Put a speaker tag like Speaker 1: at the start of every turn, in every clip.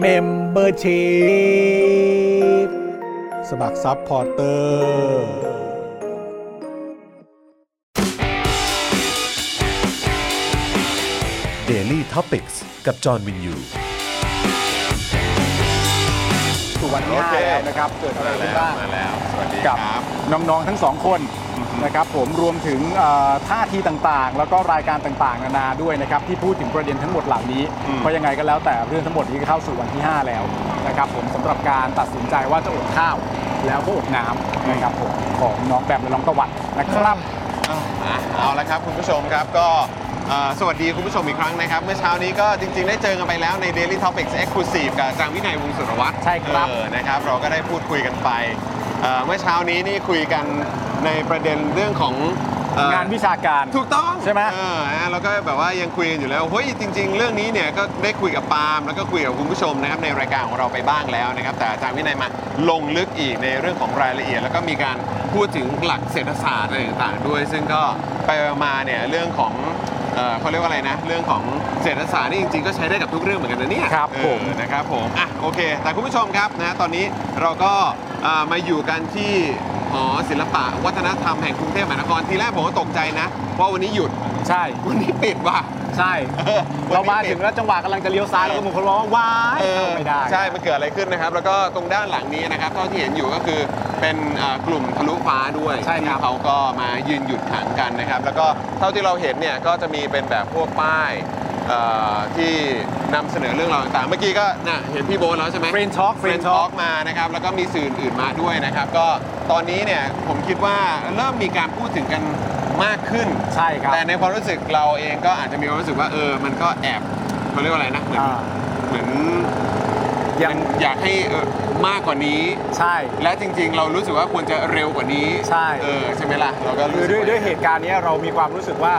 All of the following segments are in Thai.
Speaker 1: เมมเบอร์ชีพสมัครซัพพอร์เตอร์
Speaker 2: Daily t o p i c กกับจอห์นวินยู
Speaker 3: สู่วันที่
Speaker 4: โอเค
Speaker 3: 5แล้วนะครับ เกิดอะไรขึ้นบ้าง
Speaker 4: มาแล้ว สวัสดีค
Speaker 3: กั
Speaker 4: รั
Speaker 3: บบ น้อง ๆ ทั้งสองคนนะครับผมรวมถึงเอ่อท่าทีต่างๆ แล้วก็รายการต่างๆ นานาด้วยนะครับ ที่พูดถึงประเด็นทั้งหมดเหล่านี้
Speaker 4: อืม
Speaker 3: เพราะยังไงก็แล้วแต่เรื่องทั้งหมดนี้ก็เข้าสู่วันที่ 5 แล้วนะครับผมสำหรับการตัดสินใจว่าจะอดข้าว แล้วก็อดน้ำนะครับผมของน้องแบบและน้องตะวันนะครับ
Speaker 4: อ่ะเอาละครับคุณผู้ชมครับก็เอ่อสวัสดีคุณผู้ชมอีกครั้งนะครับ เมื่อเช้านี้ก็จริง ๆ ได้เจอกันไปแล้วใน Daily Topics Exclusive กับอาจางวินัยวงศ์สุรวัตร
Speaker 3: ใช่ครับ
Speaker 4: เออนะครับ เราก็ได้พูดคุยกันไปเอ่อเมื่อเช้านี้นี่คุยกันในประเด็นเรื่องของเอ่อ
Speaker 3: งานวิชาการ
Speaker 4: ถูกต้อง
Speaker 3: ใช่ไหม
Speaker 4: เออฮะแล้วก็แบบว่ายังคุยกันอยู่แล้วเฮ้ยจริง ๆ เรื่องนี้เนี่ยก็ได้คุยกับปาล์มแล้วก็คุยกับคุณผู้ชมนะครับในรายการของเราไปบ้างแล้วนะครับ แต่อาจารย์วินัยมาลงลึกอีกในเรื่องของรายละเอียด แล้วก็มีการพูดถึงหลักเศรษฐศาสตร์อะไรต่างๆด้วย ซึ่งก็ไปมาเนี่ยเรื่องของเอ่อเขาเรียกว่าอะไรนะ เรื่องของเศรษฐศาสตร์นี่จริงๆก็ใช้ได้กับทุกเรื่องเหมือนกันนะเนี่ย
Speaker 3: ครับผม
Speaker 4: เออ นะครับผมอ่ะโอเค แต่คุณผู้ชมครับนะตอนนี้เราก็อ่ามาอยู่กันที่หอศิลปะวัฒนธรรมแห่งกรุงเทพมหานครทีแรกผมก็ตกใจนะว่าวันนี้หยุด
Speaker 3: ใช่
Speaker 4: วันนี้ปิดว่ะ
Speaker 3: ใช่
Speaker 4: เออ
Speaker 3: เรามาถึง
Speaker 4: วันนี้ปิด
Speaker 3: แล้วจังหวะกำลังจะเลี้ยวซ้ายแล้วก็มีคนบอกว่าว้ายเข้าไม่ได้
Speaker 4: ใช่ มันเกิดอะไรขึ้นนะครับ แล้วก็ตรงด้านหลังนี้นะครับ เท่าที่เห็นอยู่ก็คือเป็นเอ่อกลุ่มทะลุฟ้าด้วย
Speaker 3: ใช่ครับ
Speaker 4: ที่เขาก็มายืนหยุดขังกันนะครับ แล้วก็เท่าที่เราเห็นเนี่ยก็จะมีเป็นแบบพวกป้ายเอ่อที่นำเสนอเรื่องราวต่างๆ เมื่อกี้ก็น่ะเห็นพี่โบ๊ทแล้วใช่ไหม
Speaker 3: Friend Talk Friend
Speaker 4: เฟรนท็อกมานะครับ แล้วก็มีสื่ออื่นๆมาด้วยนะครับ ก็ตอนนี้เนี่ยผมคิดว่าเริ่มมีการพูดถึงกันมากขึ้น
Speaker 3: ใช่ครับ
Speaker 4: แต่ในความรู้สึกเราเองก็อาจจะมีความรู้สึกว่าเออ มันก็แอบเขาเรียกว่าอะไรนะเหมือน
Speaker 3: อ่า
Speaker 4: เหมือน
Speaker 3: ยัง
Speaker 4: มันอยากให้เอ่อมากกว่านี้
Speaker 3: ใช่
Speaker 4: และจริงๆ เรารู้สึกว่าควรจะเร็วกว่านี้
Speaker 3: ใช่
Speaker 4: เออใช่ไหมล่ะเราก็รู้
Speaker 3: คือ
Speaker 4: สึ
Speaker 3: ด้
Speaker 4: ก
Speaker 3: วย
Speaker 4: ว่า
Speaker 3: ด้วยเหตุการณ์เนี้ยเรามีความรู้สึกว่า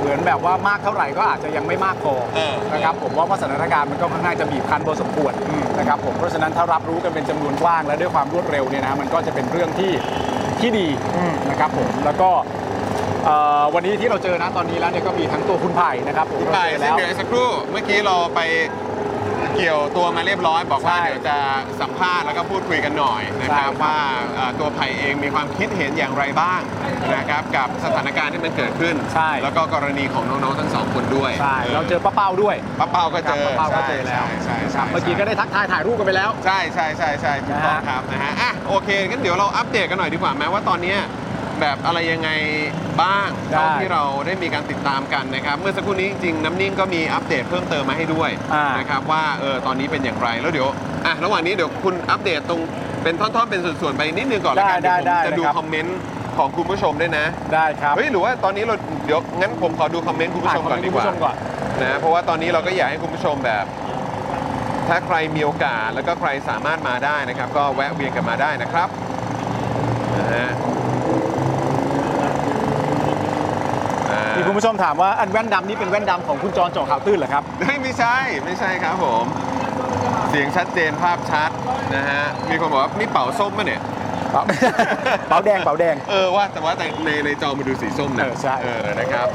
Speaker 3: เหมือนแบบว่ามากเท่าไหร่ก็อาจจะยังไม่มากพอ
Speaker 4: เออ
Speaker 3: นะครับผมว่าสถานการณ์มันก็ค่อนข้างจะบีบคั้นพอสมควร
Speaker 4: อืม
Speaker 3: นะครับผมเพราะฉะนั้นถ้ารับรู้กันเป็นจำนวนกว้างและด้วยความรวดเร็วเนี่ยนะมันก็จะเป็นเรื่องที่ที่ดี
Speaker 4: อืม
Speaker 3: นะครับผมแล้วก็เอ่อวันนี้ที่เราเจอนะตอนนี้แล้วเนี่ยก็มีทั้งตัวคุณไผ่นะครับผม
Speaker 4: คุณไผ่
Speaker 3: เราเจอแล้ว
Speaker 4: ซึ่งเดี๋ยวอีกสักครู่เมื่อกี้เราไปเกี่ยวตัวมาเรียบร้อย บอกว่า
Speaker 3: ใช่
Speaker 4: เดี๋ยวจะสัมภาษณ์แล้วก็พูดคุยกันหน่อยนะครับ
Speaker 3: ใช่
Speaker 4: ว่าเอ่อตัวไผ่เองมีความคิดเห็นอย่างไรบ้างนะครับกับสถานการณ์ที่มันเกิดขึ้น
Speaker 3: ใช่
Speaker 4: แล้วก็กรณีของน้องๆทั้งสองคนด้วย
Speaker 3: ใช่เราเจอป้าเป้าด้วย
Speaker 4: ป้าเปาก็เจอ
Speaker 3: ป้าเป้าก็เจอแล้ว
Speaker 4: ใช่
Speaker 3: นะค
Speaker 4: ใช่
Speaker 3: รับ
Speaker 4: ใช่
Speaker 3: เมื่อกี้ก็ได้ทักทายถ่ายรูปกันไปแล้ว
Speaker 4: ใช่ใช่ใช่ใช่ถูกต้อง
Speaker 3: นะฮะ
Speaker 4: ครับนะฮะอ่ะโอเคงั้นเดี๋ยวเราอัปเดตกันหน่อยดีกว่าไหมว่าตอนเนี้ยแบบอะไรยังไงบ้างเท่าที่เราได้มีการติดตามกันนะครับ เมื่อสักครู่นี้จริงๆน้ำนิ่งก็มีอัปเดตเพิ่มเติมมาให้ด้วย
Speaker 3: อ่า
Speaker 4: นะครับว่าเออตอนนี้เป็นอย่างไรแล้วเดี๋ยวอ่ะระหว่างนี้เดี๋ยวคุณอัปเดตตรงเป็นท่อนๆเป็นส่วนๆไปนิดนึงก่อนละกัน
Speaker 3: ได้
Speaker 4: เดี๋ยวผม
Speaker 3: ได้
Speaker 4: จะ
Speaker 3: ได้
Speaker 4: ดู
Speaker 3: นะครับ
Speaker 4: คอมเมนต์ของคุณผู้ชมด้วยนะ
Speaker 3: ได้ครับ
Speaker 4: เฮ้ยหรือว่าตอนนี้เราเดี๋ยวงั้นผมขอดูคอมเมนต์คุณผู้ชมก่อนดีกว่า
Speaker 3: คุณผู้ชมก่อน
Speaker 4: นะเพราะว่าตอนนี้เราก็อยากให้คุณผู้ชมแบบ ถ้าใครมีโอกาสแล้วก็ใครสามารถมาได้นะครับ ก็แวะเวียนกันมาได้นะครับนะฮะอ่า
Speaker 3: มีคุณผู้ชมถามว่าอันแว่นดำนี่เป็นแว่นดำของคุณจรเจอข่าวตื้นเหรอครับ
Speaker 4: เฮ้ยไม่ใช่ไม่ใช่ครับผม เสียงชัดเจนภาพชัดนะฮะมีคนบอกว่านี่เป่าส้มป่ะเนี่ย
Speaker 3: เป๋าแดงเป๋าแดง
Speaker 4: เออว่าแต่ว่าแต่ในในจอมันดูสีส้มนะ
Speaker 3: เออใช่
Speaker 4: เออนะครับ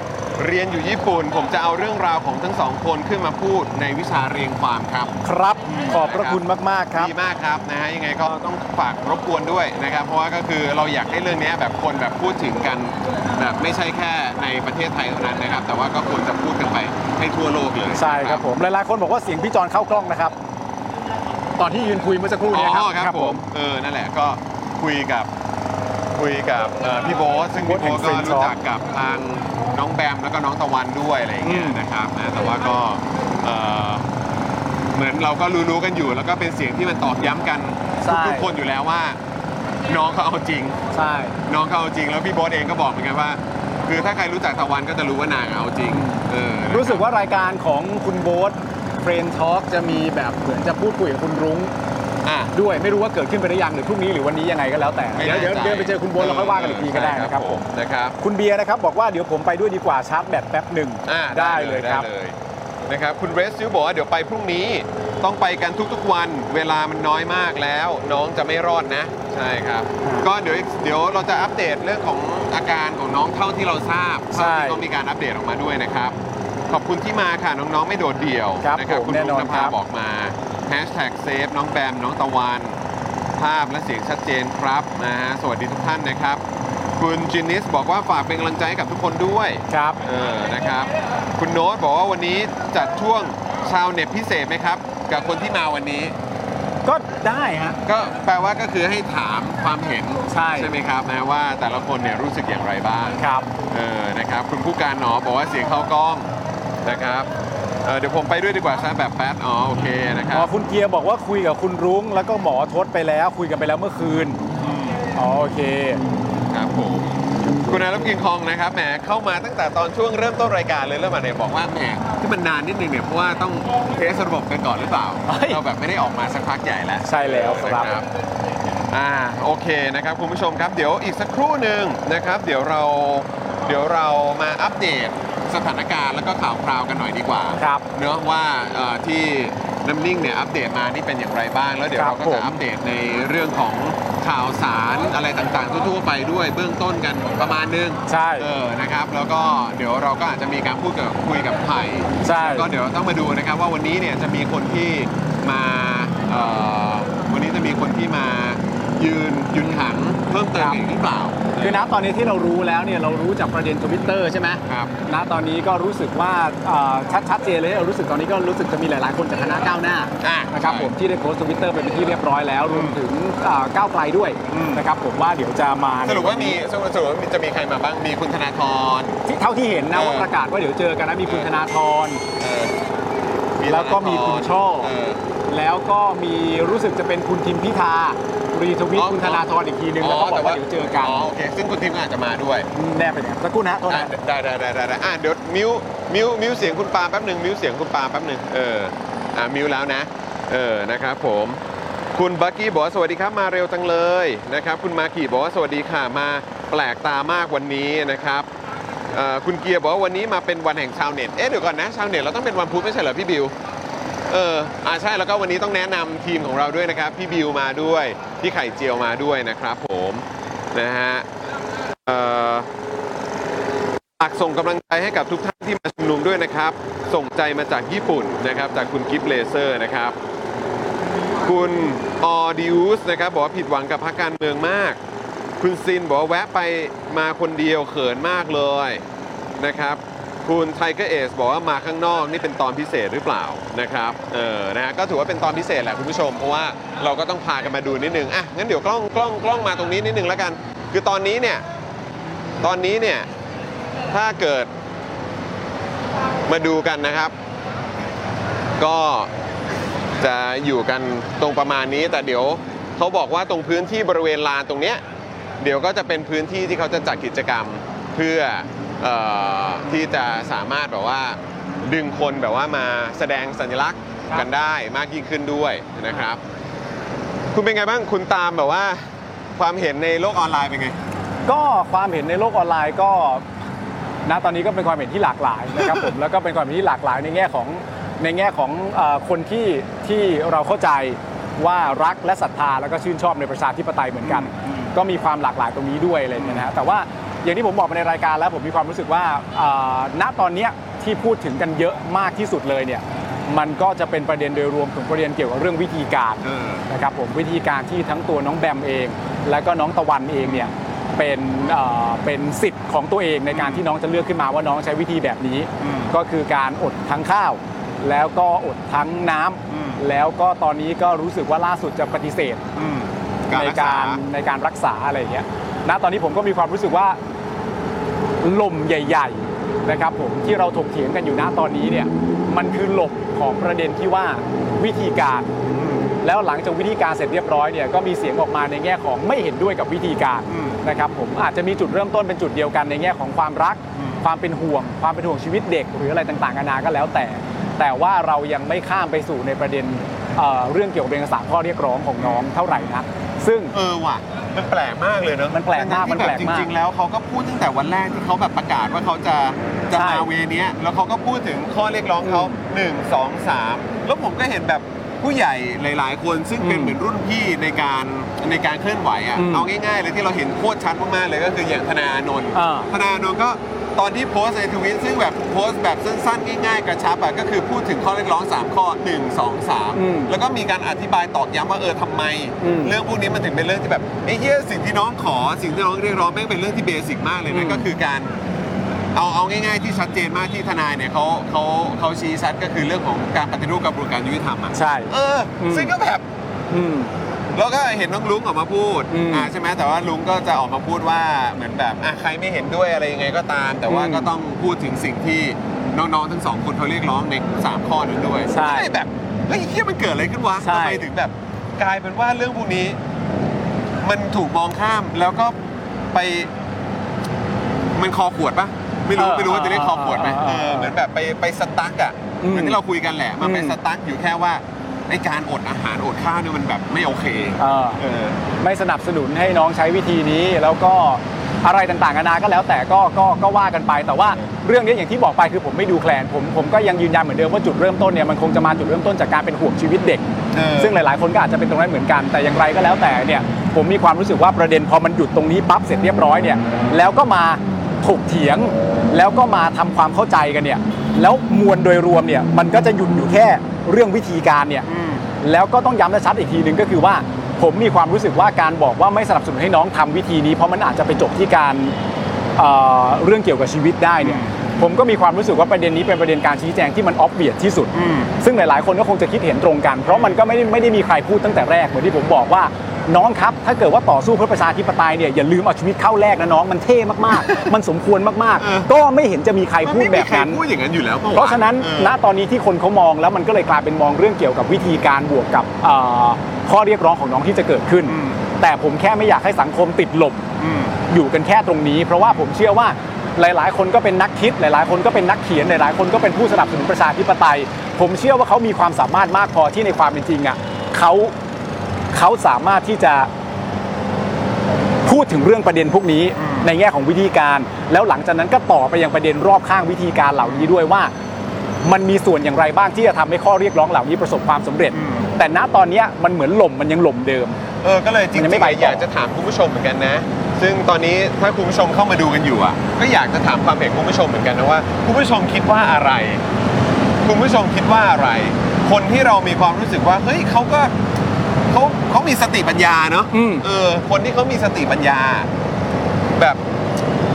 Speaker 4: เรียนอยู่ญี่ปุ่นผมจะเอาเรื่องราวของทั้งสองคนขึ้นมาพูดในวิชาเรียงความครับ
Speaker 3: ครับ ขอบพระคุณมาก ๆ ครับ
Speaker 4: ดีมากครับนะฮะยังไงก็ต้องฝากรบกวนด้วยนะครับ เพราะว่าก็คือเราอยากให้เรื่องเนี้ยแบบคนแบบพูดถึงกัน แบบไม่ใช่แค่ในประเทศไทยเท่านั้นนะครับ แต่ว่าก็ควรจะพูดกันไปให้ทั่วโลกเลย
Speaker 3: ใช่ครับผม หลาย ๆ คนบอกว่าเสียงพี่จรเข้ากล้องนะครับ ตอนที่ยืนคุยเมื่อสักครู่
Speaker 4: อ๋
Speaker 3: เนี้
Speaker 4: อครับผมเออนั่นแหละก็คุยกับคุยกับเอ่อพี่โบ๊ทซึ่งพี่โบ๊ทก็รู้จักกับทางน้องแบมแล้วก็น้องตะวันด้วยอะไรอย่างเงี้ยนะครับนะแต่ว่าก็เอ่อเหมือนเราก็รู้ๆกันอยู่ แล้วก็เป็นเสียงที่มันตอกย้ำกันทุกๆคนอยู่แล้วว่า น้องเขาเอาจริง
Speaker 3: ใช่
Speaker 4: น้องเขาเอาจริงแล้วพี่โบ๊ทเองก็บอกเหมือนกันว่า คือถ้าใครรู้จักตะวันก็จะรู้ว่านางเอาจริงเออนะคบ
Speaker 3: รู้สึกว่ารายการของคุณโบ๊ทเฟรนท็อกจะมีแบบเหมือนจะพูดคุยกับคุณรุ้ง
Speaker 4: อ่ะ
Speaker 3: ด้วยไม่รู้ว่าเกิดขึ้นไปได้ยังหรือพรุ่งนี้หรือวันนี้ยังไงก็แล้วแต่
Speaker 4: ไม่
Speaker 3: เดี๋ยว
Speaker 4: แน่
Speaker 3: เดี๋ยวเดี๋ยว
Speaker 4: ใจ
Speaker 3: ไปเจอคุณโบ๊ทแล้วค่อยว่ากันอีกทีก็ได้
Speaker 4: ใช่
Speaker 3: นะครับผม
Speaker 4: นะครับ
Speaker 3: คุณเบียร์นะครับบอกว่าเดี๋ยวผมไปด้วยดีกว่าชาร์จแบตแป๊บหนึ่ง
Speaker 4: อ่ะ
Speaker 3: ได้เลยครับ
Speaker 4: ได้เลยนะครับคุณเรสซิวบอกว่าเดี๋ยวไปพรุ่งนี้ต้องไปกันทุกๆวัน เวลามันน้อยมากแล้ว น้องจะไม่รอดนะ ใช่ครับ ก็เดี๋ยวเดี๋ยวเราจะอัปเดตเรื่องของอาการของน้องเท่าที่เราทราบ
Speaker 3: ใช่
Speaker 4: เท่าที่เขามีการอัปเดตออกมาด้วยนะครับ ขอบคุณที่มาค่ะน้องๆไม่โดดเดี่ยว
Speaker 3: ครับ
Speaker 4: นะ
Speaker 3: ผม
Speaker 4: คุณ
Speaker 3: แน่น
Speaker 4: ลุ
Speaker 3: องน
Speaker 4: น
Speaker 3: ครั
Speaker 4: ภา
Speaker 3: บ
Speaker 4: บอกมาแฮชแท็กเซฟน้องแบมน้องตะวัน ภาพและเสียงชัดเจนครับนะฮะสวัสดีทุกท่านนะครับ คุณจินนิสบอกว่าฝากเป็นกำลังใจให้กับทุกคนด้วย
Speaker 3: ครับ
Speaker 4: เออ นะครับ คุณโน้ตบอกว่าวันนี้จัดช่วงชาวเน็ตพิเศษไหมครับ กับคนที่มาวันนี้
Speaker 3: ก็ได้ฮะ
Speaker 4: ก็แปลว่าก็คือให้ถามความเห็น
Speaker 3: ใช่
Speaker 4: ไหมครับนะว่าแต่ละคนเนี่ยรู้สึกอย่างไรบ้าง
Speaker 3: ครับ
Speaker 4: เออ นะครับ คุณผู้การหนอบอกว่าเสียงเข้ากล้องนะครับเออเดี๋ยวผมไปด้วยดีกว่าซะแบบแป๊ดอ๋อ โอเคนะค
Speaker 3: อ๋
Speaker 4: รั
Speaker 3: อบ คุณเกียร์บอกว่าคุยกับคุณรุ้ง แล้วก็หมอทศไปแล้วคุยกันไปแล้วเมื่อคืนอ๋อโอเค
Speaker 4: ครับผม คุณอารับกินคองนะครับ แหม เข้ามาตั้งแต่ตอนช่วงเริ่มต้นรายการเลยแล้วมาเนี่ยบอกว่าแหมที่มันนานนิดนึงเนี่ยเพราะว่าต้องเทสระบบกันก่อนหรือเปล่า
Speaker 3: เฮ้ย
Speaker 4: เราแบบไม่ได้ออกมาสักพักใหญ่แล้ว
Speaker 3: ใช่แล้วครับ
Speaker 4: นะอ่าโอเคนะครับคุณผู้ชมครับเดี๋ยวอีกสักครู่หนึ่งนะครับ เดี๋ยวเราเดี๋ยวเรามาอัปเดตสถานการณ์แล้วก็ข่าวคราวกันหน่อยดีกว่า
Speaker 3: ครับ
Speaker 4: เนอะว่าเอ่อที่น้ำนิ่งเนี่ยอัปเดตมานี่เป็นอย่างไรบ้าง แล้วเดี๋ยว
Speaker 3: ครั
Speaker 4: เรา
Speaker 3: บ
Speaker 4: ก็
Speaker 3: ผ
Speaker 4: จะ
Speaker 3: ม
Speaker 4: อัปเดตในเรื่องของข่าวสารอะไรต่างๆ ทั่วๆไปด้วยเบื้องต้นกันประมาณนึง
Speaker 3: ใช่
Speaker 4: เออนะครับแล้วก็เดี๋ยวเราก็อาจจะมีการพูดกับคุยกับไผ่
Speaker 3: ใช่
Speaker 4: ก็เดี๋ยวต้องมาดูนะครับว่าวันนี้เนี่ยจะมีคนที่มาเอ่อวันนี้จะมีคนที่มายืนยืนหังเพิ่มเติม
Speaker 3: ครับ
Speaker 4: อีกหรือเปล่า
Speaker 3: คือณตอนนี้ที่เรารู้แล้วเนี่ยเรารู้จากประเด็นทวิตเตอร์ใช่ไหม
Speaker 4: ครับ
Speaker 3: ณตอนนี้ก็รู้สึกว่าเอ่อชัดชัดเจนเลยเรารู้สึกตอนนี้ก็รู้สึกจะมีหลาย ๆ คนจากคณะก้าวหน้า
Speaker 4: อ่ะ
Speaker 3: นะครับผมที่ได้โพสต์ทวิตเตอร์ไปเป็นที่เรียบร้อยแล้วรวมถึงเอ่อก้าวไกลด้วย
Speaker 4: อืม
Speaker 3: นะครับผมว่าเดี๋ยวจะมา
Speaker 4: สรุปว่ามีสรุปสรุปว่ามีจะมีใครมาบ้างมีคุณธนาธร
Speaker 3: ที่เท่าที่เห็นนะ
Speaker 4: เออ
Speaker 3: ว่าประกาศว่าเดี๋ยวเจอกันนะมีคุณธนาธร
Speaker 4: เออ
Speaker 3: แล้วก็มีคุณช่อ
Speaker 4: เออ
Speaker 3: แล้วก็มีรู้สึกจะเป็นคุณทิมพิธารีทวิต
Speaker 4: อ๋อ
Speaker 3: คุณธนาธรอีกทีนึงแล้วก็บอกว่าเดี๋ยวเจอกัน
Speaker 4: อ๋อโอเคซึ่งคุณทีมก็อาจจะมาด้วย
Speaker 3: แน่ไปเนี่ยสักครู่นะโทษ
Speaker 4: อ่ะ
Speaker 3: นะ
Speaker 4: ได้ได้ได้ได้ได้อ่ะเดี๋ยวมิวมิวมิวเสียงคุณปาแป๊บหนึ่งมิวเสียงคุณปาแป๊บหนึ่งเอออ่ะมิวแล้วนะเออนะครับผม คุณบักกี้บอกว่าสวัสดีครับมาเร็วจังเลยนะครับคุณมากี่บอกว่าสวัสดีค่ะมาแปลกตามากวันนี้นะครับเอ่อคุณเกียร์บอกว่าวันนี้มาเป็นวันแห่งชาวเน็ตเอ๊ะเดี๋ยวก่อนนะชาวเน็ตเราต้องเป็นวันพุธไม่ใช่เหรอพี่บิวเอออ่าใช่แล้วก็วันนี้ต้องแนะนำทีมของเราด้วยนะครับพี่บิวมาด้วยพี่ไข่เจียวมาด้วยนะครับผมนะฮะเอ่อฝากส่งกำลังใจให้กับทุกท่านที่มาชุมนุมด้วยนะครับ ส่งใจมาจากญี่ปุ่นนะครับจากคุณกิฟต์เลเซอร์นะครับ คุณออดิอุสนะครับบอกว่าผิดหวังกับพรรคการเมืองมาก คุณซินบอกว่าแวะไปมาคนเดียวเขินมากเลยนะครับคุณไทเกอร์เอสบอกว่ามาข้างนอกนี่เป็นตอนพิเศษหรือเปล่านะครับเออนะฮะก็ถือว่าเป็นตอนพิเศษแหละคุณผู้ชม เพราะว่าเราก็ต้องพากันมาดูนิดนึงอ่ะงั้นเดี๋ยวกล้องกล้องกล้องมาตรงนี้นิดนึงแล้วกัน คือตอนนี้เนี่ยตอนนี้เนี่ยถ้าเกิดมาดูกันนะครับ ก็ จะอยู่กันตรงประมาณนี้แต่เดี๋ยวเขาบอกว่าตรงพื้นที่บริเวณลานตรงเนี้ยเดี๋ยวก็จะเป็นพื้นที่ที่เขาจะจัดกิจกรรมเพื่อเออที่จะสามารถแบบว่าดึงคนแบบว่ามาแสดงสัญลักษณ์กันได้มากยิ่งขึ้นด้วยนะครับ คุณเป็นไงบ้างคุณตามแบบว่าความเห็นในโลกออนไลน์เป็นไง
Speaker 3: ก็ความเห็นในโลกออนไลน์ก็ณตอนนี้ก็เป็นความเห็นที่หลากหลายนะครับ ผม แล้วก็เป็นความเห็นที่หลากหลายในแง่ของในแง่ของเอ่อคนที่ที่เราเข้าใจว่ารักและศรัทธาแล้วก็ชื่นชอบในประชาธิปไตยเหมือนกัน ก็มีความหลากหลายตรงนี้ด้วยอะไรอย่างเงี้ยนะฮะแต่ว่าอย่างที่ผมบอกไปในรายการแล้วผมมีความรู้สึกว่าเอ่อณตอนเนี้ยที่พูดถึงกันเยอะมากที่สุดเลยเนี่ยมันก็จะเป็นประเด็นโดยรวมถึงประเด็นเกี่ยวกับเรื่องวิธีการ นะครับผมวิธีการที่ทั้งตัวน้องแบมเอง และก็น้องตะวันเองเนี่ยเป็นเอ่อเป็นสิทธิ์ของตัวเองในการที่น้องจะเลือกขึ้นมาว่าน้องใช้วิธีแบบนี้ ก็คือการอดทั้งข้าว แล้วก็อดทั้งน้ำ
Speaker 4: อืม
Speaker 3: แล้วก็ตอนนี้ก็รู้สึกว่าล่าสุดจะปฏิเสธ
Speaker 4: อืมการ
Speaker 3: ใน
Speaker 4: รัก
Speaker 3: กา
Speaker 4: ษาร
Speaker 3: ในการรักษาอะไรอย่างเงี้ย ณ ตอนนี้ผมก็มีความรู้สึกว่าลมใหญ่ ๆ นะครับผมที่เราถกเถียงกันอยู่ณตอนนี้เนี่ย มันคือหลบของประเด็นที่ว่าวิธีการ
Speaker 4: อืม
Speaker 3: แล้วหลังจากวิธีการเสร็จเรียบร้อยเนี่ยก็มีเสียงออกมาในแง่ของไม่เห็นด้วยกับวิธีการ
Speaker 4: อืม
Speaker 3: นะครับผมอาจจะมีจุดเริ่มต้นเป็นจุดเดียวกันในแง่ของความรัก
Speaker 4: อืม
Speaker 3: ความเป็นห่วง ความเป็นห่วงชีวิตเด็ก หรืออะไรต่างๆนานาก็แล้วแต่ แต่ว่าเรายังไม่ข้ามไปสู่ในประเด็นเอ่อเรื่องเกี่ยวกับเอกสารข้อเรียกร้องของน้องเท่าไหร่นะซึ่ง
Speaker 4: เออว่ะมันแปลกมากเลยเนอะ
Speaker 3: มันแปลกมาก
Speaker 4: ทั้งๆที่
Speaker 3: มันแปลกมาก
Speaker 4: บบจริง ๆ แล้วเขาก็พูดตั้งแต่วันแรกที่เขาแบบประกาศว่าเขาจะจะ
Speaker 3: ใช่
Speaker 4: มาเวเนี้ยแล้วเขาก็พูดถึงข้อเรียกร้องเขา
Speaker 3: อืม
Speaker 4: หนึ่งสองสามแล้วผมก็เห็นแบบผู้ใหญ่หลาย ๆ คนซึ่งเป็น
Speaker 3: อืม
Speaker 4: เหมือนรุ่นพี่ในการในการเคลื่อนไหวอ่ะ
Speaker 3: อืม
Speaker 4: เอาง่าย ๆ เลยที่เราเห็นโคตรชัดมากๆเลยก็คืออย่างธนาอานนท์
Speaker 3: อ่า
Speaker 4: ธนาอานนท์ก็ตอนที่โพสต์ในทวิตซึ่งแบบโพสต์แบบสั้นๆ ง่าย ๆ กระชับอะก็คือพูดถึงข้อเรียกร้องสามข้อหนึ่งสองสาม
Speaker 3: อืม
Speaker 4: แล้วก็มีการอธิบายตอกย้ำว่าเออทำไม
Speaker 3: อืม
Speaker 4: เรื่องพวกนี้มันถึงเป็นเรื่องที่แบบไอ้เหี้ยสิ่งที่น้องขอสิ่งที่น้องเรียกร้องแม่งเป็นเรื่องที่เบสิกมากเลย
Speaker 3: อื
Speaker 4: นะ
Speaker 3: ม
Speaker 4: ก็คือการเอาเอาง่ายๆที่ชัดเจนมากที่ทนายเนี่ยเขาเขาเขาชี้ชัดก็คือเรื่องของการปฏิรูปกระบวนการยุติธรรมอ่ะ
Speaker 3: ใช่
Speaker 4: เอออ
Speaker 3: ม
Speaker 4: ซึ่งก็แบบ
Speaker 3: อืม
Speaker 4: แล้วก็เห็นน้องลุงออกมาพูด
Speaker 3: อืม
Speaker 4: ใช่ไหมแต่ว่าลุงก็จะออกมาพูดว่าเหมือนแบบอ่ะใครไม่เห็นด้วยอะไรยังไงก็ตาม แต่ว่า
Speaker 3: อืม
Speaker 4: ก็ต้องพูดถึงสิ่งที่น้องๆทั้งสองคนเขาเรียกร้องในสามข้อนั้นด้วย
Speaker 3: ใช่
Speaker 4: ไม่ได้แบบเฮ้ยเฮียมันเกิดอะไรขึ้นวะ
Speaker 3: ใช่
Speaker 4: ทำไมถึงแบบกลายเป็นว่าเรื่องพวกนี้ มันถูกมองข้ามแล้วก็ไป มันคอขวดปะไม่รู้
Speaker 3: เออ
Speaker 4: ไม่รู้ว่าจะเรียกคอขวดไหม
Speaker 3: เออ
Speaker 4: เอ
Speaker 3: เออ
Speaker 4: อเหมือนแบบไปไปสตั๊กอ่ะ
Speaker 3: อืม
Speaker 4: เหมือนที่เราคุยกันแหละ มันไป
Speaker 3: อืม
Speaker 4: สตั๊กอยู่แค่ว่าไอการอดอาหารอดข้าวเนี่ยมันแบบไม่โอเค
Speaker 3: เอ่อ
Speaker 4: เออ
Speaker 3: ไม่สนับสนุนให้น้องใช้วิธีนี้แล้วก็อะไรต่างๆนานาก็แล้วแต่ก็ก็ก็ว่ากันไป แต่ว่าเรื่องนี้อย่างที่บอกไปคือผมไม่ดูแคลนผมผมก็ยังยืนยันเหมือนเดิมว่าจุดเริ่มต้นเนี่ยมันคงจะมาจุดเริ่มต้นจากการเป็นห่วงชีวิตเด็ก
Speaker 4: เออ
Speaker 3: ซึ่งหลายๆ คนก็อาจจะเป็นตรงนั้นเหมือนกันแต่อย่างไรก็แล้วแต่เนี่ยผมมีความรู้สึกว่าประเด็นพอมันหยุดตรงนี้ปั๊บเสร็จเรียบร้อยเนี่ยแล้วก็มาถกเถียง แล้วก็มาทำความเข้าใจกันเนี่ยแล้วมวลโดยรวมเนี่ยมันก็จะหยุดอยู่แค่เรื่องวิธีการเนี่ย
Speaker 4: อืม
Speaker 3: แล้วก็ต้องย้ำและชัดอีกทีหนึ่งก็คือว่า ผมมีความรู้สึกว่าการบอกว่าไม่สนับสนุนให้น้องทำวิธีนี้ เพราะมันอาจจะไปจบที่การเอ่อเรื่องเกี่ยวกับชีวิตได้เนี่ย
Speaker 4: อืม
Speaker 3: ผมก็มีความรู้สึกว่าประเด็นนี้เป็นประเด็นการชี้แจงที่มันออบเบียที่สุด
Speaker 4: อืม
Speaker 3: ซึ่งหลาย ๆ คนก็คงจะคิดเห็นตรงกัน เพราะมันก็ไม่ได้ไม่ได้มีใครพูดตั้งแต่แรกเหมือนที่ผมบอกว่าน้องครับ ถ้าเกิดว่าต่อสู้เพื่อประชาธิปไตยเนี่ยอย่าลืมเอาชีวิตเข้าแลกนะน้องมันเท่มาก ๆ มันสมควรมาก
Speaker 4: เออ
Speaker 3: ๆ ก็ไม่เห็นจะมีใคร
Speaker 4: มัน
Speaker 3: พูด
Speaker 4: ไม่
Speaker 3: แบ
Speaker 4: มี
Speaker 3: บ
Speaker 4: ใคร
Speaker 3: นั้น
Speaker 4: พูดอย่างนั้นอยู่แล้วปว
Speaker 3: เพราะฉะนั้น
Speaker 4: เออ
Speaker 3: ณตอนนี้ที่คนเขามองแล้วมันก็เลยกลายเป็นมองเรื่องเกี่ยวกับวิธีการบวกกับเอ่อข้อเรียกร้องของน้องที่จะเกิดขึ้น
Speaker 4: อืม
Speaker 3: แต่ผมแค่ไม่อยากให้สังคมติดหลบ
Speaker 4: อืม
Speaker 3: อยู่กันแค่ตรงนี้ เพราะว่าผมเชื่อว่าหลาย ๆ คนก็เป็นนักคิด หลาย ๆ คนก็เป็นนักเขียนหลาย ๆ คนก็เป็นผู้สนับสนุนประชาธิปไตย ผมเชื่อว่าเขามีความสามารถมากพอที่ในความเป็นจริงอ่ะเขาเขาสามารถที่จะ พูดถึงเรื่องประเด็นพวกนี้
Speaker 4: อืม
Speaker 3: ในแง่ของวิธีการ แล้วหลังจากนั้นก็ต่อไปยังประเด็นรอบข้างวิธีการเหล่านี้ด้วยว่า มันมีส่วนอย่างไรบ้างที่จะทำให้ข้อเรียกร้องเหล่านี้ประสบความสำเร็จ แต่ณตอนเนี้ยมันเหมือนหล่มมันยังหล่มเดิม
Speaker 4: เออ ก็เลยจริง
Speaker 3: มันยังไม่
Speaker 4: ๆ
Speaker 3: ไปต่ออย
Speaker 4: อากจะถามคุณผู้ชมเหมือนกันนะ ซึ่งตอนนี้ถ้าคุณผู้ชมเข้ามาดูกันอยู่อ่ะ ก็อยากจะถามความเห็นคุณผู้ชมเหมือนกันนะว่าคุณผู้ชมคิดว่าอะไร คุณผู้ชมคิดว่าอะไร คนที่เรามีความรู้สึกว่า เฮ้ยเขาก็เขาเขามีสติปัญญาเนอะ
Speaker 3: อืม
Speaker 4: เออ คนที่เขามีสติปัญญา แบบ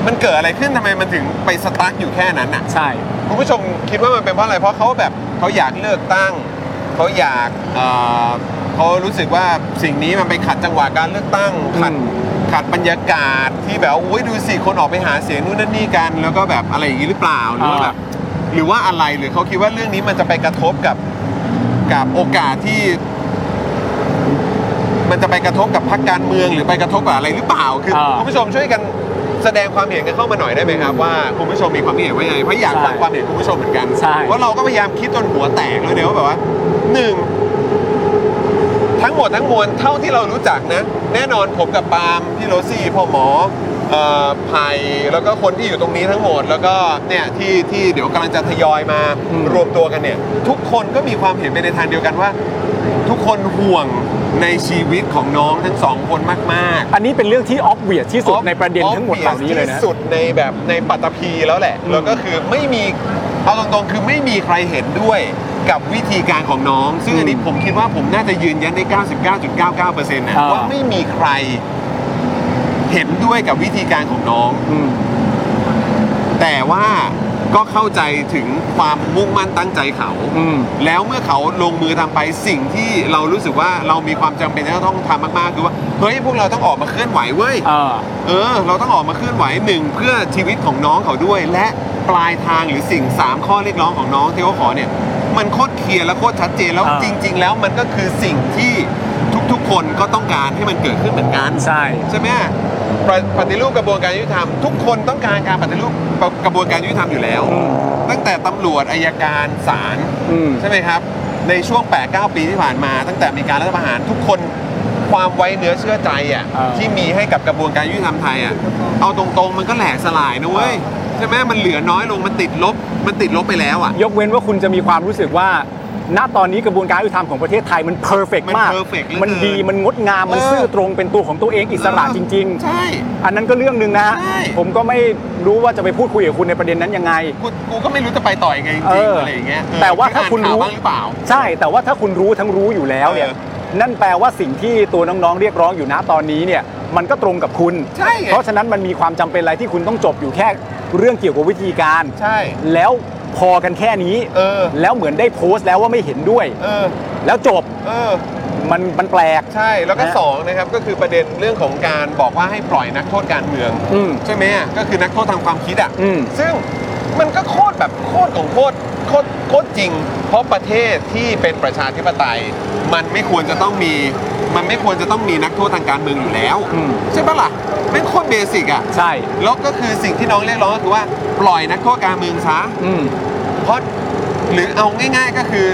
Speaker 4: มันเกิดอะไรขึ้นทำไมมันถึงไปสตาร์ทอยู่แค่นั้นอ่ะ
Speaker 3: ใช่
Speaker 4: คุณผู้ชมคิดว่ามันเป็นเพราะอะไร เพราะเขาแบบเขาอยากเลือกตั้ง เขาอยากเอ่อเขารู้สึกว่าสิ่งนี้มันไปขัดจังหวะการเลือกตั้ง ขัด
Speaker 3: อืม
Speaker 4: ขัดบรรยากาศที่แบบอุ้ยดูสิคนออกไปหาเสียงนู่นนั่นนี่กัน แล้วก็แบบอะไรอย่างนี้หรือเปล่า หรือว่าแบบหรือว่าอะไรหรือเขาคิดว่าเรื่องนี้มันจะไปกระทบกับกับโอกาสที่ มันจะไปกระทบกับพรรคการเมืองหรือไปกระทบกับอะไรหรือเปล่า คือ
Speaker 3: อ่า
Speaker 4: คุณผู้ชมช่วยกันแสดงความเห็นกันเข้ามาหน่อยได้ไหมครับว่าคุณผู้ชมมีความเห็นว่ายังไงเพราะอยาก
Speaker 3: ใช่
Speaker 4: ฟังความเห็นคุณผู้ชมเหมือนกัน
Speaker 3: ใช่
Speaker 4: เพราะเราก็พยายามคิดจนหัวแตกแล้วเนี่ยว่าแบบว่าหนึ่งทั้งหมดทั้งมวลเท่าที่เรารู้จักนะ แน่นอนผมกับปาล์มพี่โรซี่พ่อหมอเอ่อไผ่แล้วก็คนที่อยู่ตรงนี้ทั้งหมด แล้วก็เนี่ยที่ที่เดี๋ยวกำลังจะทยอยมา
Speaker 3: อืม
Speaker 4: รวมตัวกันเนี่ย ทุกคนก็มีความเห็นไปในทางเดียวกันว่า ทุกคนห่วงในชีวิตของน้องทั้งสองคนมาก
Speaker 3: อันนี้เป็นเรื่องที่ออฟเวียที่
Speaker 4: ๆ
Speaker 3: สุดในประเด็นทั้งหมดเหล่านี้เลยนะ
Speaker 4: ที่สุดในแบบในปัตตภีแล้วแหละ
Speaker 3: อืม
Speaker 4: แล้วก็คือไม่มีเอาตรงๆคือไม่มีใครเห็นด้วยกับวิธีการของน้อง ซึ่งอันนี้
Speaker 3: อืม
Speaker 4: ผมคิดว่าผมน่าจะยืนยันได้ 99.99%นะ
Speaker 3: อ่า
Speaker 4: ว่าไม่มีใครเห็นด้วยกับวิธีการของน้อง
Speaker 3: อืม
Speaker 4: แต่ว่า ก็เข้าใจถึงความมุ่งมั่นตั้งใจเขา
Speaker 3: อืม
Speaker 4: แล้วเมื่อเขาลงมือทำไปสิ่งที่เรารู้สึกว่าเรามีความจำเป็นจะต้องทำมากๆคือว่าเฮ้ยพวกเราต้องออกมาเคลื่อนไหวเว้ย
Speaker 3: เออ
Speaker 4: เออ เราต้องออกมาเคลื่อนไหวหนึ่งเพื่อชีวิตของน้องเขาด้วย และปลายทางหรือสิ่ง 3 ข้อเรียกร้องของน้องที่เขาขอเนี่ย มันโคตรเคลียร์และโคตรชัดเจนแล้ว
Speaker 3: อ่า
Speaker 4: จริง ๆ แล้วมันก็คือสิ่งที่ทุกๆ คนก็ต้องการให้มันเกิดขึ้นเหมือนกัน
Speaker 3: ใช่
Speaker 4: ใช่ไหมปฏิปฏิรูปกระบวนการยุติธรรมทุกคนต้องการการปฏิรูปกระบวนการยุติธรรมอยู่แล้ว
Speaker 3: อืม
Speaker 4: ตั้งแต่ตำรวจอายการศาล
Speaker 3: อืม
Speaker 4: ใช่ไหมครับ ในช่วง 8-9 ปีที่ผ่านมา ตั้งแต่มีการรัฐประหารทุกคนความไว้เนื้อเชื่อใจอ่ะ
Speaker 3: อ่า
Speaker 4: ที่มีให้กับกระบวนการยุติธรรมไทยอ่ะเอาตรงๆมันก็แหลกสลายนะเว้ย
Speaker 3: อ่
Speaker 4: ใช่ไหมมันเหลือน้อยลงมันติดลบ มันติดลบไปแล้วอ่ะ
Speaker 3: ยกเว้นว่าคุณจะมีความรู้สึกว่า ณ ตอนนี้กระบวนการยุติธรรมของประเทศไทยมันเพอร์เฟก
Speaker 4: มัน
Speaker 3: มาก
Speaker 4: perfect เหลือเกิน
Speaker 3: มันดี มันงดงาม มัน
Speaker 4: เออ
Speaker 3: ซื่อตรง เป็นตัวของตัวเอง อิสระจริง
Speaker 4: ใช่
Speaker 3: ๆ อันนั้นก็เรื่องหนึ่งนะฮะ
Speaker 4: ใช่
Speaker 3: ผมก็ไม่รู้ว่าจะไปพูดคุยกับคุณในประเด็นนั้นยังไง
Speaker 4: กูกูก็ไม่รู้จะไปต่อยไงจ
Speaker 3: เอ
Speaker 4: ริง
Speaker 3: อ
Speaker 4: ๆอะไรอย่างเงี้ยเออ
Speaker 3: แต่ว่าถ้าคุณรู้
Speaker 4: อ่นข่วบ้างหรือเปล่า
Speaker 3: ใช่ แต่ว่าถ้าคุณรู้ทั้งรู้อยู่แล้วเนี่ย
Speaker 4: เออ
Speaker 3: นั่นแปลว่าสิ่งที่ตัวน้องๆ เรียกร้องอยู่นะตอนนี้เนี่ย มันก็ตรงกับคุณ
Speaker 4: ใช่ไง
Speaker 3: เพราะฉะนั้นมันมีความจำเป็นอะไรที่คุณต้องจบอยู่แค่เรื่องเกี่ยวกับวิธีการ
Speaker 4: ใช่
Speaker 3: แล้วพอกันแค่นี้
Speaker 4: เออ
Speaker 3: แล้วเหมือนได้โพสต์แล้วว่าไม่เห็นด้วย
Speaker 4: เออ
Speaker 3: แล้วจบ
Speaker 4: เออ
Speaker 3: มันมันแปลก
Speaker 4: ใช่ แล้วก็
Speaker 3: นะ
Speaker 4: สองนะครับ ก็คือประเด็นเรื่องของการบอกว่าให้ปล่อยนักโทษการเมือง
Speaker 3: อืม
Speaker 4: ใช่ไหมอ่ะก็คือนักโทษทางความคิดอ่ะ
Speaker 3: อืม
Speaker 4: ซึ่งมันก็โคตรแบบโคตรของโคตรโคตรโคตรจริง เพราะประเทศที่เป็นประชาธิปไตย มันไม่ควรจะต้องมี มันไม่ควรจะต้องมีนักโทษทางการเมืองอยู่แล้ว
Speaker 3: อืม
Speaker 4: ใช่ปะล่ะแม่งโคตรเบสิกอ่ะ
Speaker 3: ใช่
Speaker 4: แล้วก็คือสิ่งที่น้องเรียกร้องก็คือว่าปล่อยนักโทษการเมืองซะ
Speaker 3: อืม
Speaker 4: เพราะหรือเอาง่าย ๆก็คือ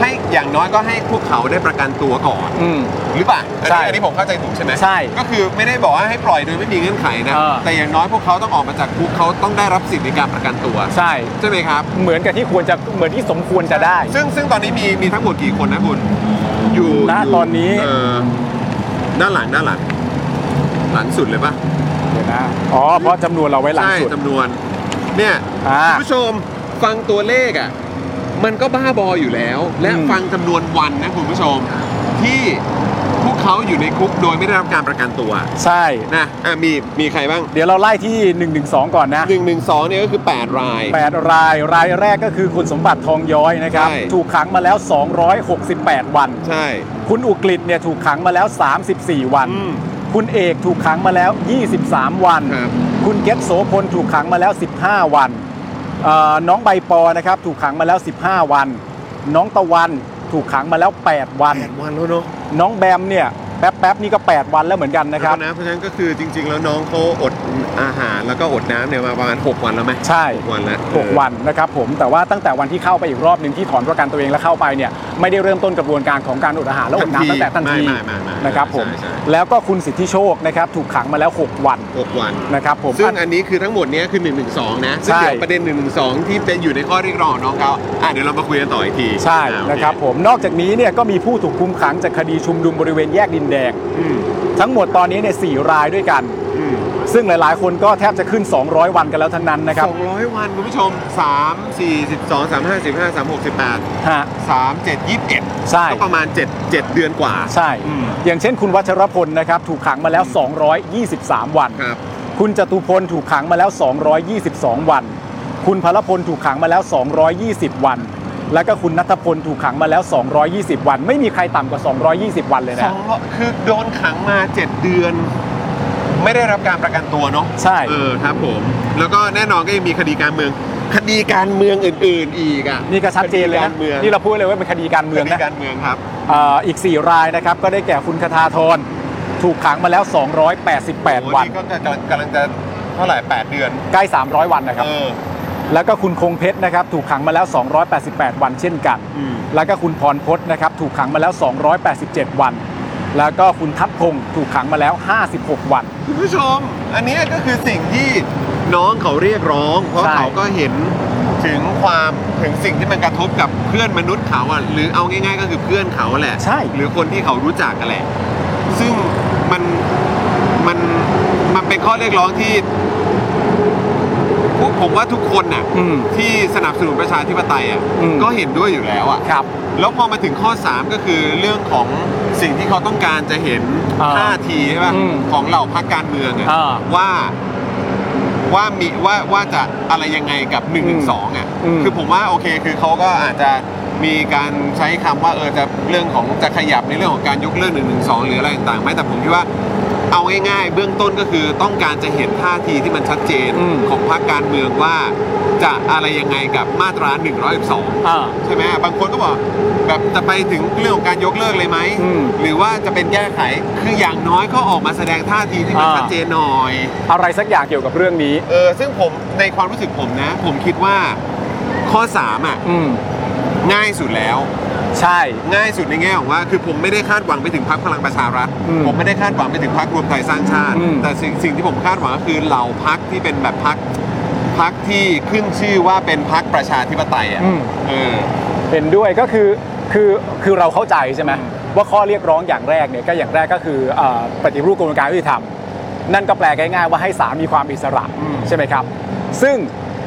Speaker 4: ให้อย่างน้อยก็ให้พวกเขาได้ประกันตัวก่อน
Speaker 3: อืม
Speaker 4: หรือเปล่าอัน
Speaker 3: ใช่
Speaker 4: นี้อันนี้ผมเข้าใจถูกใช่ไหม
Speaker 3: ใช่
Speaker 4: ก็คือไม่ได้บอกว่าให้ปล่อยโดยไม่มีเงื่อนไขนะ
Speaker 3: เออ
Speaker 4: แต่อย่างน้อยพวกเขาต้องออกมาจากคุกเขาต้องได้รับสิทธิในการประกันตัว
Speaker 3: ใช่
Speaker 4: ใช่ไหมครับ
Speaker 3: เหมือนกับที่ควรจะเหมือนที่สมควรจะได้
Speaker 4: ซึ่งซึ่งตอนนี้มีมีทั้งหมดกี่คนนะคุณ อยู่
Speaker 3: ณ
Speaker 4: ยู่
Speaker 3: ตอนนี้
Speaker 4: เอ่อด้านหลังด้านหลัง หลังสุดเลยปะ
Speaker 3: เดี๋ยวนะ อ๋อ เพราะจำนวนเราไว้หลัง
Speaker 4: ใช่
Speaker 3: สุด
Speaker 4: จำนวน เนี่ย
Speaker 3: อ่า
Speaker 4: คุณผู้ชมฟังตัวเลขอ่ะมันก็บ้าบออยู่แล้ว และ
Speaker 3: อืม
Speaker 4: ฟังจำนวนวันนะคุณผู้ชม ที่พวกเขาอยู่ในคุกโดยไม่ได้รับการประกันตัว
Speaker 3: ใช่
Speaker 4: นะอ่ะมีมีใครบ้าง
Speaker 3: เดี๋ยวเราไล่ที่1นึก่อนนะ
Speaker 4: 1 1 2เนี่ยก็คือ 8 ราย
Speaker 3: 8 ราย รายแรกก็คือคุณสมบัติทองย้อยนะครับ
Speaker 4: ใช่
Speaker 3: ถูกขังมาแล้ว 268 วัน
Speaker 4: ใช่
Speaker 3: คุณอุกฤษเนี่ยถูกขังมาแล้ว 34 วัน
Speaker 4: อืม
Speaker 3: คุณเอกถูกขังมาแล้ว 23 วัน
Speaker 4: ครับ
Speaker 3: คุณเกตโสพลถูกขังมาแล้ว 15 วันเอ่อน้องใบปอนะครับถูกขังมาแล้ว 15 วัน น้องตะวันถูกขังมาแล้ว 8 วัน
Speaker 4: 8วันแล้วเนาะ
Speaker 3: น้องแบมเนี่ยแป๊บๆนี่ก็ 8 วันแล้วเหมือนกันนะครับ
Speaker 4: แล้วก็นะเพราะฉะนั้นก็คือจริง ๆ แล้วน้องเขาอดอาหารแล้วก็อดน้ำเนี่ยมาประมาณ 6 วันแล้วไหม
Speaker 3: ใช่
Speaker 4: หกวันแล้วเออ
Speaker 3: 6 วันนะครับผมแต่ว่าตั้งแต่วันที่เข้าไปอีกรอบหนึ่งที่ถอนประกันตัวเองแล้วเข้าไปเนี่ยไม่ได้เริ่มต้นกระบวนการของการอดอาหารและอดน้ำตั้งแต่ทันที
Speaker 4: ไม่ไม่ไม่ไม่
Speaker 3: นะครับผม
Speaker 4: ใช่ใช่
Speaker 3: แล้วก็คุณสิทธิโชคนะครับถูกขังมาแล้ว 6 วัน
Speaker 4: หกวัน
Speaker 3: นะครับผม
Speaker 4: ซึ่งอันนี้คือทั้งหมดเนี้ยคือ 1 1 2 นะซึ่ง
Speaker 3: ใช่
Speaker 4: เดี๋ยวประเด็น 1 1 2 ที่เป็นอยู่ในข้อเรียกร้องของน้องเขาอ่ะเดี๋ยวเรามาคุยกันต่ออีกที
Speaker 3: ใช่
Speaker 4: อ่โอเ
Speaker 3: นะครับผมนอกจากนี้เนี่ยก็มีผู้ถูกคุมขังจากคดีชุมนุมบริเวณแยกดินแดง
Speaker 4: อืม
Speaker 3: ทั้งหมดตอนนี้เนี่ยสี่รายด้วยกัน
Speaker 4: อืม
Speaker 3: ซึ่งหลาย ๆ คนก็แทบจะขึ้น 200 วันกันแล้วทั้งนั้นนะครับ
Speaker 4: 200 วันคุณผู้ชม 3 4 12 3 5 15 3 6 18
Speaker 3: ฮะ
Speaker 4: 3 7 21
Speaker 3: ใช่
Speaker 4: ก็ประมาณ 7 7 เดือนกว่า
Speaker 3: ใช่
Speaker 4: อืม
Speaker 3: อย่างเช่นคุณวัชรพลนะครับถูกขังมาแล้ว 223 วัน
Speaker 4: ครับ
Speaker 3: คุณจตุพลถูกขังมาแล้ว 222 วัน คุณพลพลถูกขังมาแล้ว 220 วัน แล้วก็คุณนัทพลถูกขังมาแล้ว 220 วัน ไม่มีใครต่ำกว่า 220 วันเลย
Speaker 4: ส
Speaker 3: นะ
Speaker 4: องรอบคือโดนขังมา 7 เดือน ไม่ได้รับการประกันตัวเนาะ
Speaker 3: ใช่
Speaker 4: เออครับผม แล้วก็แน่นอนก็ยังมีคดีการเมือง คดีการเมืองอื่น ๆ อีกอ่ะ
Speaker 3: นี่ก็ชัดเจนเลย
Speaker 4: ค
Speaker 3: นะ
Speaker 4: ดีการเมือง
Speaker 3: นี่เราพูดเลยว่าเป็นคดีการเมื
Speaker 4: ค
Speaker 3: อง
Speaker 4: ดี
Speaker 3: นะ
Speaker 4: การเมืองครับ
Speaker 3: เอ่ออีก 4 รายนะครับ ก็ได้แก่คุณคทาธรถูกขังมาแล้ว
Speaker 4: โอ้
Speaker 3: 288 วัน
Speaker 4: นี่ก็จะกำลังจะเท่าไหร่ 8 เดือน
Speaker 3: ใกล้ 300 วันนะครับ
Speaker 4: เออ
Speaker 3: แล้วก็คุณคงเพชรนะครับ ถูกขังมาแล้ว 288 วันเช่นกัน
Speaker 4: อืม
Speaker 3: แล้วก็คุณพรพจน์นะครับ ถูกขังมาแล้ว 287 วัน แล้วก็คุณทัพพงศ์ถูกขังมาแล้ว 56 วัน
Speaker 4: คุณผู้ชม อันเนี้ยก็คือสิ่งที่น้องเขาเรียกร้อง เพราะ
Speaker 3: ใช่
Speaker 4: เขาก็เห็นถึงความถึงสิ่งที่มันกระทบกับเพื่อนมนุษย์เขาอ่ะหรือเอาง่าย ๆ ก็คือเพื่อนเขาแหละ
Speaker 3: ใช่
Speaker 4: หรือคนที่เขารู้จักกันแหละ ซึ่งมันมันมันเป็นข้อเรียกร้องที่ผมผมว่าทุกคนน่ะ
Speaker 3: อืม
Speaker 4: ที่สนับสนุนประชาธิปไตยอ่ะ
Speaker 3: อืม
Speaker 4: ก็เห็นด้วยอยู่แล้วอ่ะ
Speaker 3: ครับ
Speaker 4: แล้วพอมาถึงข้อ 3 ก็คือเรื่องของสิ่งที่เขาต้องการจะเห็น
Speaker 3: อ่า
Speaker 4: ท่าทีใช่ป่ะ
Speaker 3: อืม
Speaker 4: ของเหล่าพรรคการเมืองอะ
Speaker 3: อ่า
Speaker 4: ว่า ว่ามีว่าว่าจะอะไรยังไงกับ1นึอ่ะ
Speaker 3: อืม
Speaker 4: คือผมว่าโอเคคือเขาก็อาจจะมีการใช้คำว่าเออจะเรื่องของจะขยับในเรื่องของการยกเรื่อง1นึหรืออะไรต่างๆไหมแต่ผมคิดว่าเอาง่ายๆ เบื้องต้นก็คือต้องการจะเห็นท่าทีที่มันชัดเจน
Speaker 3: อืม
Speaker 4: ของพรรคการเมืองว่าจะอะไรยังไงกับมาตรา1นึ
Speaker 3: อ่า
Speaker 4: ใช่ไหมบางคนก็บอกแบบจะไปถึงเรื่องของการยกเลิกเลยไหม
Speaker 3: อืม
Speaker 4: หรือว่าจะเป็นแก้ไขคืออย่างน้อยก็ออกมาแสดงท่าทีที่มัน
Speaker 3: อ่า
Speaker 4: ชัดเจนหน่อย
Speaker 3: อะไรสักอย่างเกี่ยวกับเรื่องนี้
Speaker 4: เออซึ่งผมในความรู้สึกผมนะ ผมคิดว่าข้อ 3 อ่ะ
Speaker 3: อืม
Speaker 4: ง่ายสุดแล้ว
Speaker 3: ใช่
Speaker 4: ง่ายสุดในแง่ของว่า คือผมไม่ได้คาดหวังไปถึงพรรคพลังประชารัฐ
Speaker 3: อืม
Speaker 4: ผมไม่ได้คาดหวังไปถึงพรรครวมไทยสร้างชาติ
Speaker 3: อืม
Speaker 4: แต่สิ่งสิ่งที่ผมคาดหวังก็คือเหล่าพรรคที่เป็นแบบพรรคพรรคที่ขึ้นชื่อว่าเป็นพรรคประชาธิปไตยอ่ะ
Speaker 3: อืม
Speaker 4: เออ
Speaker 3: เห็นด้วยก็คือคือคือเราเข้าใจใช่ไหมว่าข้อเรียกร้องอย่างแรกเนี่ยก็อย่างแรกก็คือเอ่อปฏิรูปกระบวนการยุติธรรม นั่นก็แปลง่ายๆว่าให้ศาลมีความอิสระ
Speaker 4: อืม
Speaker 3: ใช่ไหมครับ ซึ่ง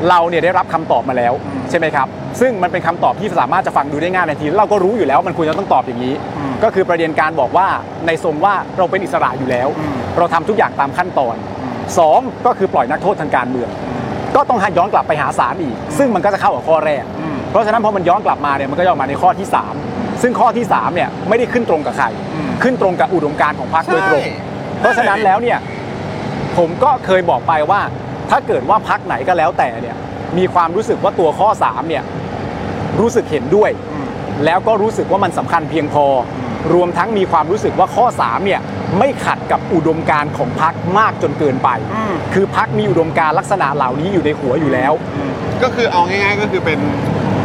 Speaker 3: เราเนี่ยได้รับคำตอบมาแล้ว
Speaker 4: อืม
Speaker 3: ใช่ไหมครับซึ่งมันเป็นคำตอบที่สามารถจะฟังดูได้ง่ายในทีเราก็รู้อยู่แล้วว่ามันควรจะต้องตอบอย่างนี้
Speaker 4: อืม
Speaker 3: ก็คือประเด็นการบอกว่าในทรงว่าเราเป็นอิสระอยู่แล้ว
Speaker 4: อืม
Speaker 3: เราทำทุกอย่างตามขั้นตอนสองก็คือปล่อยนักโทษทางการเมือง ก็ต้องหันย้อนกลับไปหาศาลอีก ซึ่งมันก็จะเข้ากับข้อแรก
Speaker 4: อืม
Speaker 3: เพราะฉะนั้นพอมันย้อนกลับมาเนี่ยมันก็ย้อนมาในข้อที่ 3 ซึ่งข้อที่3เนี่ยไม่ได้ขึ้นตรงกับใคร
Speaker 4: อืม
Speaker 3: ขึ้นตรงกับอุดมการณ์ของพรรคโดยตรง
Speaker 4: ใช่
Speaker 3: เพราะฉะนั้นแล้วเนี่ยผมก็เคยบอกไปว่า ถ้าเกิดว่าพักไหนก็แล้วแต่เนี่ยมีความรู้สึกว่าตัวข้อ3เนี่ยรู้สึกเห็นด้วย
Speaker 4: อืม
Speaker 3: แล้วก็รู้สึกว่ามันสำคัญเพียงพออ
Speaker 4: ม
Speaker 3: รวมทั้งมีความรู้สึกว่าข้อ3เนี่ยไม่ขัดกับอุดมการณ์ของพักมากจนเกินไป
Speaker 4: อืม
Speaker 3: คือพักมีอุดมการณ์ลักษณะเหล่านี้อยู่ในหัวอยู่แล้ว
Speaker 4: ก็คือเอาง่ายๆก็คือเป็น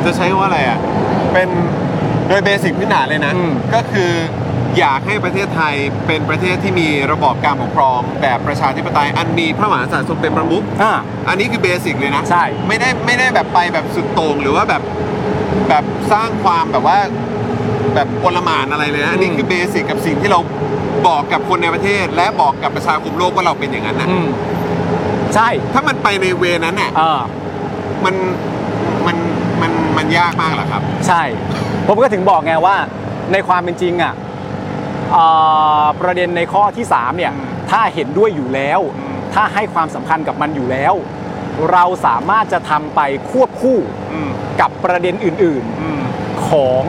Speaker 4: จะใช้คำว่าอะไรอ่ะเป็นโดยเบสิกพื้นฐานเลยนะ
Speaker 3: อืม
Speaker 4: ก็คืออยากให้ประเทศไทยเป็นประเทศที่มีระบอบการปกครองแบบประชาธิปไตยอันมีพระมหากษัตริย์ทรงเป็นประมุข
Speaker 3: อ่า
Speaker 4: อันนี้คือเบสิกเลยนะ
Speaker 3: ใช่
Speaker 4: ไม่ได้ไม่ได้แบบไปแบบสุดโต่งหรือว่าแบบแบบสร้างความแบบว่าแบบโอลหมานอะไรเลยนะอันนี้คือเบสิกกับสิ่งที่เราบอกกับคนในประเทศ และบอกกับประชาคมโลกว่าเราเป็นอย่างนั้นนะ
Speaker 3: อืมใช่
Speaker 4: ถ้ามันไปในเวนั้นน่ะ
Speaker 3: อ่า
Speaker 4: มันมันมันมันยากมากเหรอครับ
Speaker 3: ใช่ ผมก็ถึงบอกไงว่าในความเป็นจริงอ่ะเอ่อประเด็นในข้อที่3เนี่ย
Speaker 4: อืม
Speaker 3: ถ้าเห็นด้วยอยู่แล้ว
Speaker 4: อืม
Speaker 3: ถ้าให้ความสำคัญกับมันอยู่แล้ว เราสามารถจะทำไปควบคู่
Speaker 4: อืม
Speaker 3: กับประเด็นอื่น
Speaker 4: อืม
Speaker 3: ๆของ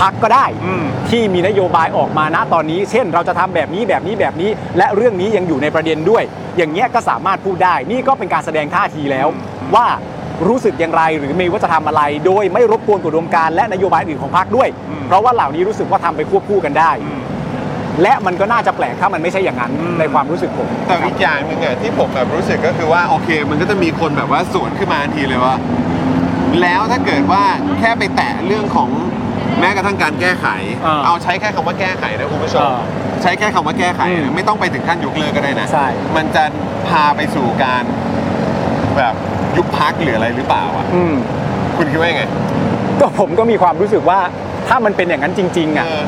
Speaker 3: พักก็ได้
Speaker 4: อืม
Speaker 3: ที่มีนโยบายออกมาณตอนนี้ เช่น เราจะทำแบบนี้แบบนี้แบบนี้ และเรื่องนี้ยังอยู่ในประเด็นด้วย อย่างเงี้ยก็สามารถพูดได้ นี่ก็เป็นการแสดงท่าทีแล้ว ว่ารู้สึกอย่างไรหรือมีว่าจะทำอะไร โดยไม่รบกวนกฎอุดมการณ์และนโยบายอื่นของพรรคด้วย
Speaker 4: อืม
Speaker 3: เพราะว่าเหล่านี้รู้สึกว่าทำไปควบคู่กันได้
Speaker 4: อืม
Speaker 3: และมันก็น่าจะแปลกถ้ามันไม่ใช่อย่างนั้น
Speaker 4: อืม
Speaker 3: ในความรู้สึกผม
Speaker 4: แต่อีกอย่างหนึ่งอ่ะที่ผมแบบรู้สึกก็คือว่าโอเค มันก็จะมีคนแบบว่าสวนขึ้นมาทันทีเลยว่า แล้วถ้าเกิดว่าแค่ไปแตะเรื่องของแม้กระทั่งการแก้ไข
Speaker 3: า
Speaker 4: เอาใช้แค่คำว่าแก้ไขนะคุณผู้ชม
Speaker 3: อ่า
Speaker 4: ใช้แค่คำว่าแก้ไข
Speaker 3: อื
Speaker 4: นะ
Speaker 3: ม
Speaker 4: ไม่ต้องไปถึงขั้นยกเลิกก็ได้นะ
Speaker 3: ใช่
Speaker 4: มันจะพาไปสู่การแบบยุบพักหรืออะไรหรือเปล่าอ่ะ
Speaker 3: อืม
Speaker 4: คุณคิดว่ายังไง
Speaker 3: ก็ผมก็มีความรู้สึกว่าถ้ามันเป็นอย่างนั้นจริงๆอ่ะ
Speaker 4: เออ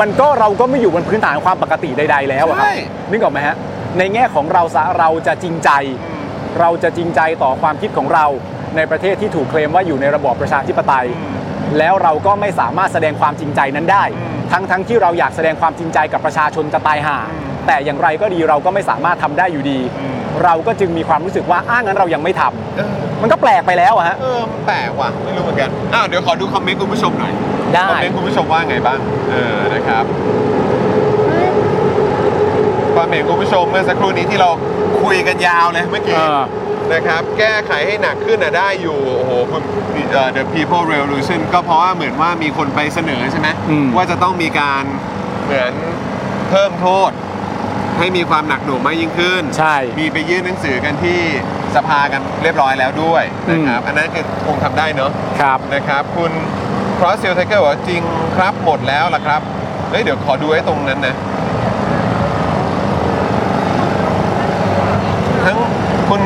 Speaker 3: มันก็เราก็ไม่อยู่บนพื้นฐานของความปกติใด ๆ แล้วอะครับ
Speaker 4: ใช่
Speaker 3: นึกออกไหมฮะในแง่ของเราสะเราจะจริงใจ เราจะจริงใจต่อความคิดของเราในประเทศที่ถูกเคลมว่าอยู่ในระบอบประชาธิปไตย
Speaker 4: อืม
Speaker 3: แล้วเราก็ไม่สามารถแสดงความจริงใจนั้นได้
Speaker 4: อืม
Speaker 3: ทั้งทั้งที่เราอยากแสดงความจริงใจกับประชาชนจะตายห่า
Speaker 4: อืม
Speaker 3: แต่อย่างไรก็ดีเราก็ไม่สามารถทำได้อยู่ดี
Speaker 4: อืม
Speaker 3: เราก็จึงมีความรู้สึกว่าอ้างั้นเรายังไม่ทำ
Speaker 4: เออ
Speaker 3: มันก็แปลกไปแล้วอะฮะ
Speaker 4: เออมันแปลกว่ะ ไม่รู้เหมือนกัน อ้าว เดี๋ยวขอดูคอมเมนต์คุณผู้ชมหน่อย
Speaker 3: ได้
Speaker 4: คอมเมนต์คุณผู้ชมว่าไงบ้าง เออ นะครับ ความเห็นคุณผู้ชมเมื่อสักครู่นี้ที่เราคุยกันยาวเลยเมื่อกี้
Speaker 3: เออ
Speaker 4: นะครับ แก้ไขให้หนักขึ้นอ่ะได้อยู่ โอ้โหคุณเอ่อ The People Revolution ก็เพราะว่าเหมือนว่ามีคนไปเสนอใช่ไหม
Speaker 3: อืม
Speaker 4: ว่าจะต้องมีการเหมือนเพิ่มโทษ ให้มีความหนักหน่วงมากยิ่งขึ้น
Speaker 3: ใช่
Speaker 4: มีไปยื่นหนังสือกันที่สภากันเรียบร้อยแล้วด้วยนะครับ อันนั้นคือคงทำได้เนอะ
Speaker 3: ครับ
Speaker 4: นะครับ คุณครอสเซลไทเกอร์บอกว่าจริงครับหมดแล้วล่ะครับเฮ้ยเดี๋ยวขอดูไอ้ตรงนั้นนะ ทั้งคุณ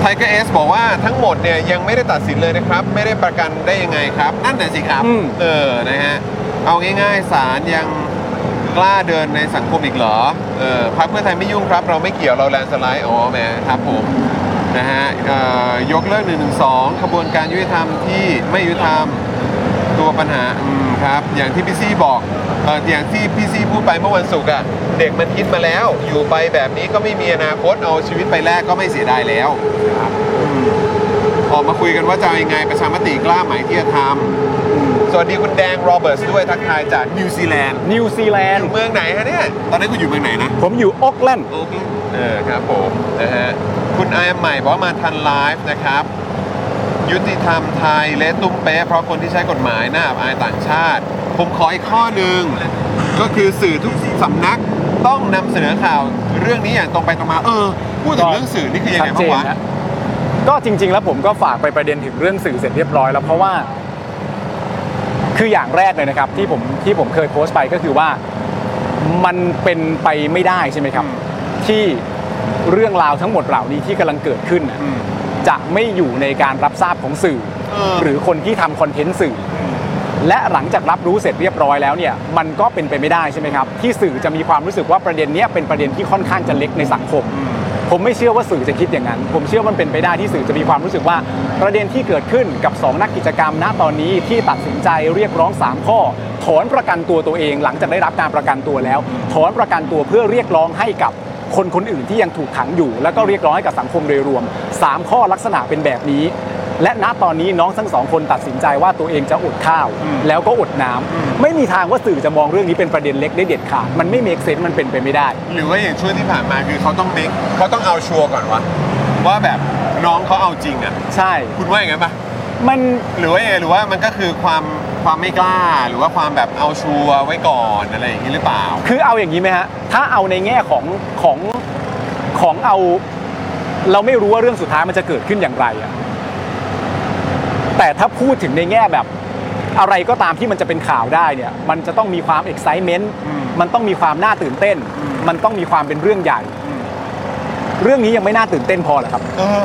Speaker 4: ไทเกอร์เอสบอกว่าทั้งหมดเนี่ยยังไม่ได้ตัดสินเลยนะครับ ไม่ได้ประกันได้ยังไงครับ นั่นแหละสิครับ
Speaker 3: อืม
Speaker 4: เออนะฮะเอาง่ายๆศาลยังกล้าเดินในสังคมอีกเหรอเออพรรคเพื่อไทยไม่ยุ่งครับ เราไม่เกี่ยวเราแลนด์สไลด์อ๋อแหมครับผมนะฮะเอ่อยกเลิก1นึขบวนการยุติธรรมที่ไม่ยุติธรรม ตัวปัญหาอืมครับ อย่างที่พี่ซี่บอกเอออย่างที่พี่ซี่พูดไปเมื่อวันศุกร์อะ เด็กมันคิดมาแล้ว อยู่ไปแบบนี้ก็ไม่มีอนาคตเอาชีวิตไปแลกก็ไม่เสียดายแล้วอืมออกมาคุยกันว่าจะเอายังไงประชามติกล้าไหมที่จะทำสวัสดีคุณแดงโรเบิร์ตด้วยทักทายจากนิวซีแลนด์
Speaker 3: นิวซีแลนด์
Speaker 4: เมืองไหนฮะเนี่ยตอนนี้คุณอยู่เมืองไหนนะ
Speaker 3: ผมอยู่ออกแลนด์
Speaker 4: โอเคเออครับผมนะฮะคุณไอมใหม่บอกว่ามาทันไลฟ์นะครับ ยุติธรรมไทยเละตุ้มเป๊ะเพราะคนที่ใช้กฎหมายน่าอับอายต่างชาติ ผมขออีกข้อหนึ่งก็คือสื่อทุกสำนักต้องนำเสนอข่าวเรื่องนี้อย่างตรงไปตรงมา เออ พูดถึงเรื่องสื่อนี่คือยังไงบ้างวะ
Speaker 3: นะก็จริง ๆ แล้วผมก็ฝากไปประเด็นถึงเรื่องสื่อเสร็จเรียบร้อยแล้วเพราะว่า คืออย่างแรกเลยนะครับ ที่ผมที่ผมเคยโพสต์ไปก็คือว่ามันเป็นไปไม่ได้ใช่ไหมครับ
Speaker 4: อืม
Speaker 3: ที่เรื่องราวทั้งหมดเหล่านี้ที่กำลังเกิดขึ้นน่ะ
Speaker 4: อืม
Speaker 3: จะไม่อยู่ในการรับทราบของสื่อ
Speaker 4: เออ
Speaker 3: หรือคนที่ทำคอนเทนต์สื่อ และหลังจากรับรู้เสร็จเรียบร้อยแล้วเนี่ยมันก็เป็นไปไม่ได้ใช่ไหมครับ ที่สื่อจะมีความรู้สึกว่าประเด็นเนี้ยเป็นประเด็นที่ค่อนข้างจะเล็กในสังคม ผมไม่เชื่อว่าสื่อจะคิดอย่างนั้น ผมเชื่อมันเป็นไปได้ที่สื่อจะมีความรู้สึกว่า ประเด็นที่เกิดขึ้นกับ 2 นักกิจกรรมณตอนนี้ที่ตัดสินใจเรียกร้อง 3 ข้อ ถอนประกันตัวตัวเอง หลังจากได้รับการประกันตัวแล้ว ถอนประกันตัวเพื่อเรียกร้องให้กับคนคนอื่นที่ยังถูกขังอยู่ แล้วก็เรียกร้องให้กับสังคมโดยรวม 3 ข้อลักษณะเป็นแบบนี้ และณตอนนี้น้องทั้งสองคนตัดสินใจว่าตัวเองจะอดข้าว แล้วก็อดน้ำไม่มีทางว่าสื่อจะมองเรื่องนี้เป็นประเด็นเล็กได้เด็ดขาดมันไม่เมคเซนมันเป็นไปไม่ได้
Speaker 4: หรือว่าอย่างช่วงที่ผ่านมาคือเขาต้องเมคเขาต้องเอาชัวร์ก่อนวะว่าแบบน้องเขาเอาจริงอ่ะ
Speaker 3: ใช่
Speaker 4: คุณว่าอย่างนั้นปะ
Speaker 3: มัน
Speaker 4: หรือว่ายังไงหรือว่ามันก็คือความความไม่กล้า หรือว่าความแบบเอาชัวร์ไว้ก่อนอะไรอย่างนี้หรือเปล่า
Speaker 3: คือเอาอย่างนี้ไหมฮะ ถ้าเอาในแง่ของของของเอา เราไม่รู้ว่าเรื่องสุดท้ายมันจะเกิดขึ้นอย่างไรอะแต่ถ้าพูดถึงในแง่แบบ อะไรก็ตามที่มันจะเป็นข่าวได้เนี่ย มันจะต้องมีความ excitement
Speaker 4: อืม
Speaker 3: มันต้องมีความน่าตื่นเต้น
Speaker 4: อืม
Speaker 3: มันต้องมีความเป็นเรื่องใหญ่ เรื่องนี้ยังไม่น่าตื่นเต้นพอเหรอครับ
Speaker 4: เออ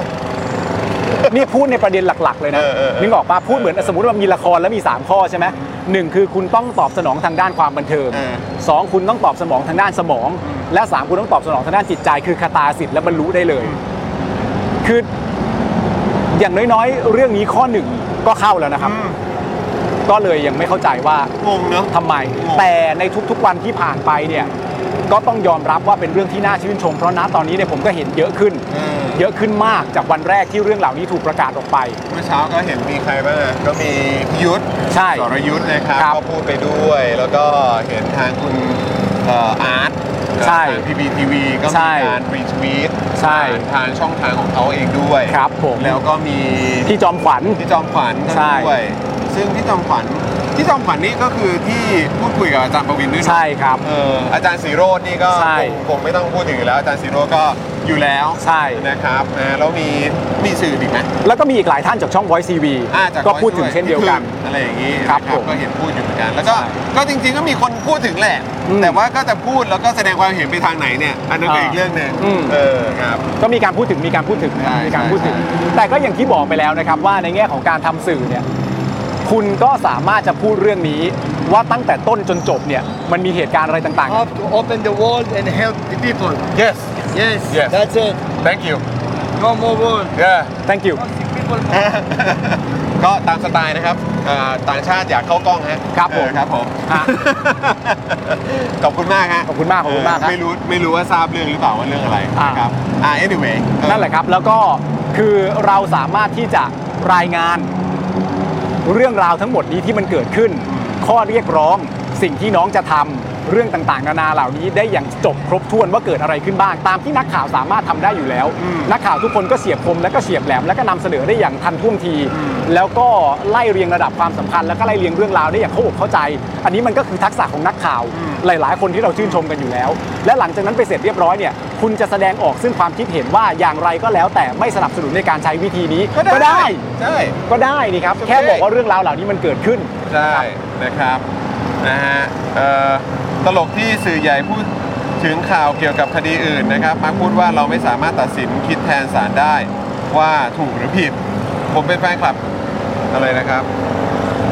Speaker 3: นี่พูดในประเด็นหลัก ๆ เลยนะ
Speaker 4: เออเออเออ
Speaker 3: นึกออกปะพูดเหมือนสมมติว่ามีละครแล้วมี 3 ข้อใช่ไหมหนึ่งคือคุณต้องตอบสนองทางด้านความบันเทิง
Speaker 4: เออ
Speaker 3: สองคุณต้องตอบสนองทางด้านสมอง และ 3 คุณต้องตอบสนองทางด้านจิตใจ คือคาตาสิทธิ์และบรรลุได้เลย คืออย่างน้อยๆ เรื่องนี้ข้อหนึ่งก็เข้าแล้วนะครับ ก็เลยยังไม่เข้าใจว่า
Speaker 4: งงเนอะ
Speaker 3: ทำไม
Speaker 4: งง
Speaker 3: แต่ในทุกๆวันที่ผ่านไปเนี่ย ก็ต้องยอมรับว่าเป็นเรื่องที่น่าชื่นชม เพราะนะตอนนี้เนี่ยผมก็เห็นเยอะขึ้น
Speaker 4: เออ
Speaker 3: เยอะขึ้นมากจากวันแรกที่เรื่องเหล่านี้ถูกประกาศออกไป
Speaker 4: เมื่อเช้าก็เห็นมีใครบ้างอะก็มีพี่ยุทธ
Speaker 3: ใช่
Speaker 4: สรยุทธนะครับ
Speaker 3: ครับ
Speaker 4: ก็พูดไปด้วย แล้วก็เห็นทางคุณเอ่ออาร์ต
Speaker 3: ใช่
Speaker 4: พีบีทีวีก็
Speaker 3: ใช่
Speaker 4: มีการรีทวีต
Speaker 3: ใช่
Speaker 4: ทางช่องทางของเขาเองด้วย
Speaker 3: ครับผม
Speaker 4: แล้วก็มี
Speaker 3: พี่จอมขวัญ
Speaker 4: พี่จอมขวัญท่าน
Speaker 3: ใช่
Speaker 4: ด้วย ซึ่งพี่จอมขวัญพี่จอมขวัญนี่ก็คือที่พูดคุยกับอาจารย์ประวินด้วยนะ
Speaker 3: ใช่ครับ
Speaker 4: เอออาจารย์สีโรดนี่ก็
Speaker 3: ใช่
Speaker 4: คงคงไม่ต้องพูดถึงอยู่แล้ว อาจารย์สีโรดก็อยู่แล้ว
Speaker 3: ใช่
Speaker 4: นะครับอ่าแล้วมีมีสื่ออีกไหม
Speaker 3: แล้วก็มีอีกหลายท่านจากช่อง Voice TV
Speaker 4: อ่าจาก
Speaker 3: ก็พูด
Speaker 4: ร้อย
Speaker 3: ถึงเช่นเดียวกัน
Speaker 4: พี่พึ่งอะไรอย่างนี้นะครับ
Speaker 3: ผม
Speaker 4: ก็เห็นพูดอยู่เหมือนกันแล้วก็
Speaker 3: ใช่
Speaker 4: ก็จริงๆก็มีคนพูดถึงแหละ
Speaker 3: อืม
Speaker 4: แต่ว่าก็จะพูดแล้วก็แสดงความเห็นไปทางไหนเนี่ยอันนั้นก็อีก
Speaker 3: อ่า
Speaker 4: เรื่องหนึ่ง
Speaker 3: อืม
Speaker 4: เออครับ
Speaker 3: ก็มีการพูดถึงมีการพูดถึงนะ
Speaker 4: ใช่
Speaker 3: มีการพูดถึง
Speaker 4: ใช่
Speaker 3: แต่ก็อย่างที่บอกไปแล้วนะครับว่าในแง่ของการทำสื่อเนี่ยคุณก็สามารถจะพูดเรื่องนี้ว่าตั้งแต่ต้นจนจบเนี่ยมันมีเหตุการณ์อะไรต่าง
Speaker 5: You have to open the world and help the people.
Speaker 4: yes
Speaker 5: Yes,
Speaker 4: Yes.
Speaker 5: that's it.
Speaker 4: thank you
Speaker 5: No more world.
Speaker 4: yeah
Speaker 3: ๆ thank you
Speaker 4: ก็ตามสไตล์นะครับเอ่อต่างชาติอยากเข้ากล้องฮะ
Speaker 3: ครับผม
Speaker 4: เออครับผม
Speaker 3: ฮะ
Speaker 4: ขอบคุณมากฮะ
Speaker 3: ขอบคุณมากขอบคุณมากครับ
Speaker 4: เไม่รู้ไม่รู้ว่าทราบเรื่องหรือเปล่าว่าเรื่องอะไร
Speaker 3: อ่า
Speaker 4: นะครับอ่า anyway เออ
Speaker 3: นั่นแหละครับ แล้วก็คือเราสามารถที่จะรายงานเรื่องราวทั้งหมดนี้ที่มันเกิดขึ้น ข้อเรียกร้องสิ่งที่น้องจะทำเรื่องต่างๆนานาเหล่านี้ได้อย่างจบครบถ้วนว่าเกิดอะไรขึ้นบ้าง ตามที่นักข่าวสามารถทำได้อยู่แล้ว นักข่าวทุกคนก็เสียบคมและก็เสียบแหลมและก็นำเสนอได้อย่างทันท่วงที แล้วก็ไล่เรียงระดับความสำคัญ แล้วก็ไล่เรียงเรื่องราวได้อย่างเข้าอกเข้าใจ อันนี้มันก็คือทักษะของนักข่าว หลายๆ คนที่เราชื่นชมกันอยู่แล้ว และหลังจากนั้นไปเสร็จเรียบร้อยเนี่ย คุณจะแสดงออกซึ่งความคิดเห็นว่าอย่างไรก็แล้ว แต่ไม่สนับสนุนในการใช้วิธีนี้
Speaker 4: ก็ได้ ใช่
Speaker 3: ก็ได้นี่ครับ
Speaker 4: โอเค
Speaker 3: แค่บอกว่าเรื่องราวเหล่านี้มันเกิดขึ้น
Speaker 4: ใช่นะครับนะฮะเอ่อตลกที่สื่อใหญ่พูดถึงข่าวเกี่ยวกับคดีอื่นนะครับ มักพูดว่าเราไม่สามารถตัดสินคิดแทนศาลได้ว่าถูกหรือผิด ผมเป็นแฟนคลับอะไรนะครับ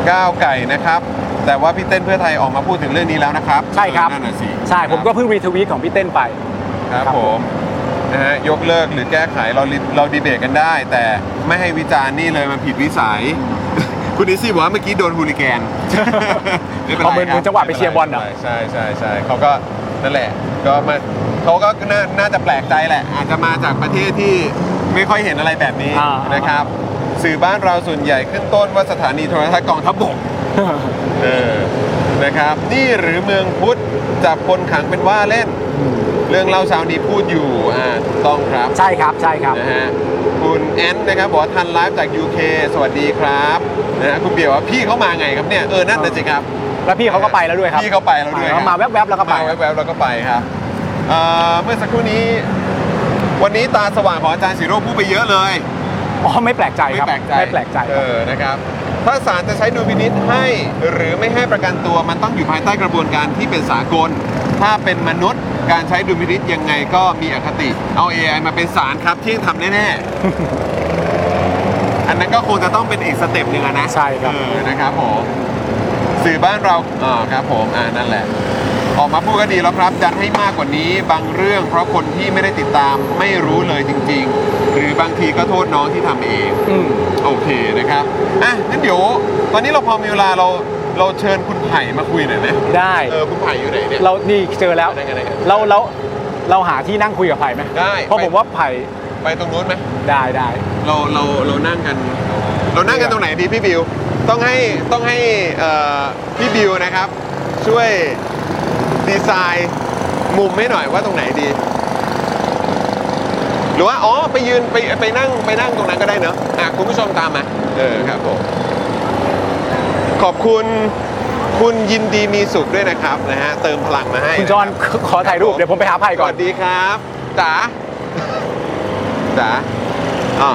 Speaker 4: ก้าวไก่นะครับ แต่ว่าพี่เต้นเพื่อไทยออกมาพูดถึงเรื่องนี้แล้วนะครับ
Speaker 3: ใช่ครับ
Speaker 4: นั่นน่ะสิ
Speaker 3: ใช่ผมก็เพิ่งรีทวีตของพี่เต้นไป
Speaker 4: ครับผมนะฮะยกเลิกหรือแก้ไขเราลิเราดีเบตกันได้ แต่ไม่ให้วิจารณ์นี่เลยมันผิดวิสัย คุณดิซี่บอกว่าเมื่อกี้โดนฮูลิแกน ไม่ป็ไร
Speaker 3: เอาเหมือน
Speaker 4: ค
Speaker 3: เหมื
Speaker 4: รั
Speaker 3: อนจังหวะไปเชียร์บอลเหรอ
Speaker 4: ใช่ใช่ใช่เขาก็ นั่นแหละ ก็มาเขาก็น่าน่าจะแปลกใจแหละ อาจจะมาจากประเทศที่ไม่ค่อยเห็นอะไรแบบนี้
Speaker 3: อ่า
Speaker 4: นะครับ สื่อบ้านเราส่วนใหญ่ขึ้นต้นว่าสถานีโทรทัศน์กองทัพ บก เออ นะครับ นี่หรือเมืองพุทธจับคนขังเป็นว่าเล่น เรื่องเล่าเช้านี้พูดอยู่ อ่าถูกต้องครับ
Speaker 3: ใช่ครับใช่ครับ
Speaker 4: นะฮะคุณแอนนะครับบอกว่าทันไลฟ์จาก UK สวัสดีครับนะฮะคุณเบียร์ว่าพี่เขามาไงครับเนี่ยเออนั่นนะสิครับ
Speaker 3: แล้วพี่เขาก็ไปแล้วด้วยครับ
Speaker 4: พี่เขาไปแล้วด้วยครับ
Speaker 3: มาแวบๆแล้วก็ไป
Speaker 4: มาแวบๆแล้วก็ไปครับเอ่อเมื่อสักครู่นี้ วันนี้ตาสว่างของอาจารย์สีโรจน์พูดไปเยอะเลย
Speaker 3: อ๋อไม่แปลกใจ
Speaker 4: ไม่
Speaker 3: ครับ
Speaker 4: แปลกใจ
Speaker 3: ไม่แปลกใจ
Speaker 4: เออนะครับ ถ้าศาลจะใช้ดุลพินิษให้หรือไม่ให้ประกันตัวมันต้องอยู่ภายใต้กระบวนการที่เป็นสากล ถ้าเป็นมนุษย์การใช้ดุลพินิษยังไงก็มีอคติ เอา AI มาเป็นศาลครับที่ทำแน่ๆ อันนั้นก็คงจะต้องเป็นอีกสเต็ปหนึ่งอะนะ
Speaker 3: ใช่ครับ
Speaker 4: เออนะครับผมสื่อบ้านเราอ่าครับผมอ่านั่นแหละ ออกมาพูดก็ดีแล้วครับดันให้มากกว่านี้บางเรื่องเพราะคนที่ไม่ได้ติดตามไม่รู้เลยจริง ๆ หรือบางทีก็โทษน้องที่ทำเอง
Speaker 3: อืม
Speaker 4: โอเคนะครับอ่ะงั้นเดี๋ยวตอนนี้เราพอมีเวลาเราเราเชิญคุณไผ่มาคุยหน่อยไหม
Speaker 3: ได้
Speaker 4: เออคุณไผ่อยู่ไหนเนี่ย
Speaker 3: เรานี่เจอแล้ว
Speaker 4: ได้ไงได้ไง
Speaker 3: เราเราเราหาที่นั่งคุยกับไผ่ไหม
Speaker 4: ได้
Speaker 3: เพราะผมว่าไผ่
Speaker 4: ไปตรงนู้นไหม
Speaker 3: ได้ได้
Speaker 4: เราเราเรานั่งกัน เรานั่งกันตรงไหนดีพี่บิว ต้องให้ต้องให้เอ่อพี่บิวนะครับ ช่วยดีไซน์มุมให้หน่อยว่าตรงไหนดี หรือว่าอ๋อไปยืนไปไปนั่งไปนั่งตรงนั้นก็ได้เนอะอ่ะคุณผู้ชมตามมาเออครับผมขอบคุณคุณยินดีมีสุขด้วยนะครับนะฮะเติมพลังมาให้
Speaker 3: คุณจอห์นขอถ่ายรูปเดี๋ยวผมไปหาไผ่
Speaker 4: ก่
Speaker 3: ก่
Speaker 4: อ
Speaker 3: อน
Speaker 4: นดีครับจ๋าจ๋าอ๋อ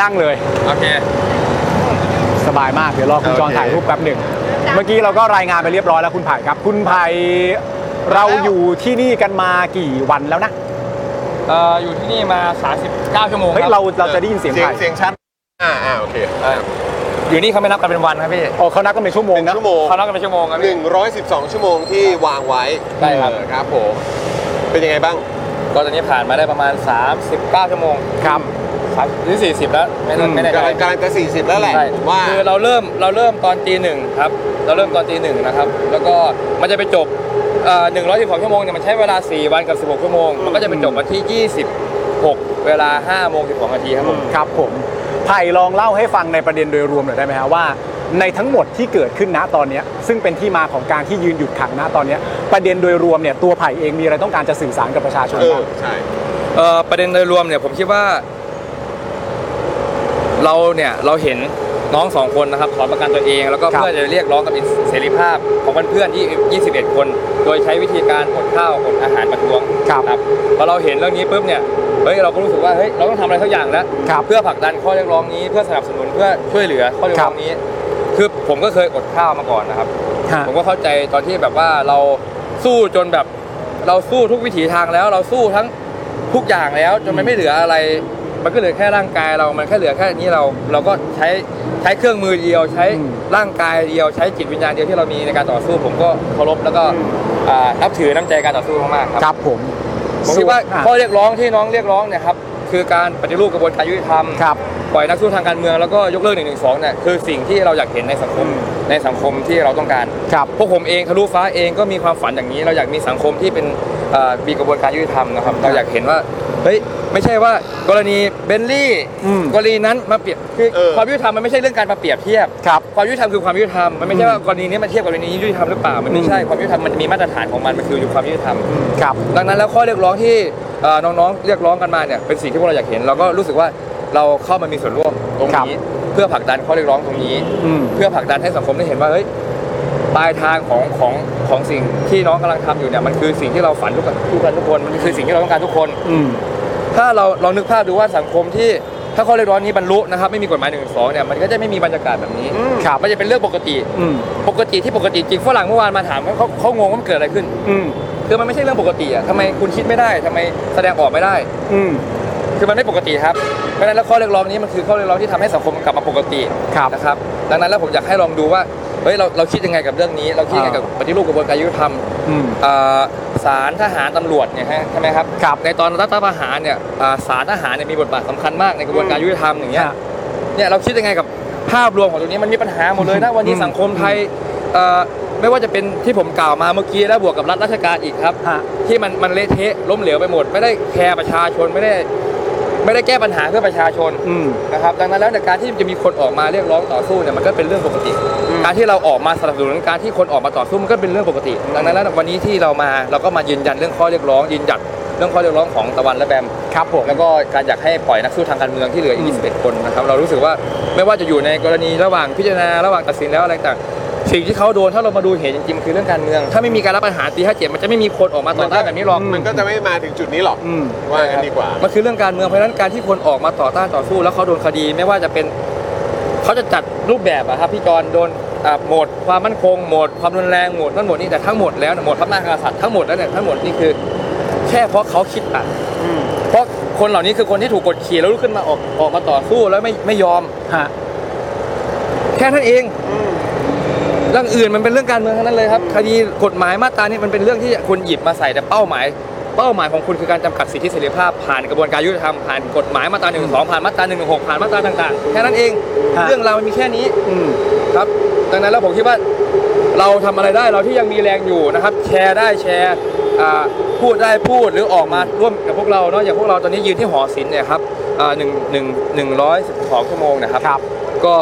Speaker 3: นั่งเลย
Speaker 4: โอเค
Speaker 3: สบายมากเดี๋ยวรอคุณจอห์น
Speaker 4: โอเค
Speaker 3: ถ่ายรูปแป๊บหนึ่งเมื่อกี้เราก็รายงานไปเรียบร้อยแล้วคุณไผ่ครับ คุณไผ่เรา
Speaker 4: แล้ว
Speaker 3: อยู่ที่นี่กันมากี่วันแล้วนะ
Speaker 5: เอ่ออยู่ที่นี่มา 39 ชั่วโมงค
Speaker 3: เฮ้ย
Speaker 5: รับ
Speaker 3: เราเราจะได้ยินเสียงไผ่
Speaker 4: เสียงชัดอ่าอ่าโอเค
Speaker 5: เอ่ออยู่นี่เขาไม่นับกันเป็นวันครับพี่
Speaker 3: โอ้เขานับกันเป็นชั่วโม
Speaker 4: ห
Speaker 3: ง
Speaker 4: นึ่ง
Speaker 3: นะ
Speaker 4: ชั่วโมง
Speaker 5: เขานับกันเป็นชั่วโมงครับพี่
Speaker 4: 112 ชั่วโมงที่วางไว้
Speaker 5: ใช่ครับ
Speaker 4: เออครับผมเป็นยังไงบ้าง
Speaker 5: ก็ตอนนี้ผ่านมาได้ประมาณ 39 ชั่วโมง
Speaker 3: ครับ
Speaker 5: ครับหรือ 40 แล้ว ไม่
Speaker 3: อื
Speaker 5: แน่
Speaker 3: ม
Speaker 5: ไม่แน่ใจ
Speaker 4: กำลังกำลังจะ 40 แล้วแหละ
Speaker 5: ใช่
Speaker 4: ผมว่า
Speaker 5: คือเราเริ่มเราเริ่มตอนตีหนึ่งครับ เราเริ่มตอนตีหนึ่งนะครับ แล้วก็มันจะไปจบเอ่อ112 ชั่วโมงเนี่ยมันใช้เวลา 4 วันกับ 16 ชั่วโมง มันก็จะไปจบวันที่ 26 เวลา5โมง12นาทีครับผม
Speaker 3: ครับผมไผ่ลองเล่าให้ฟังในประเด็นโดยรวมหน่อยได้ไหมฮะว่า ในทั้งหมดที่เกิดขึ้นณตอนเนี้ยซึ่งเป็นที่มาของการที่ยืนหยุดขังณตอนเนี้ยประเด็นโดยรวมเนี่ยตัวไผ่เองมีอะไรต้องการจะสื่อสารกับประชาชน
Speaker 4: เออ
Speaker 3: บ้าง
Speaker 4: ใช่
Speaker 5: เอ่อประเด็นโดยรวมเนี่ยผมคิดว่า เราเนี่ยเราเห็นน้องสองคนนะครับถอนประกันตัวเอง แล้วก็
Speaker 3: ครับ
Speaker 5: เพื่อจะเรียกร้องกับอิสเสรีภาพของเพื่อนๆที่21 คน โดยใช้วิธีการอดข้าวอดอาหารประท้วง
Speaker 3: ครับ
Speaker 5: พอเราเห็นเรื่องนี้ปุ๊บเนี่ยเฮ้ยเราก็รู้สึกว่าเฮ้ยเราต้องทำอะไรสักอย่างแล้ว
Speaker 3: ครับ
Speaker 5: เพื่อผลักดันข้อเรียกร้องนี้เพื่อสนับสนุนเพื่อช่วยเหลือข้อเรียกร้องนี้ คือผมก็เคยอดข้าวมาก่อนนะครับ
Speaker 3: ฮะ
Speaker 5: ผมก็เข้าใจตอนที่แบบว่าเราสู้จนแบบเราสู้ทุกวิถีทางแล้ว เราสู้ทั้งทุกอย่างแล้ว จนมันไม่เหลืออะไร มันก็เหลือแค่ร่างกายเรา มันแค่เหลือแค่นี้เราเราก็ใช้ใช้เครื่องมือเดียว ใช้
Speaker 3: อืม
Speaker 5: ร่างกายเดียวใช้จิตวิญญาณเดียวที่เรามีในการต่อสู้ ผมก็เคารพแล้วก็อ่านับถือน้ำใจการต่อสู้มากๆครับ
Speaker 3: ครับผม
Speaker 5: ผมคิดว่า
Speaker 3: ส่น
Speaker 5: ข้อเรียกร้องที่น้องเรียกร้องเนี่ยครับคือการปฏิรูปกระบวนการยุติธรรม
Speaker 3: ครับ
Speaker 5: ปล่อยนักสู้ทางการเมืองแล้วก็ยกเลิก1นึเนี่ยคือสิ่งที่เราอยากเห็นในสังคม
Speaker 3: อืม
Speaker 5: ในสังคมที่เราต้องการ
Speaker 3: ครับ
Speaker 5: พวกผมเองทะลุฟ้าเองก็มีความฝันอย่างนี้ เราอยากมีสังคมที่เป็นเอ่อมีกระบวนการยุติธรรมนะครับเราอยากเห็นว่าเฮ้ยไม่ใช่ว่ากรณีเบนลี่
Speaker 3: อืม
Speaker 5: กรณีนั้นมาเปรียบคือความยุติธรรมมันไม่ใช่เรื่องการมาเปรียบเทียบ
Speaker 3: ครับ
Speaker 5: ความยุติธรรมคือความยุติธรรมมันไม่ใช่ว่ากรณีนี้มาเทียบกับกรณีนี้ยุติธรรมหรือเปล่ามันไม่ใช่ความยุติธรรมมันจะมีมาตรฐานของมันมันคืออยู่ความยุติธรรม
Speaker 3: ครับ
Speaker 5: ดังนั้นแล้วข้อเรียกร้องที่เอ่อน้องๆ เรียกร้องกันมาเนี่ยเป็นสิ่งที่พวกเราอยากเห็นเราก็รู้สึกว่าเราเข้ามามีส่วนร่วมตรง
Speaker 3: ครับ
Speaker 5: นี้ เพื่อผลักดันข้อเรียกร้องตรงนี้
Speaker 3: อืม
Speaker 5: เพื่อผลักดันให้สังคมได้เห็นว่าเฮ้ยปลายทางของของของสิ่งที่น้องกำลังทำอยู่เนี่ยมันคือสิ่งที่เราฝันทุกคนทุกคนทุกคนมันคือสิ่งที่เราต้องการทุกคน
Speaker 3: อืม
Speaker 5: ถ้าเราลองนึกภาพดูว่าสังคมที่ถ้าข้อเรียกร้องนี้บรรลุนะครับไม่มีกฎหมายหนึ่งสองเนี่ยมันก็จะไม่มีบรรยากาศแบบนี้
Speaker 3: ครับ
Speaker 5: มันจะเป็นเรื่องปกติ
Speaker 3: อืม
Speaker 5: ปกติที่ปกติจริงฝรั่งเมื่อวานมาถามว่าเขาเขางงว่ามันเกิดอะไรขึ้น
Speaker 3: อืม
Speaker 5: คือมันไม่ใช่เรื่องปกติอ่ะทำไมคุณคิดไม่ได้ทำไมแสดงออกไม่ได้
Speaker 3: อืม
Speaker 5: คือมันไม่ปกติครับ เพราะฉะนั้นแล้วข้อเรียกร้องนี้มันคือข้อเรียกร้องที่ทำให้สังคมกลับมาปกติ
Speaker 3: ครับ
Speaker 5: นะครับ ดังนั้นแล้วผมอยากให้ลองดูว่า เฮ้ยเราเราคิดยังไงกับเรื่องนี้ เราคิดยังไงกับปฏิรูปกระบวนการยุติธรรม
Speaker 3: อืม
Speaker 5: เอ่อศาลทหารตำรวจเนี่ยฮะใช่ไหมครับ
Speaker 3: ครับ
Speaker 5: ในตอนรัฐประหารเนี่ยอ่าศาลทหารเนี่ยมีบทบาทสำคัญมากในกระบวนการยุติธรรมอย่างเงี้ย
Speaker 3: ฮะ
Speaker 5: เนี่ยเราคิดยังไงกับภาพรวมของตรงนี้มันมีปัญหาหมดเลยนะวันนี้
Speaker 3: อืม
Speaker 5: สังคมไทย เอ่อไม่ว่าจะเป็นที่ผมกล่าวมาเมื่อกี้แล้วบวกกับรัฐราชการอีกครับ
Speaker 3: ฮะ
Speaker 5: ที่มันมันเละเทะล้มเหลวไปหมด ไม่ได้แคร์ประชาชนไม่ได้ไม่ได้แก้ปัญหาเพื่อประชาชน
Speaker 3: อืม
Speaker 5: นะครับดังนั้นแล้วเนี่ยการที่จะมีคนออกมาเรียกร้องต่อสู้เนี่ยมันก็เป็นเรื่องปกติ
Speaker 3: อืม
Speaker 5: การที่เราออกมาสนับสนุนการที่คนออกมาต่อสู้มันก็เป็นเรื่องปกติ ดังนั้นแล้ววันนี้ที่เรามาเราก็มายืนยันเรื่องข้อเรียกร้องยืนหยัดเรื่องข้อเรียกร้องของตะวันและแบม
Speaker 3: ครับผม
Speaker 5: แล้วก็การอยากให้ปล่อยนักสู้ทางการเมืองที่เหลืออี
Speaker 3: อื
Speaker 5: ก
Speaker 3: ม
Speaker 5: 21คนนะครับ เรารู้สึกว่าไม่ว่าจะอยู่ในกรณีระหว่างพิจารณาระหว่างตัดสินแล้วอะไรต่างสิ่งที่เขาโดนถ้าเรามาดูเห็นจริงๆคือเรื่องการเมือง ถ้าไม่มีการรับอาหารตีห้าเจ็ดมันจะไม่มีคนออกมาต่อต้านแบบนี้หรอก
Speaker 4: มันก็จะไม่มาถึงจุดนี้หรอก
Speaker 3: อืม
Speaker 4: ว่ากันดีกว่า
Speaker 5: มันคือเรื่องการเมืองเพราะฉะนั้นการที่คนออกมาต่อต้านต่อสู้ แล้วเขาโดนคดีไม่ว่าจะเป็นเขาจะจัดรูปแบบอะครับพี่จอนโดนอ่ะโหมดความมั่นคงโหมดความรุนแรงโหมดนั่นโหมดนี่แต่ทั้งหมดแล้วเนี่ยโหมดพระมหากษัตริย์ทั้งหมดแล้วเนี่ยทั้งหมดนี่คือ แค่เพราะเขาคิดอ่ะเพราะคนเหล่านี้คือคนที่ถูกกดขี่แล้วลุกขึ้นมาออกออกมาต่อสู้แล้วไม่ไม่ยอม
Speaker 3: ฮะ
Speaker 5: แค่นั้นเอง เรื่องอื่นมันเป็นเรื่องการเมืองทั้งนั้นเลยครับ คดีกฎหมายมาตรานี้มันเป็นเรื่องที่คุณหยิบมาใส่แต่เป้าหมาย เป้าหมายของคุณคือการจำกัดสิทธิเสรีภาพผ่านกระบวนการยุติธรรมผ่านกฎหมายมาตรา1นึผ่านมาตรา1นึผ่านมาตราต่างๆ แค่นั้นเอง
Speaker 3: ฮะ
Speaker 5: เรื่องราวมันมีแค่นี้
Speaker 3: อืม
Speaker 5: ครับ ดังนั้นแล้วผมคิดว่าเราทำอะไรได้เราที่ยังมีแรงอยู่นะครับ แชร์ได้แชร์อ่าพูดได้พูดหรือออกมาร่วมกับพวกเราเนาะอย่างพวกเราตอนนี้ยืนที่หอศิลป์เนี่ยครับอ่าหนึ่งหนึ่งหนึ่งร้อยสิบสองชั่วโมงนะครับ
Speaker 3: ครับ
Speaker 5: ก็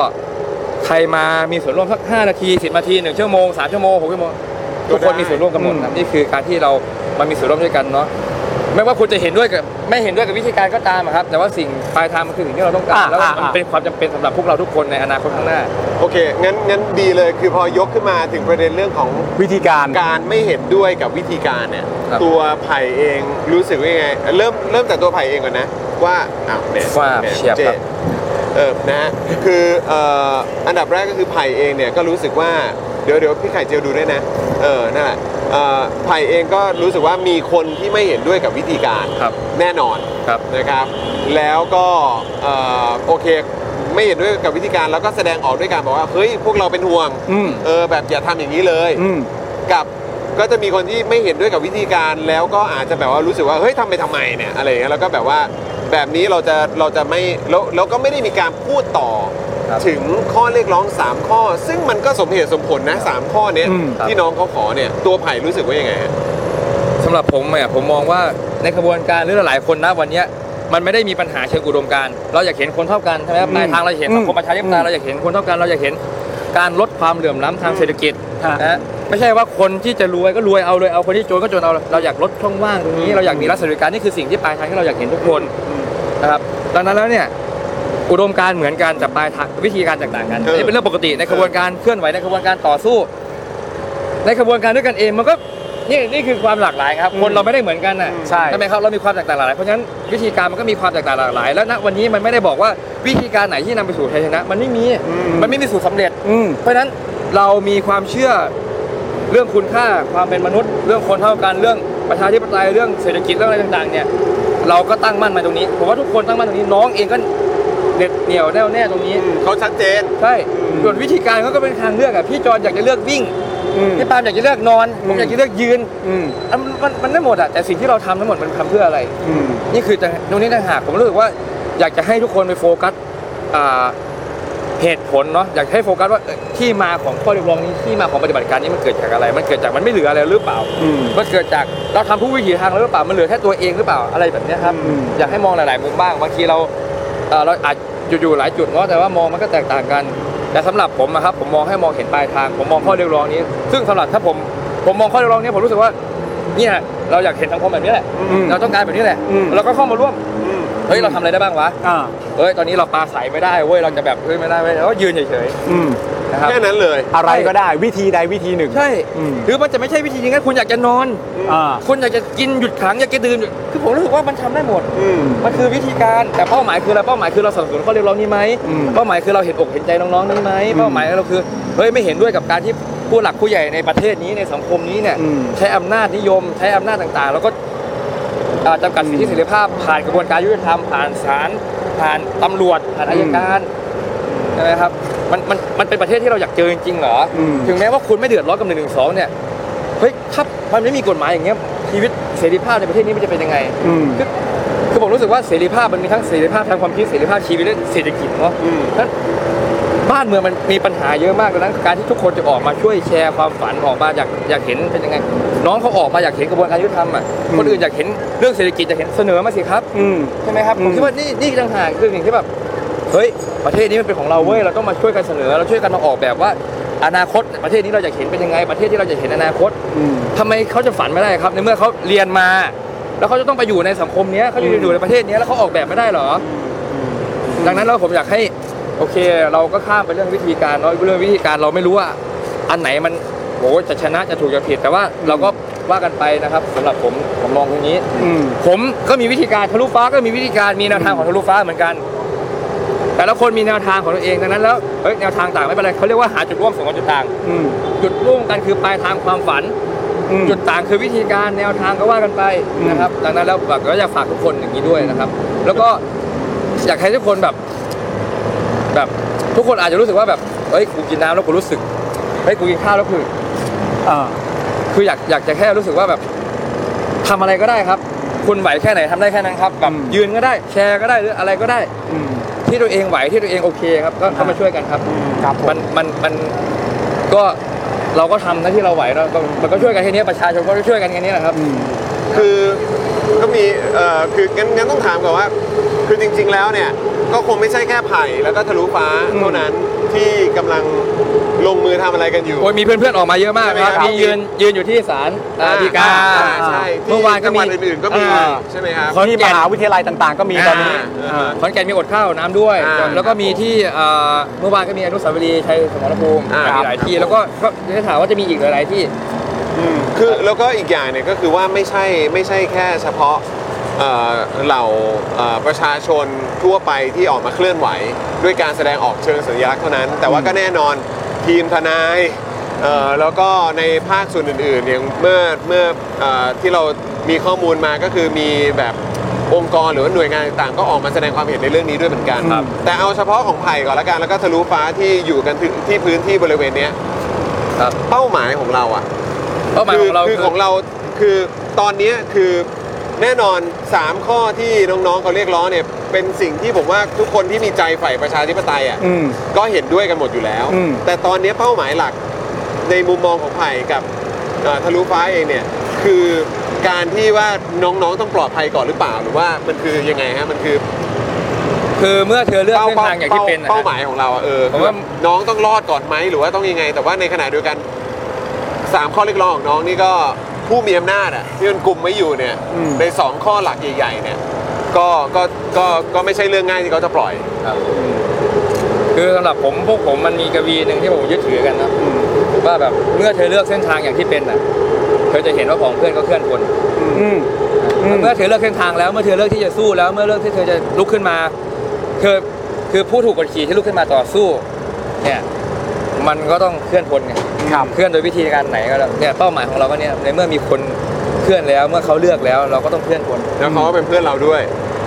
Speaker 5: ใครมามีส่วนร่วมสัก 5 นาที 10 นาที 1 ชั่วโมง 3 ชั่วโมง 6 ชั่วโมง ทุกคนมีส่วนร่วมกันหมดนะครับนี่คือการที่เรามามีส่วนร่วมด้วยกันเนาะไม่ว่าคุณจะเห็นด้วยกับไม่เห็นด้วยกับวิธีการก็ตามอะครับ แต่ว่าสิ่งปลายทางมันคือสิ่งที่เราต้องการ
Speaker 3: อ่า
Speaker 5: แล้ว
Speaker 3: อ่า
Speaker 5: มัน
Speaker 3: อ่า
Speaker 5: เป็นความจำเป็นสำหรับพวกเราทุกคนในอนาคตข้างหน้า
Speaker 4: โอเค งั้น งั้นดีเลย คือพอยกขึ้นมาถึงประเด็นเรื่องของ
Speaker 3: วิธีการ
Speaker 4: การไม่เห็นด้วยกับวิธีการเนี่ย
Speaker 5: ครับ
Speaker 4: ตัวไผ่เองรู้สึกว่ายังไง เริ่ม เริ่มจากตัวไผ่เองก่อนนะ ว่า อ้าวเนี่ย
Speaker 5: ว่า
Speaker 4: นี่
Speaker 5: เฉียบครับ
Speaker 4: จ๊เออ นะฮะ คือเอ่ออันดับแรกก็คือไผ่เองเนี่ย ก็รู้สึกว่า เดี๋ยวเดี๋ยวพี่ไข่เจียวดูด้วยนะ เออ นั่นแหละเอ่อไผ่เองก็รู้สึกว่ามีคนที่ไม่เห็นด้วยกับวิธีการ
Speaker 5: ครับ
Speaker 4: แน่นอน
Speaker 5: ครับ
Speaker 4: นะครับแล้วก็เอ่อโอเคไม่เห็นด้วยกับวิธีการแล้วก็แสดงออกด้วยการบอกว่าเฮ้ยพวกเราเป็นห่วง
Speaker 3: อืม
Speaker 4: เออแบบอย่าทำอย่างนี้เลย
Speaker 3: อืม
Speaker 4: กับก็จะมีคนที่ไม่เห็นด้วยกับวิธีการแล้วก็อาจจะแบบว่ารู้สึกว่าเฮ้ยทำไปทำไมเนี่ยอะไรอย่างเงี้ยแล้วก็แบบว่าแบบนี้เราจะเราจะไม่แล้วเราก็ไม่ได้มีการพูดต่อ
Speaker 5: ครับ
Speaker 4: ถึงข้อเรียกร้อง 3 ข้อ ซึ่งมันก็สมเหตุสมผลนะสามข้อเนี้ย
Speaker 3: อืมครับ
Speaker 4: ที่น้องเขาขอเนี่ยตัวไผ่รู้สึกว่ายังไงฮะ
Speaker 5: สำหรับผมเนี่ยผมมองว่าในกระบวนการหรือหลายๆคนนะวันเนี้ยมันไม่ได้มีปัญหาเชิงอุดมการณ์เราอยากเห็นคนเท่ากันใช่ไหมครับ
Speaker 3: อืม
Speaker 5: ปลายทางเราอยากเห็น
Speaker 3: อืม
Speaker 5: สังคมประชาธิปไต
Speaker 3: อื
Speaker 5: ย
Speaker 3: ม
Speaker 5: เราอยากเห็นคนเท่ากันเราอยากเห็นการลดความเหลื่อมล้ำทางเศรษฐกิจ
Speaker 3: ฮะ
Speaker 5: นะฮะไม่ใช่ว่าคนที่จะรวยก็รวยเอาเลยเอาคนที่จนก็จนเอาเราอยากลดช่องว่างตรงนี้เราอยากมีรัฐสวัสดิการนี่คือสิ่งที่ปลายทางที่เราอยากเห็นทุกคนนะครับดังนั้นแล้วเนี่ยอุดมการณ์เหมือนกันแต่ปลายทางวิธีการแตกต่างกัน
Speaker 4: เออ
Speaker 5: นี่เป็นเรื่องปกติในกระบวนการเคลื่อนไหวในกระบวนการต่อสู้ ในกระบวนการด้วยกันเองมันก็นี่นี่คือความหลากหลายครับ คนเราไม่ได้เหมือนกันน่ะ
Speaker 3: ใช่
Speaker 5: ไหมครับเรามีความแตกต่างหลากหลายเพราะฉะนั้นวิธีการมันก็มีความแตกต่างหลากหลาย แล้วณวันนี้มันไม่ได้บอกว่าวิธีการไหนที่นำไปสู่ชัยชนะ มันไม่มีมันไม่มีสูตรสำเร็จ
Speaker 3: อืม
Speaker 5: เพราะฉะนั้นเรามีความเชื่อเรื่องคุณค่าความเป็นมนุษย์ เรื่องคนเท่ากันเรื่องประชาธิปไตยเรื่องเศรษฐกิจเรื่องอะไรต่างๆเนี่ยเราก็ตั้งมั่นมาตรงนี้ผมว่าทุกคนตั้งมั่นตรงนี้น้องเองก็เด็ดเหนียวแน่วแน่ตรงนี้
Speaker 4: เขาชัดเจน
Speaker 5: ใช่ส่วนวิธีการเขาก็เป็นทางเลือกอะพี่จอนอยากจะเลือกวิ่ง
Speaker 3: อืม
Speaker 5: พี่ปาล์มอยากจะเลือกนอน ผ
Speaker 3: อื
Speaker 5: ม
Speaker 3: ม
Speaker 5: อยากจะเลือกยืน
Speaker 3: อืม
Speaker 5: อันมันมันได้หมดอะแต่สิ่งที่เราทำทั้งหมดมันทำเพื่ออะไร
Speaker 3: อืม
Speaker 5: นี่คือจะตรงนี้ต่างหากผมรู้สึกว่าอยากจะให้ทุกคนไปโฟกัสอ่าเหตุผลเนาะอยากให้โฟกัสว่าเอ่อที่มาของข้อเรียกร้องนี้ที่มาของปฏิบัติการนี้มันเกิดจากอะไร มันเกิดจากมันไม่เหลืออะไรหรือเปล่า
Speaker 3: อืม
Speaker 5: มันเกิดจากเราทำทุกวิถีทางแล้วหรือเปล่ามันเหลือแค่ตัวเองหรือเปล่าอะไรแบบเนี้ยครับ
Speaker 3: อืม
Speaker 5: อยากให้มองหลาย ๆ มุมบ้างบางทีเราเอ่อเราอาจอยู่ๆหลายจุดเนาะแต่ว่ามองมันก็แตกต่างกัน แต่สำหรับผมนะครับผมมองให้มองเห็นปลายทางผมมองข้อเรียกร้องนี้ ซึ่งสำหรับถ้าผมผมมองข้อเรียกร้องนี้ผมรู้สึกว่าเนี่ยเราอยากเห็นสังคมแบบนี้แหละ
Speaker 3: อืม
Speaker 5: เราต้องการแบบนี้แหละ
Speaker 3: อืม
Speaker 5: เราก็เข้ามาร่วมเฮ้ยเราทำอะไรได้บ้างวะ
Speaker 3: อ่า
Speaker 5: เฮ้ยตอนนี้เราปลาใสไม่ได้เว้ยเราจะแบบเฮ้ยไม่ได้เว้ยเราก็ยืนเฉย
Speaker 3: อืม
Speaker 5: ๆนะครับ
Speaker 4: แค่นั้นเลย
Speaker 3: อะไรก็ได้วิธีใดวิธีหนึ่ง
Speaker 5: ใช่
Speaker 3: อืม
Speaker 5: หรือมันจะไม่ใช่วิธีนี้งั้นคุณอยากจะนอน
Speaker 3: อ่า
Speaker 5: คุณอยากจะกินหยุดขังอยากจะดื่มหยุดคือผมรู้สึกว่ามันทำได้หมด
Speaker 4: อืม
Speaker 5: มันคือวิธีการแต่เป้าหมายคืออะไรเป้าหมายคือเราสนับสนุนข้อเรียกร้องนี้ไหม
Speaker 3: อืม
Speaker 5: เป้าหมายคือเราเห็นอกเห็นใจน้องๆนี้ไหมเป้าหมายเราคือเฮ้ยไม่เห็นด้วยกับการที่ผู้หลักผู้ใหญ่ในประเทศนี้ในสังคมนี้เนี่ย
Speaker 3: อืม
Speaker 5: ใช้อำนาจนิยม ใช้อำนาจต่างๆ แล้วก็อ่าจำกัดสิทธิเสรีภาพ ผ่านกระบวนการยุติธรรมผ่านศาลผ่านตำรวจผ่านอายการใช่ไหมครับมันมันมันเป็นประเทศที่เราอยากเจอจริงๆเหรอ
Speaker 3: อืม
Speaker 5: ถึงแม้ว่าคุณไม่เดือดร้อนกับหนึ่งหนึ่งสองเนี่ยเฮ้ยถ้ามันไม่มีกฎหมายอย่างเงี้ยชีวิตเสรีภาพในประเทศนี้มันจะเป็นยังไง
Speaker 3: อืม
Speaker 5: คือคือผมรู้สึกว่าเสรีภาพมันมีทั้งเสรีภาพทางความคิดเสรีภาพชีวิตและเศรษฐกิจเนาะ
Speaker 4: อืม
Speaker 5: นั้นบ้าน บ้านเมืองมันมีปัญหาเยอะมากดังนั้นการที่ทุกคนจะออกมาช่วยแชร์ความฝันออกมาอยากอยากเห็นเป็นยังไง น้องเขาออกมาอยากเห็นกระบวนการยุติธรรมอ่ะคนอื่นอยากเห็นเรื่องเศรษฐกิจอยากเห็นเสนอมาสิครับ
Speaker 3: อืม
Speaker 5: ใช่ไหมครับ
Speaker 3: อื
Speaker 5: ผม มคิดว่านี่นี่ต่างหากคือสิ่งที่แบบ เฮ้ย ประเทศนี้มันเป็นของเราเว้ย เราต้องมาช่วยกันเสนอ เราช่วยกันมาออกแบบว่า อนาคตประเทศนี้เราอยากเห็นเป็นยังไง ประเทศที่เราอยากเห็นอนาคต
Speaker 3: อืม
Speaker 5: ทำไมเขาจะฝันไม่ได้ครับ ในเมื่อเขาเรียนมา แล้วเขาจะต้องไปอยู่ในสังคมเนี้ยเขาจะอยู่ในประเทศเนี้ยแล้วเขาออกแบบไม่ได้เหรอ ดังนั้นเราผมอยากให้โอเค เราก็ข้ามไปเรื่องวิธีการเนาะเรื่องวิธีการเราไม่รู้ว่า อันไหนมันโหจะชนะจะถูกจะผิดแต่ว่าเราก็ว่ากันไปนะครับสำหรับผมผมมองตรงนี้
Speaker 3: อืม
Speaker 5: ผมก็มีวิธีการทะลุฟ้าก็มีวิธีการมีแนวทางของทะลุฟ้าเหมือนกัน แต่ละคนมีแนวทางของตัวเองดังนั้นแล้วเอ้ยแนวทางต่างไม่เป็นไรเขาเรียกว่าหาจุดร่วมสองจุดต่าง
Speaker 3: อืม
Speaker 5: จุดร่วมกันคือปลายทางความฝัน
Speaker 3: อืม
Speaker 5: จุดต่างคือวิธีการแนวทางก็ว่ากันไป
Speaker 3: อืม
Speaker 5: นะครับ ดังนั้นแล้วแบบก็อยากฝากทุกคนอย่างนี้ด้วยนะครับ แล้วก็อยากให้ทุกคนแบบ แบบทุกคนอาจจะรู้สึกว่าแบบเอ้ยกูกินน้ำแล้วกูรู้สึกเฮ้ยกูกินข้าวแล้วคือ
Speaker 3: อ่า
Speaker 5: คืออยากอยากจะแค่รู้สึกว่าแบบทำอะไรก็ได้ครับ คุณไหวแค่ไหนทำได้แค่นั้นครับแบบ
Speaker 3: อืม
Speaker 5: ยืนก็ได้แชร์ก็ได้หรืออะไรก็ได้
Speaker 3: อืม
Speaker 5: ที่ตัวเองไหวที่ตัวเองโอเคครับก็ก็มาช่วยกันครับ
Speaker 3: ครับผม
Speaker 5: มันมันมันก็เราก็ทำหน้าที่เราไหวเราก็มันก็ช่วยกันแค่นี้ประชาชนก็ช่วยกันแค่นี้แหละครับ
Speaker 3: อืม
Speaker 4: คือก็มีเอ่อคืองั้นงั้นต้องถามก่อนว่า คือจริง ๆ แล้วเนี่ยก็คงไม่ใช่แค่ไผ่แล้วก็ทะลุฟ้าเท่านั้นที่กำลังลงมือทำอะไรกันอยู่
Speaker 5: โอ้ยมีเพื่อนๆออกมาเยอะมากครับ
Speaker 4: ใช่ไหมครับ
Speaker 5: มียืนยืนอยู่ที่ศาลอ่าฎีกา
Speaker 4: อ่ใช่ที่
Speaker 5: เมื่อวานก็
Speaker 4: จังห
Speaker 5: มี
Speaker 4: วัดอื่นๆก็มี
Speaker 5: อ่า
Speaker 4: ใช่ไหมครับ
Speaker 5: ขอนแก่น
Speaker 3: ที่มหาวิทยาลัยต่างๆ ก็มีตอนนี้
Speaker 4: อ่า
Speaker 5: ขอนแก่นมีอดข้าวน้ำด้วย
Speaker 4: อ่า
Speaker 5: แล้วก็มีที่เอ่อเมื่อวานก็มีอนุสาวรีย์ชัยสมรภูมิ
Speaker 4: อ่า
Speaker 5: มีหลายที่
Speaker 4: ครับ
Speaker 5: แล้วก็ก็ได้ข่าวว่าจะมีอีกหลายๆที่
Speaker 4: อืมคือแล้วก็อีกอย่างเนี่ยก็คือว่าไม่ใช่ไม่ใช่แค่เฉพาะเอ่อเหล่าเอ่อประชาชนทั่วไปที่ออกมาเคลื่อนไหว ด้วยการแสดงออกเชิงสัญลักษณ์เท่านั้น แต่ว่าก็แน่นอนทีมทนายเอ่อแล้วก็ในภาคส่วนอื่นๆอย่างเมื่อเมื่อเอ่อที่เรามีข้อมูลมาก็คือมีแบบองค์กรหรือว่าหน่วยงานต่างๆก็ออกมาแสดงความเห็นในเรื่องนี้ด้วยเหมือนกัน
Speaker 3: ครับ
Speaker 4: แต่เอาเฉพาะของไผ่ก่อนละกันแล้วก็ทะลุฟ้าที่อยู่กันที่ที่พื้นที่บริเวณเนี้ย
Speaker 5: ครับ
Speaker 4: เป้าหมายของเราอะ
Speaker 5: เป้าหมายของเรา
Speaker 4: คือ
Speaker 5: คือ
Speaker 4: ของเราคือตอนเนี้ยคือแน่นอน 3 ข้อที่น้องๆเขาเรียกร้องเนี่ยเป็นสิ่งที่ผมว่าทุกคนที่มีใจใฝ่ประชาธิปไตยอ่ะ
Speaker 3: อืม
Speaker 4: ก็เห็นด้วยกันหมดอยู่แล้ว
Speaker 3: อืม
Speaker 4: แต่ตอนเนี้ยเป้าหมายหลักในมุมมองของไผ่กับเอ่อทะลุฟ้าเองเนี่ยคือการที่ว่าน้องๆต้องปลอดภัยก่อนหรือเปล่าหรือว่ามันคือยังไงฮะมันคือ
Speaker 5: คือเมื่อเธอเลือกเส้นทางอย่างที่
Speaker 4: เป้า
Speaker 5: เป็นนะ
Speaker 4: เป้าหมายของเราอะเออ
Speaker 5: ผมว่า
Speaker 4: น้องต้องรอดก่อนไหมหรือว่าต้องยังไง แต่ว่าในขณะเดียวกันสามข้อเรียกร้องของน้องนี่ก็ผู้มีอำนาจอ่ะที่มันกลุ่มไม่อยู่เนี่ย
Speaker 3: อืม
Speaker 4: ในสองข้อหลักใหญ่ๆเนี่ยก็ก็ก็ก็ไม่ใช่เรื่องง่ายที่เขาจะปล่อย
Speaker 5: ครับคือสำหรับผมพวกผมมันมีกวีหนึ่งที่ผมยึดถือกันนะว่าแบบเมื่อเธอเลือกเส้นทางอย่างที่เป็นน่ะเธอจะเห็นว่าของเพื่อนก็เคลื่อนคน
Speaker 3: อืม อืม
Speaker 5: เมื่อเธอเลือกเส้นทางแล้วเมื่อเธอเลือกที่จะสู้แล้วเมื่อเลือกที่เธอจะลุกขึ้นมา เธอคือผู้ถูกกดขี่ที่ลุกขึ้นมาต่อสู้เนี่ยมันก็ต้องเคลื่อนพลไง
Speaker 3: ครับ
Speaker 5: เคลื่อนโดยวิธีการไหนก็แล้วเนี่ยเป้าหมายของเราก็เนี่ยในเมื่อมีคนเคลื่อนแล้ว เมื่อเขาเลือกแล้ว เราก็ต้องเคลื่อนพล
Speaker 4: แล้วเขาก็เป็นเพื่อนเราด้วย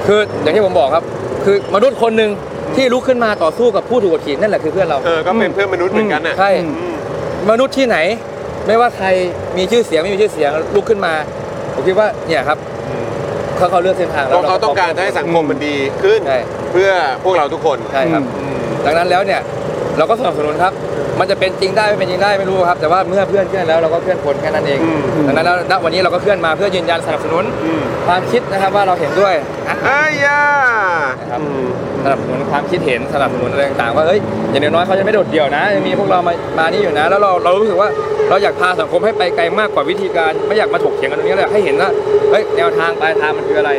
Speaker 5: คืออย่างที่ผมบอกครับ คือมนุษย์คนหนึ่งที่ลุกขึ้นมาต่อสู้กับผู้ถูกกดขี่นั่นแหละคือเพื่อนเรา
Speaker 4: เออก็เป็นเพื่อนมนุษย์เหมือนกันน่ะ
Speaker 5: ใช่
Speaker 4: อืม
Speaker 5: มนุษย์ที่ไหน ไม่ว่าใครมีชื่อเสียงไม่มีชื่อเสียงลุกขึ้นมาผมคิดว่าเนี่ยครับ
Speaker 4: อืม
Speaker 5: เขาเขาเลือกเส้นทางแล้ว
Speaker 4: เพราะเขาต้องการจะให้สังคมมันดีขึ้น
Speaker 5: ใช่
Speaker 4: เพื่อพวกเราทุกคน
Speaker 5: ใช่ครับ
Speaker 4: อืม
Speaker 5: ดังนั้นแล้วเนี่ยเราก็สนับสนุนครับ มันจะเป็นจริงได้ไม่เป็นจริงได้ไม่รู้ครับ แต่ว่าเมื่อเพื่อนเคลื่อนแล้วเราก็เคลื่อนผลแค่นั้นเอง
Speaker 4: อืม
Speaker 5: ดังนั้นแล้วณวันนี้เราก็เคลื่อนมาเพื่อยืนยันสนับสนุน
Speaker 4: อืม
Speaker 5: ความคิดนะครับว่าเราเห็นด้วยนะ
Speaker 4: เอ้ยย่า
Speaker 5: นะครับ
Speaker 4: อืม
Speaker 5: สนับสนุนความคิดเห็นสนับสนุนอะไรต่างๆว่าเฮ้ยอย่างน้อยๆเขาจะไม่โดดเดี่ยวนะยังมีพวกเรามามานี่อยู่นะ แล้วเราเรารู้สึกว่าเราอยากพาสังคมให้ไปไกลมากกว่าวิธีการไม่อยากมาถกเถียงกันตรงนี้เลยให้เห็นว่าเฮ้ยแนวทางปลายทางมันคืออะไร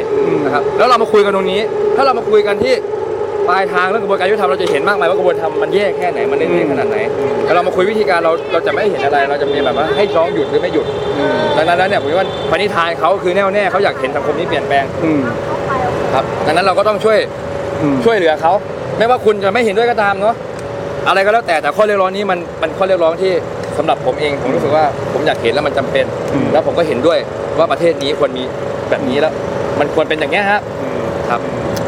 Speaker 5: นะครับแล้วเรามาคุยกันตรงนี้ ถ้าเรามาคุยกันที่ ปลายทางเรื่องกระบวนการยุติธรรมเราจะเห็นมากมายว่ากระบวนการมันแย่แค่ไหนมันเล่นเล่ขนาดไหนแต่เรามาคุยวิธีการเราเราจะไม่เห็นอะไร เราจะมีแบบว่าให้น้องหยุดหรือไม่หยุดดังนั้นแล้วเนี่ยผมคิดว่าปณิธานเขาคือแน่วแน่เขาอยากเห็นสังคมนี้เปลี่ยนแปลง
Speaker 3: อืม
Speaker 5: ครับดังนั้นเราก็ต้องช่วย
Speaker 3: อืม
Speaker 5: ช่วยเหลือเขาไม่ว่าคุณจะไม่เห็นด้วยก็ตามเนาะอะไรก็แล้วแต่แต่ข้อเรียกร้องนี้มันมันข้อเรียกร้องที่สำหรับผมเองผมรู้สึกว่าผมอยากเห็นแล้วมันจำเป็น แล้วผมก็เห็นด้วยว่าประเทศนี้ควรมีแบบนี้แล้ว มันควรเป็นอย่างเงี้ยฮะครับ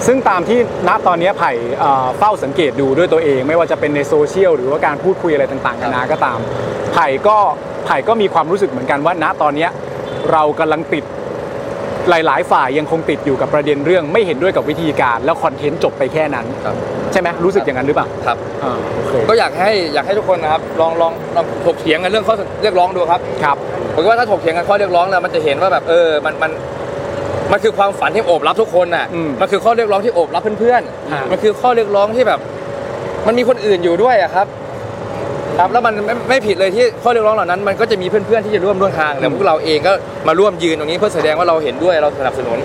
Speaker 3: ซึ่งตามที่ณตอนนี้ไผ่เอ่อเฝ้าสังเกตดูด้วยตัวเอง ไม่ว่าจะเป็นในโซเชียลหรือว่าการพูดคุยอะไรต่างๆกันานาก็ตาม ไผ่ก็ไผ่ก็มีความรู้สึกเหมือนกันว่าณตอนเนี้ยเรากำลังติดหลาย ๆ ฝ่ายยังคงติดอยู่กับประเด็นเรื่อง ไม่เห็นด้วยกับวิธีการ แล้วคอนเทนต์จบไปแค่นั้น
Speaker 5: ครับ
Speaker 3: ใช่ไหมรู้สึกอย่างนั้นหรือเปล่า
Speaker 5: ครับ
Speaker 3: อ่าโอเค
Speaker 5: ก็อยากให้อยากให้ทุกคนนะครับลองลองลองถกเถียงกันเรื่องข้อเรียกร้องดูครับ
Speaker 3: ครับ
Speaker 5: ผมคิดว่าถ้าถกเถียงกันข้อเรียกร้องแล้วมันจะเห็นว่าแบบเออมันมันมันคือความฝันที่โอบรับทุกคนน่ะ
Speaker 3: อืม
Speaker 5: มันคือข้อเรียกร้องที่โอบรับเพื่อน
Speaker 3: อ่ามั
Speaker 5: ๆมันคือข้อเรียกร้องที่แบบ มันมีคนอื่นอยู่ด้วยอะครับ ครับแล้วมันไม่ไม่ผิดเลยที่ข้อเรียกร้องเหล่านั้น มันก็จะมีเพื่อนๆที่จะร่วมร่วมทางแต่พวกเราเองก็มาร่วมยืนตรงนี้เพื่อแสดงว่าเราเห็นด้วยเราสนับสนุน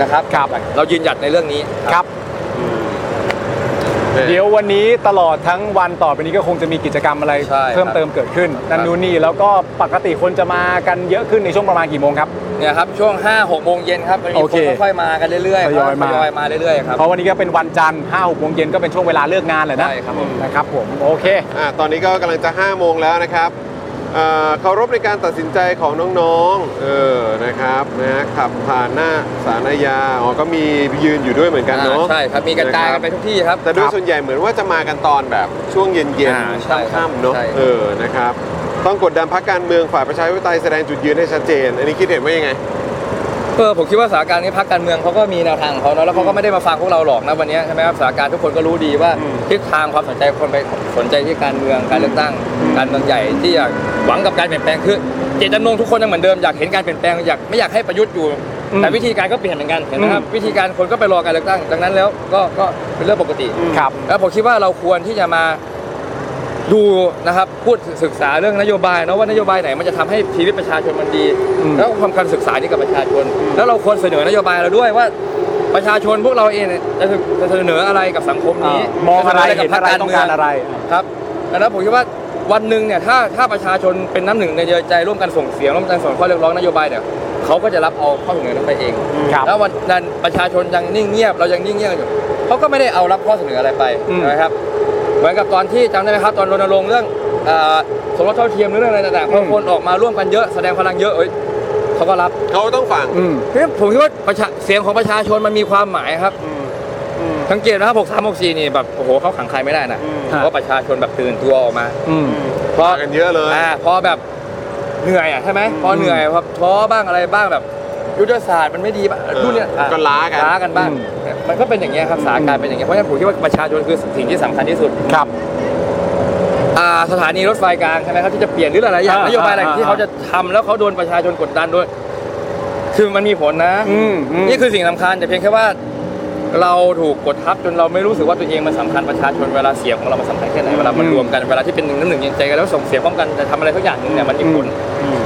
Speaker 5: นะครับ
Speaker 3: ครับ
Speaker 5: เรายืนหยัดในเรื่องนี้
Speaker 3: ครับ เดี๋ยววันนี้ตลอดทั้งวันต่อไปนี้ก็คงจะมีกิจกรรมอะไร
Speaker 5: ใช่
Speaker 3: เพิ่ม
Speaker 5: ครับ
Speaker 3: เติมเกิดขึ้นนั่น
Speaker 5: ครับ
Speaker 3: นู่นนี่แล้วก็ปกติคนจะมากันเยอะขึ้นในช่วงประมาณกี่โมงครับ
Speaker 5: เนี่ยครับช่วง5้าหกโมงเย็นครับมันมี
Speaker 3: โอ
Speaker 5: ค
Speaker 3: เคน
Speaker 5: ค่อยๆมากันเรื่อยๆ
Speaker 3: ทยอยมา
Speaker 5: ทยอยมาเรื่อยๆครับ
Speaker 3: เพราะวันนี้ก็เป็นวันจันทร์ห้าหกโมงเย็นก็เป็นช่วงเวลาเลิกงานแหละนะ
Speaker 5: ใช่ครับผม
Speaker 3: นะครับผมโอเค
Speaker 4: อ่ะตอนนี้ก็กำลังจะ 5 โมงแล้วนะครับเอ่อเคารพในการตัดสินใจของน้องๆ เออ นะครับนะฮะขับผ่านหน้าสารยา อ๋อ ก็มียืนอยู่ด้วยเหมือนกันเนาะ
Speaker 5: อ่าใช่ครับมีกระจายกันไปทุกที่ครับ
Speaker 4: แต่โดยส่วนใหญ่เหมือนว่าจะมากันตอนแบบช่วงเย็น
Speaker 5: อ่า
Speaker 4: ๆ
Speaker 5: ใช่ครับ
Speaker 4: ค่ำๆเนาะ
Speaker 5: ใช่ครับ
Speaker 4: เออ นะครับ ต้องกดดันพรรคการเมืองฝ่ายประชาธิปไตยแสดงจุดยืนให้ชัดเจน อันนี้คิดเห็นว่ายังไง
Speaker 5: เออผมคิดว่าสถานการณ์นี้พรรคการเมืองเขาก็มีแนวทางของเขาเนอะแล้วเขาก็ไม่ได้มาฟังพวกเราหรอกนะวันนี้ใช่ไหมครับสถานการณ์ทุกคนก็รู้ดีว่าทิศทางความสนใจคนไปสนใจที่การเมืองการเลือกตั้ง การเมืองใหญ่ที่อยากหวังกับการเปลี่ยนแปลงคือเจตจำนงทุกคนยังเหมือนเดิมอยากเห็นการเปลี่ยนแปลงอยากไม่อยากให้ประยุทธ์อยู่
Speaker 3: อืม
Speaker 5: แต่วิธีการก็เปลี่ยนเหมือนกันเห็นไหมครับ
Speaker 3: อืม
Speaker 5: วิธีการคนก็ไปรอการเลือกตั้งดังนั้นแล้วก็ก็เป็นเรื่องปกติ
Speaker 3: ครับ
Speaker 5: แล้วผมคิดว่าเราควรที่จะมาดูนะครับพูดศึกษาเรื่องนโยบายนะว่านโยบายไหนมันจะทำให้ชีวิตประชาชนมันดี
Speaker 3: อืม
Speaker 5: แล้วความการศึกษานี่กับประชาชน แล้วเราควรเสนอนโยบายเราด้วยว่า ประชาชนพวกเราเองเนี่ยจะจะเสนออะไรกับสังคมนี้
Speaker 3: มองอะไรเห็นอะไร
Speaker 5: จส
Speaker 3: ต้อง
Speaker 5: มื
Speaker 3: การอะไร
Speaker 5: ครับดังนั้นผมคิดว่าวันหนึ่งเนี่ยถ้าถ้าประชาชนเป็นน้ำหนึ่งในใจร่วมกันส่งเสียงร่วมกันส่งข้อเรียกร้องนโยบายเนี่ยเขาก็จะรับเอาข้อเสนอนั้นไปเอง
Speaker 3: ครับ
Speaker 5: แล้ววันนั้นประชาชนยังนิ่งเงียบเรายังนิ่งเงียบอยู่เขาก็ไม่ได้เอารับข้อเสนออะไรไป
Speaker 3: อืม
Speaker 5: นะครับ เหมือนกับตอนที่จำได้ไหมครับตอนรณรงค์เรื่องเอ่อสมรสเท่าเทียมหรือเรื่องอะไรต่างๆพอ
Speaker 3: อืม
Speaker 5: คนออกมาร่วมกันเยอะแสดงพลังเยอะเอ้ยเขาก็รับ
Speaker 4: เขาต้องฟัง
Speaker 3: อืม
Speaker 5: เนี่ยผมคิดว่าประชาเสียงของประชาชนมันมีความหมายครับสังเกตนะครับ6 3 6 4นี่แบบโอ้โหเขาขังใครไม่ได้นะ
Speaker 4: อืม
Speaker 5: เพราะประชาชนแบบตื่นตัวออกมา
Speaker 3: อืม
Speaker 5: เพราะ
Speaker 4: มากันเยอะเลย
Speaker 5: อ่าพอแบบเหนื่อยอ่ะใช่ไหมพอเหนื่อยครับท้อบ้างอะไรบ้างแบบยุทธศาสตร์มันไม่ดีบ้างรุ่นเนี้ยอ่ะ
Speaker 4: ก็ล้ากัน
Speaker 5: ล้ากันบ้าง
Speaker 3: อืม
Speaker 5: มันก็เป็นอย่างเงี้ยครับสถานการณ์เป็นอย่างเงี้ยเพราะฉะนั้นผมคิดว่าประชาชนคือสิ่งที่สำคัญที่สุด
Speaker 3: ครับ
Speaker 5: อ่าสถานีรถไฟกลางใช่ไหมครับที่จะเปลี่ยนหรืออะไรอย่าง
Speaker 3: อ่าน
Speaker 5: โยบายอะไร
Speaker 3: อ่า
Speaker 5: ที่เขาจะทำแล้วเขาโดนประชาชนกดดันด้วยคือมันมีผลนะ
Speaker 3: อืมอืม
Speaker 5: นี่คือสิ่งสำคัญแต่เพียงแค่ว่า เราถูกกดทับจนเราไม่รู้สึกว่าตัวเองมันสำคัญประชาชนเวลาเสียงของเรามันสำคัญแค่ไหนเวลามันรวมกันเวลาที่เป็นหนึ่งน้ำหนึ่งเย็นใจกันแล้วส่งเสียงพร้อมกันจะทำอะไรทุกอย่างหนึงเนี่ยมันมีผล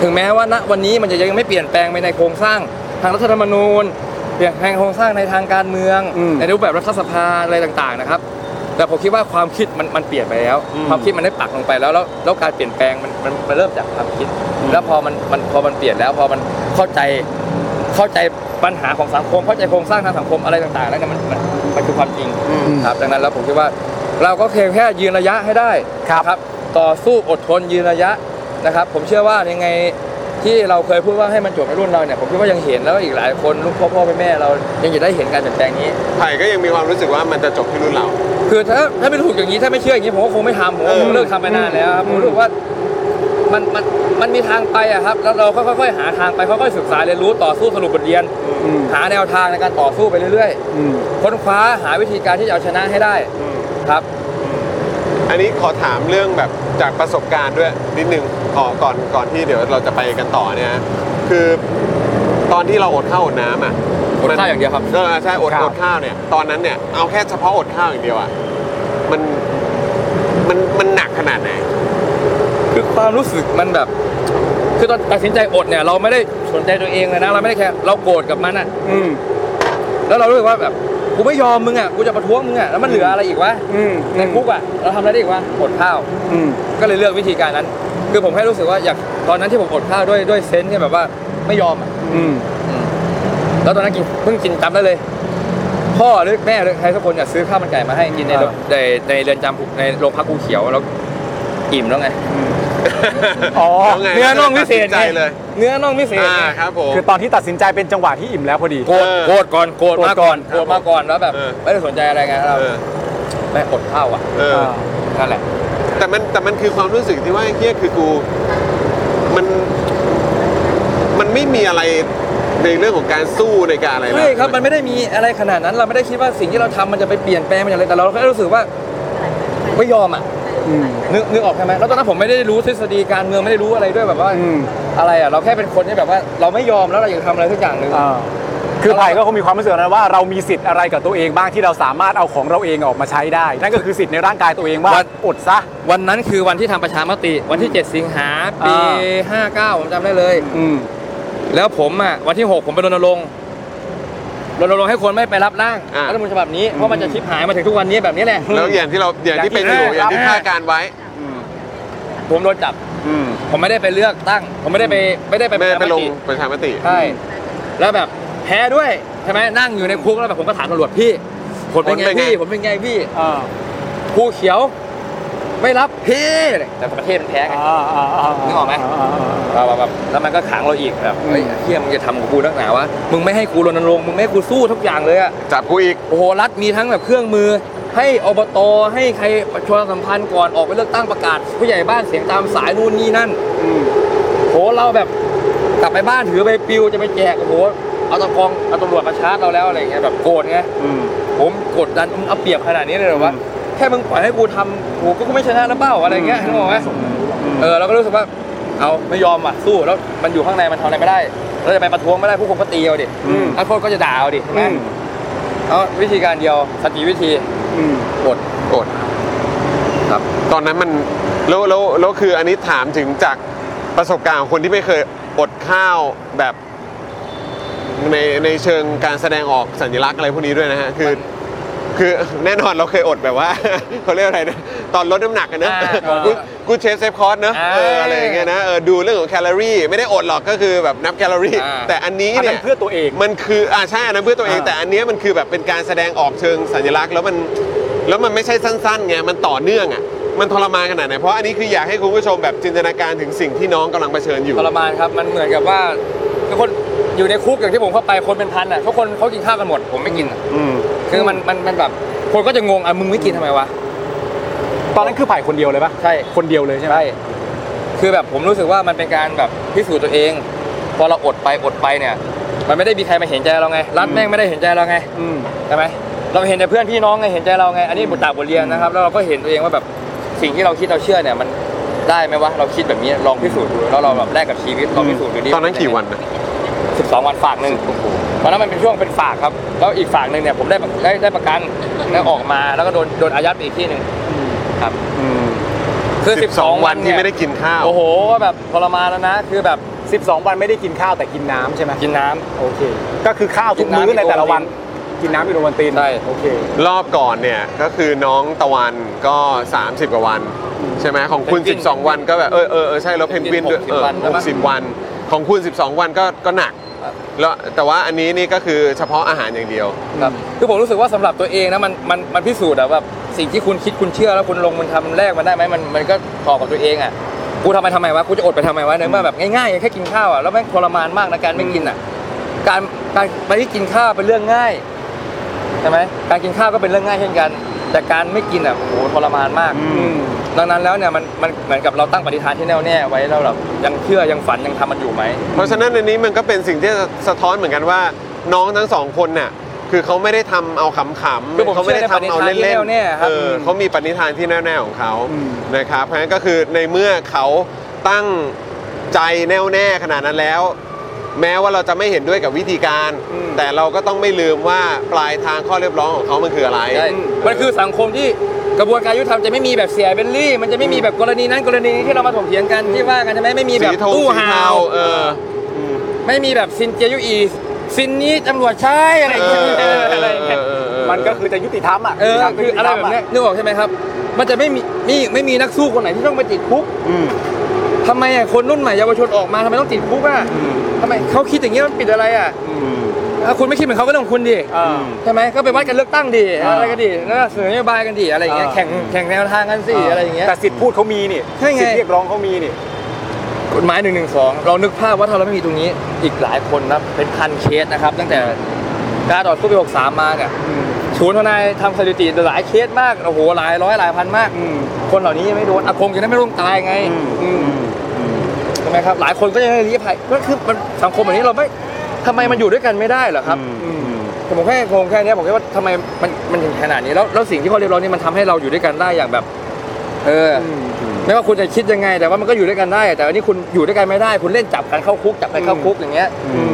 Speaker 5: ถึงแม้ว่าณวันนี้มันจะยังไม่เปลี่ยนแปลงไปในโครงสร้างทางรัฐธรรมนูญเปลี่ยนแปลงโครงสร้างในทางการเมือง
Speaker 3: อืม
Speaker 5: ในรูปแบบรัฐสภาอะไรต่างๆนะครับ แต่ผมคิดว่าความคิดมันมันเปลี่ยนไปแล้ว ความคิดมันได้ปักลงไปแล้วแล้วแล้วการเปลี่ยนแปลงมันมันมันเริ่มจากความคิด แล้วพอมันมันพอมันเปลี่ยนแล้วพอมันเข้าใจ เข้าใจปัญหาของสังคม เข้าใจโครงสร้างทางสังคมอะไรต่างๆ แล้วเนี่ยมันมันมันคือความจริงครับดังนั้นแล้วผมคิดว่าเราก็เพียงแค่ยืนระยะให้ได้
Speaker 3: ครับ
Speaker 5: ครับ ต่อสู้อดทนยืนระยะนะครับ ผมเชื่อว่ายังไงที่เราเคยพูดว่าให้มันจบในรุ่นเราเนี่ยผมคิดว่ายังเห็นแล้วอีกหลายคนลูกพ่อพ่อแม่แม่เรายังจะได้เห็นการเปลี่ยนแปลงนี้
Speaker 4: ไผ่ก็ยังมีความรู้สึกว่ามันจะจบที่รุ่นเรา
Speaker 5: คือถ้าถ้าไม่ถูกอย่างนี้ถ้าไม่เชื่ออย่างนี้ผมก็คงไม่ทำผมก็
Speaker 4: เออ
Speaker 5: เลิกทำไปนานแล้วครับผมรู้สึกว่ามันมันมันมีทางไปอะครับ แล้วเราก็ค่อยๆหาทางไปค่อยๆศึกษาเรียนรู้ต่อสู้สรุปบทเรียน
Speaker 3: อืม
Speaker 5: หาแนวทางในการต่อสู้ไปเรื่อย
Speaker 3: อืม
Speaker 5: ๆ ค้นคว้าหาวิธีการที่จะเอาชนะให้ได้ครับ
Speaker 4: อันนี้ขอถามเรื่องแบบจากประสบการณ์ด้วยนิดนึงขอก่อนก่อนที่เดี๋ยวเราจะไปกันต่อเนี่ยฮะคือตอนที่เราอดข้าวอดน้ำอ่ะ
Speaker 5: อดข้าวอย่างเดียวครับ
Speaker 4: เออใช่อด
Speaker 3: ครับ
Speaker 4: อดข้าวเนี่ยตอนนั้นเนี่ยเอาแค่เฉพาะอดข้าวอย่างเดียวอ่ะมันมันมันหนักขนาดไหน
Speaker 5: คือความรู้สึกมันแบบ คือตอนตัดสินใจอดเนี่ย เราไม่ได้สนใจตัวเองเลยนะ เราไม่ได้แค่เราโกรธกับมันอะ
Speaker 3: อืม
Speaker 5: แล้วเรารู้สึกว่าแบบกูไม่ยอมมึงอะกูจะประท้วงมึงอะแล้วมันเหลืออะไรอีกวะ
Speaker 3: อืม
Speaker 5: ในคุกอะเราทำอะไรได้อีกวะอดข้าว
Speaker 3: อืม
Speaker 5: ก็เลยเลือกวิธีการนั้น คือผมให้รู้สึกว่าอยากตอนนั้นที่ผมอดข้าวด้วยด้วยเซนส์ที่แบบว่าไม่ยอมอะ
Speaker 3: อืม
Speaker 5: แล้วตอนนั้นกินเพิ่งกินจำได้เลย พ่อหรือแม่หรือใครสักคนอยากซื้อข้าวมันไก่มาให้กินในโรงในในเรือนจำภูในโรงพักภูเขียวแล้วอิ่มแล้วไง
Speaker 3: อ๋อ
Speaker 4: แล้วไง
Speaker 5: เนื้อน่องพิเศษ
Speaker 4: ตัดสินใจ
Speaker 5: ไง
Speaker 4: เลย
Speaker 5: เนื้อน่องพิเศษ
Speaker 4: อ่า
Speaker 5: ไง
Speaker 4: ครับผม
Speaker 3: คือตอนที่ตัดสินใจเป็นจังหวะที่อิ่มแล้วพอดี
Speaker 5: โกรธโกรธก่อนโกรธมาก่อน
Speaker 4: โก
Speaker 5: โก
Speaker 4: ร
Speaker 5: ร
Speaker 4: ธ
Speaker 5: ธ
Speaker 4: ก่อน
Speaker 5: มาก่อนแล้วแบบ
Speaker 4: เออ
Speaker 5: ไม่ได้สนใจอะไรไง
Speaker 4: เอ
Speaker 5: เรา
Speaker 4: อ
Speaker 5: แม่อดข้าวอ่ะ
Speaker 4: เออ
Speaker 5: นั่นแหละ
Speaker 4: แต่มันแต่มันคือความรู้สึกที่ว่าไอ้เฮียคือกูมันมันไม่มีอะไรในเรื่องของการสู้ในการอะไรแล้ว
Speaker 5: ใช่ครับมันไม่ได้มีอะไรขนาดนั้นเราไม่ได้คิดว่าสิ่งที่เราทำมันจะไปเปลี่ยนแปลงมันอย่างไรแต่เราแค่รู้สึกว่า ไม่ยอมอ่ะ
Speaker 3: อืม
Speaker 5: นึกนึกออกใช่ไหมแล้วตอนนั้นผมไม่ได้รู้ทฤษฎีการเมืองไม่ได้รู้อะไรด้วยแบบว่า
Speaker 3: อืม
Speaker 5: อะไรอ่ะเราแค่เป็นคนที่แบบว่าเราไม่ยอมแล้วเราอยากทำอะไรสักอย่างหนึ่ง
Speaker 3: อ่าคือไผ่ก็คงมีความรู้สึกนะว่าเรามีสิทธิ์อะไรกับตัวเองบ้างที่เราสามารถเอาของเราเองออกมาใช้ได้ นั่นก็คือสิทธิ์ในร่างกายตัวเองว่า
Speaker 5: วัด
Speaker 3: อดซะ
Speaker 5: วันนั้นคือวันที่ทำประชามติวันที่ 7 สิงหาปี
Speaker 3: อ่
Speaker 5: 59 ผมจำได้เลย
Speaker 3: อืม
Speaker 5: แล้วผมอ่ะวันที่ 6 ผมไปรณรงค์รณรงค์ให้คนไม่ไปรับร่าง
Speaker 4: อ่า
Speaker 5: รัฐธรรมนูญฉบับนี้เพราะมันจะชิบหายมาถึงทุกวันนี้แบบนี้แหละ
Speaker 4: แล้วอย่างที่เราอย่างที่เป็นอยู่อ
Speaker 3: อา
Speaker 4: ย่ย่างง
Speaker 3: ที่
Speaker 4: ที่คาดการไว้
Speaker 5: ผมโดนจับ
Speaker 4: อืม
Speaker 5: ผมไม่ได้ไปเลือกตั้ง ผมไม่ได้ไปไม่ได้ไป
Speaker 4: ไม่ได้
Speaker 5: ป
Speaker 4: ไป
Speaker 5: ระชาม
Speaker 4: ลง
Speaker 5: ติ
Speaker 4: ประชามติ
Speaker 5: ใช่แล้วแบบแพ้ด้วยใช่ไหมนั่งอยู่ในคุกแล้วแบบผมก็ถามตำรวจพี่ผลเป็น
Speaker 4: ผลเป็
Speaker 5: ไง
Speaker 4: นไง
Speaker 5: พี่ผมเป็นไงพี่
Speaker 3: อ่า
Speaker 5: ภูเขียว ไม่รับพี่แต่ประเทศมันแพ้ไง
Speaker 3: อ่าอ่าา
Speaker 5: นึกออกไหม
Speaker 3: าอ่า
Speaker 5: เราแบบแล้วมันก็ขังเราอีกแบบเฮ้ยเฮียมึงจะทำกับกูนักหนาวะมึงไม่ให้กูรณรงค์มึงไม่ให้กูสู้ทุกอย่างเลยอะ
Speaker 4: จับกูอีก
Speaker 5: โอ้โหรัฐมีทั้งแบบเครื่องมือ ให้อบตให้ใครประชาสัมพันธ์ก่อนออกไปเลือกตั้งประกาศ ผู้ใหญ่บ้านเสียงตามสายนู่นนี่นั่นโหเราแบบกลับไปบ้านถือใบปลิวจะไปแจกโอ้โหเอาตะกองเอาตำรวจมาชาร์จเราแล้วอะไรอย่างเงี้ยแบบโกรธไงผมกดดันมึงเอาเปรียบขนาดนี้เลยเหรอวะแค่มึงปล่อยให้กูทำกูก็ไม่ชนะแล้วเปล่าอะไรอย่างเงี้ยนึกออกไหม เออเราก็รู้สึกว่าเอาไม่ยอมว่ะสู้แล้วมันอยู่ข้างในมันทำอะไรไม่ได้เราจะไปประท้วงไม่ได้ผู้คนก็ตีเอาดิ
Speaker 3: อืม
Speaker 5: นักโทษก็จะด่าเอาดิ
Speaker 3: อื
Speaker 5: นะ
Speaker 3: ม
Speaker 5: เอาวิธีการเดียวสติวิธี
Speaker 3: อืม
Speaker 5: กด
Speaker 4: กด
Speaker 5: ครับ
Speaker 4: ตอนนั้นมันแล้วแล้วแล้วคืออันนี้ถามถึงจากประสบการณ์ของคนที่ไม่เคยอดข้าวแบบในในเชิงการแสดงออกสัญลักษณ์อะไรพวกนี้ด้วยนะฮะ คือ คือ แน่นอนเราเคยอดแบบว่า เขาเรียกอะไรนะตอนลดน้ำหนักกันนะ
Speaker 5: อ่า
Speaker 4: กูกูเชฟเซฟคอร์สเนอะ
Speaker 5: อ่า
Speaker 4: เอออะไรอย่างเงี้ยนะเออดูเรื่องของแคลอรี่ ไม่ได้อดหรอกก็คือแบบนับแคลอรี่
Speaker 5: อ่า
Speaker 4: แต่อันนี้
Speaker 3: อัน
Speaker 4: เนี่
Speaker 3: นั้
Speaker 4: ย
Speaker 3: นเพื่อตัวเอง
Speaker 4: มันคืออ่าใช่อันนั้นเพื่อตัวเอง
Speaker 3: อ่า
Speaker 4: แต่อันเนี้ยมันคือแบบเป็นการแสดงออกเชิงสัญลักษณ์ แล้วมันแล้วมันไม่ใช่สั้นๆไงมันต่อเนื่องอ่ะมันทรมานขนาดไหนเพราะอันนี้คืออยากให้คุณผู้ชมแบบจินตนาการถึงสิ่งที่น้องกำลังเผชิญอยู่
Speaker 5: ทรมานครับมันเหมือนกับว่าคือคนอยู่ในคุกอย่างที่ผมเข้าไปคนเป็นพันอ่ะทุกคนเขากินข้าวกันหมด ผมไม่กินอะ
Speaker 4: อืม
Speaker 5: คือมันมันมันแบบคนก็จะงงอ่ะมึงไม่กินทำไมวะ
Speaker 3: ตอนนั้นคือไผ่คนเดียวเลยปะ
Speaker 5: ใช่
Speaker 3: คนเดียวเลยใช่ไหม
Speaker 5: ใช่ คือแบบผมรู้สึกว่ามันเป็นการแบบพิสูจน์ตัวเอง พอเราอดไปอดไปเนี่ย มันไม่ได้มีใครมาเห็นใจเราไงรัฐแม่งไม่ได้เห็นใจเราไง
Speaker 3: อืม
Speaker 5: ใช่ไหมเราเห็นแต่เพื่อนพี่น้องไงเห็นใจเราไง อันนี้บทจากบทเรียนนะครับ แล้วเราก็เห็นตัวเองว่าแบบสิ่งที่เราคิดเราเชื่อเนี่ยมันได้ไหมวะเราคิดแบบนี้ลองพิสูจน์ดูแล้วเราแบบแลกกับชีวิตลองพิสูจน์ดูดิ
Speaker 4: ตอนนั้นกี่วันนะ
Speaker 5: 12 วันฝากหนึ่งตอนนั้นมันเป็นช่วงเป็นฝากครับแล้วอีกฝากหนึ่งเนี่ยผมได้ประได้ได้ประกันแล้วออกมาแล้วก็โดนโดนอายัดไปอีกที่หนึ่งครับ
Speaker 4: อืม
Speaker 5: คือ
Speaker 4: สิบสอง
Speaker 5: 12
Speaker 4: วั
Speaker 5: วัน น
Speaker 4: ที่
Speaker 5: เนี่ย
Speaker 4: ไม่ได้กินข้าว
Speaker 5: โอ้โหก็แบบทรมานแล้วนะ คือแบบ
Speaker 3: 12 วันไม่ได้กินข้าวแต่กินน้ำใช่ไหม
Speaker 5: กินน้ำ
Speaker 3: โอเค ก็คือข้าวทุก
Speaker 5: กินน้ำ
Speaker 3: มื้อในแต่ละวันกิ
Speaker 5: อิโดวันติ
Speaker 3: นน้ำอิโดวันติน
Speaker 5: ใช่
Speaker 3: โอเค
Speaker 4: รอบก่อนเนี่ยก็คือน้องตะวันก็ 30 กว่าวัน ใช่ไหมของคุณ
Speaker 5: เพนกวิน
Speaker 4: 12 วันก็แบบเออเออเออใช่แล้วเพนกวินด้วย
Speaker 5: เพนกวิน60วัน
Speaker 4: เออ
Speaker 5: แล้วมั้
Speaker 4: ห
Speaker 5: ง
Speaker 4: กสิบวัน ของคุณ 12 วันก็ก็หนัก
Speaker 5: ครับ
Speaker 4: แล้วแต่ว่าอันนี้นี่ก็คือเฉพาะอาหารอย่างเดียว
Speaker 5: ครับคือผมรู้สึกว่าสำหรับตัวเองนะมันมันมันพิสูจน์อะแบบสิ่งที่คุณคิดคุณเชื่อแล้วคุณลงมันทำแรกมันได้ไหมมันมันก็ตอบกับตัวเองอะกูทำไปทำไมวะกูจะอดไปทำไมวะในเมื่อแบบง่ายๆแค่กินข้าวอะแล้วแม่งทรมานมากนะการไม่กินอะการการไปที่กินข้าวเป็นเรื่องง่ายใช่ไหมการกินข้าวก็เป็นเรื่องง่ายเช่นกัน แต่การไม่กินอะโอ้โหทรมานมากดังนั้นแล้วเนี่ยมันมันเหมือนกับเราตั้งปณิธานที่แน่วแน่ไว้แล้วแบบยังเชื่อยังฝันยังทำมันอยู่ไหม
Speaker 4: เพราะฉะนั้นอันนี้มันก็เป็นสิ่งที่สะท้อนเหมือนกันว่าน้องทั้งสองคนน่ะคือเขาไม่ได้ทำเอาขำ
Speaker 5: คือผม
Speaker 4: ๆเขาไม่ได้ทำเอาเล่น
Speaker 5: เชื่อในปณิธานที่แน่วแน่
Speaker 4: ๆ
Speaker 5: ครับ
Speaker 4: เออเขามีปณิธานที่แน่วแน่ของเขา
Speaker 3: อืม
Speaker 4: นะครับเพราะฉะนั้นก็คือในเมื่อเขาตั้งใจแน่วแน่ขนาดนั้นแล้ว แม้ว่าเราจะไม่เห็นด้วยกับวิธีการ แต่เราก็ต้องไม่ลืมว่าปลายทางข้อเรียกร้องของเขามันคืออะไร
Speaker 5: ใช่มันคือสังคมที่กระบวนการยุติธรรมจะไม่มีแบบเสียเบลลี่ มันจะไม่มีแบบกรณีนั้นกรณีนี้ที่เรามาถกเถียงกันที่ว่ากันใช่ไหมไม่มีแบบ
Speaker 4: สีทง
Speaker 5: ตู้
Speaker 4: สี
Speaker 5: ฮา
Speaker 4: เทาว เออ
Speaker 5: ไม่มีแบบซินเจยยุอีซินนี้ตำรวจใช่อะไรอย่างเงี้ย
Speaker 4: เออเออเออเออ
Speaker 5: อะไรอย่างเงี้ย
Speaker 3: มันก็คือจะยุติธรรมอ่ะ
Speaker 5: เออ
Speaker 3: ยุติธม
Speaker 5: คืออะไรแบบเนี้ยนึกออกใช่ไหมครับ มันจะไม่มีนี่ไม่มีนักสู้คนไหนที่ต้องไปติดคุก
Speaker 4: อืม
Speaker 5: ทำไมอ่ะคนรุ่นใหม่เยาวชนออกมาทำไมต้องติดคุกอ่ะทำไมเขาคิดอย่างเงี้ยมันปิดอะไรอ่ะอ่ะคุณไม่คิดเหมือนเขาก็เรื่องของคุณดิ
Speaker 3: เออ
Speaker 5: ใช่ไหมก็ไปวัดกันเลือกตั้งดี
Speaker 3: อ่า
Speaker 5: อะไรกันดีแล้วก็เสนอนโยบายกันดีอะไรอย่างเงี้ย
Speaker 3: อ่า
Speaker 5: แข่งแข่งแนวทางกันสิอะไรอย่างเงี้ย
Speaker 3: แต่สิทธิ์พูดเขามีนี่
Speaker 5: ใช่ไง
Speaker 3: สิทธิ์เรียกร้องเขามีนี่
Speaker 5: กฎหมาย1นึเรานึกภาพว่าถ้าเราไม่มีตรงนี้อีกหลายคนนะเป็นพันเคสนะครับ ตั้งแต่การต่อสู้ปี63 มาเนี่ยศูนย์ทนายทำสถิติหลายเคสมากโอ้โหหลายร้อยหลายพันมาก
Speaker 3: อืม
Speaker 5: คนเหล่านี้ยังไม่โดนอากงยังไม่ร่วงตายไงอืมใช่ไหมครับหลายคนก็ยังได้ลี้ภัยก็คือมันสังคมแบบนี้เราไม่ทำไมมันอยู่ด้วยกันไม่ได้เหรอครับผมแค่งงแค่เนี้ยผมแค่ว่าทำไมมันมันถึงขนาดนี้แล้วแล้วสิ่งที่เขาเรียกร้องนี่มันทำให้เราอยู่ด้วยกันได้อย่างแบบ เอออไม่ว่าคุณจะคิดยังไง แต่ว่ามันก็อยู่ด้วยกันได้ แต่อันนี้คุณอยู่ด้วยกันไม่ได้ คุณเล่นจับกันเข้าคุกจับกันเข้าคุกอย่างเงี้ย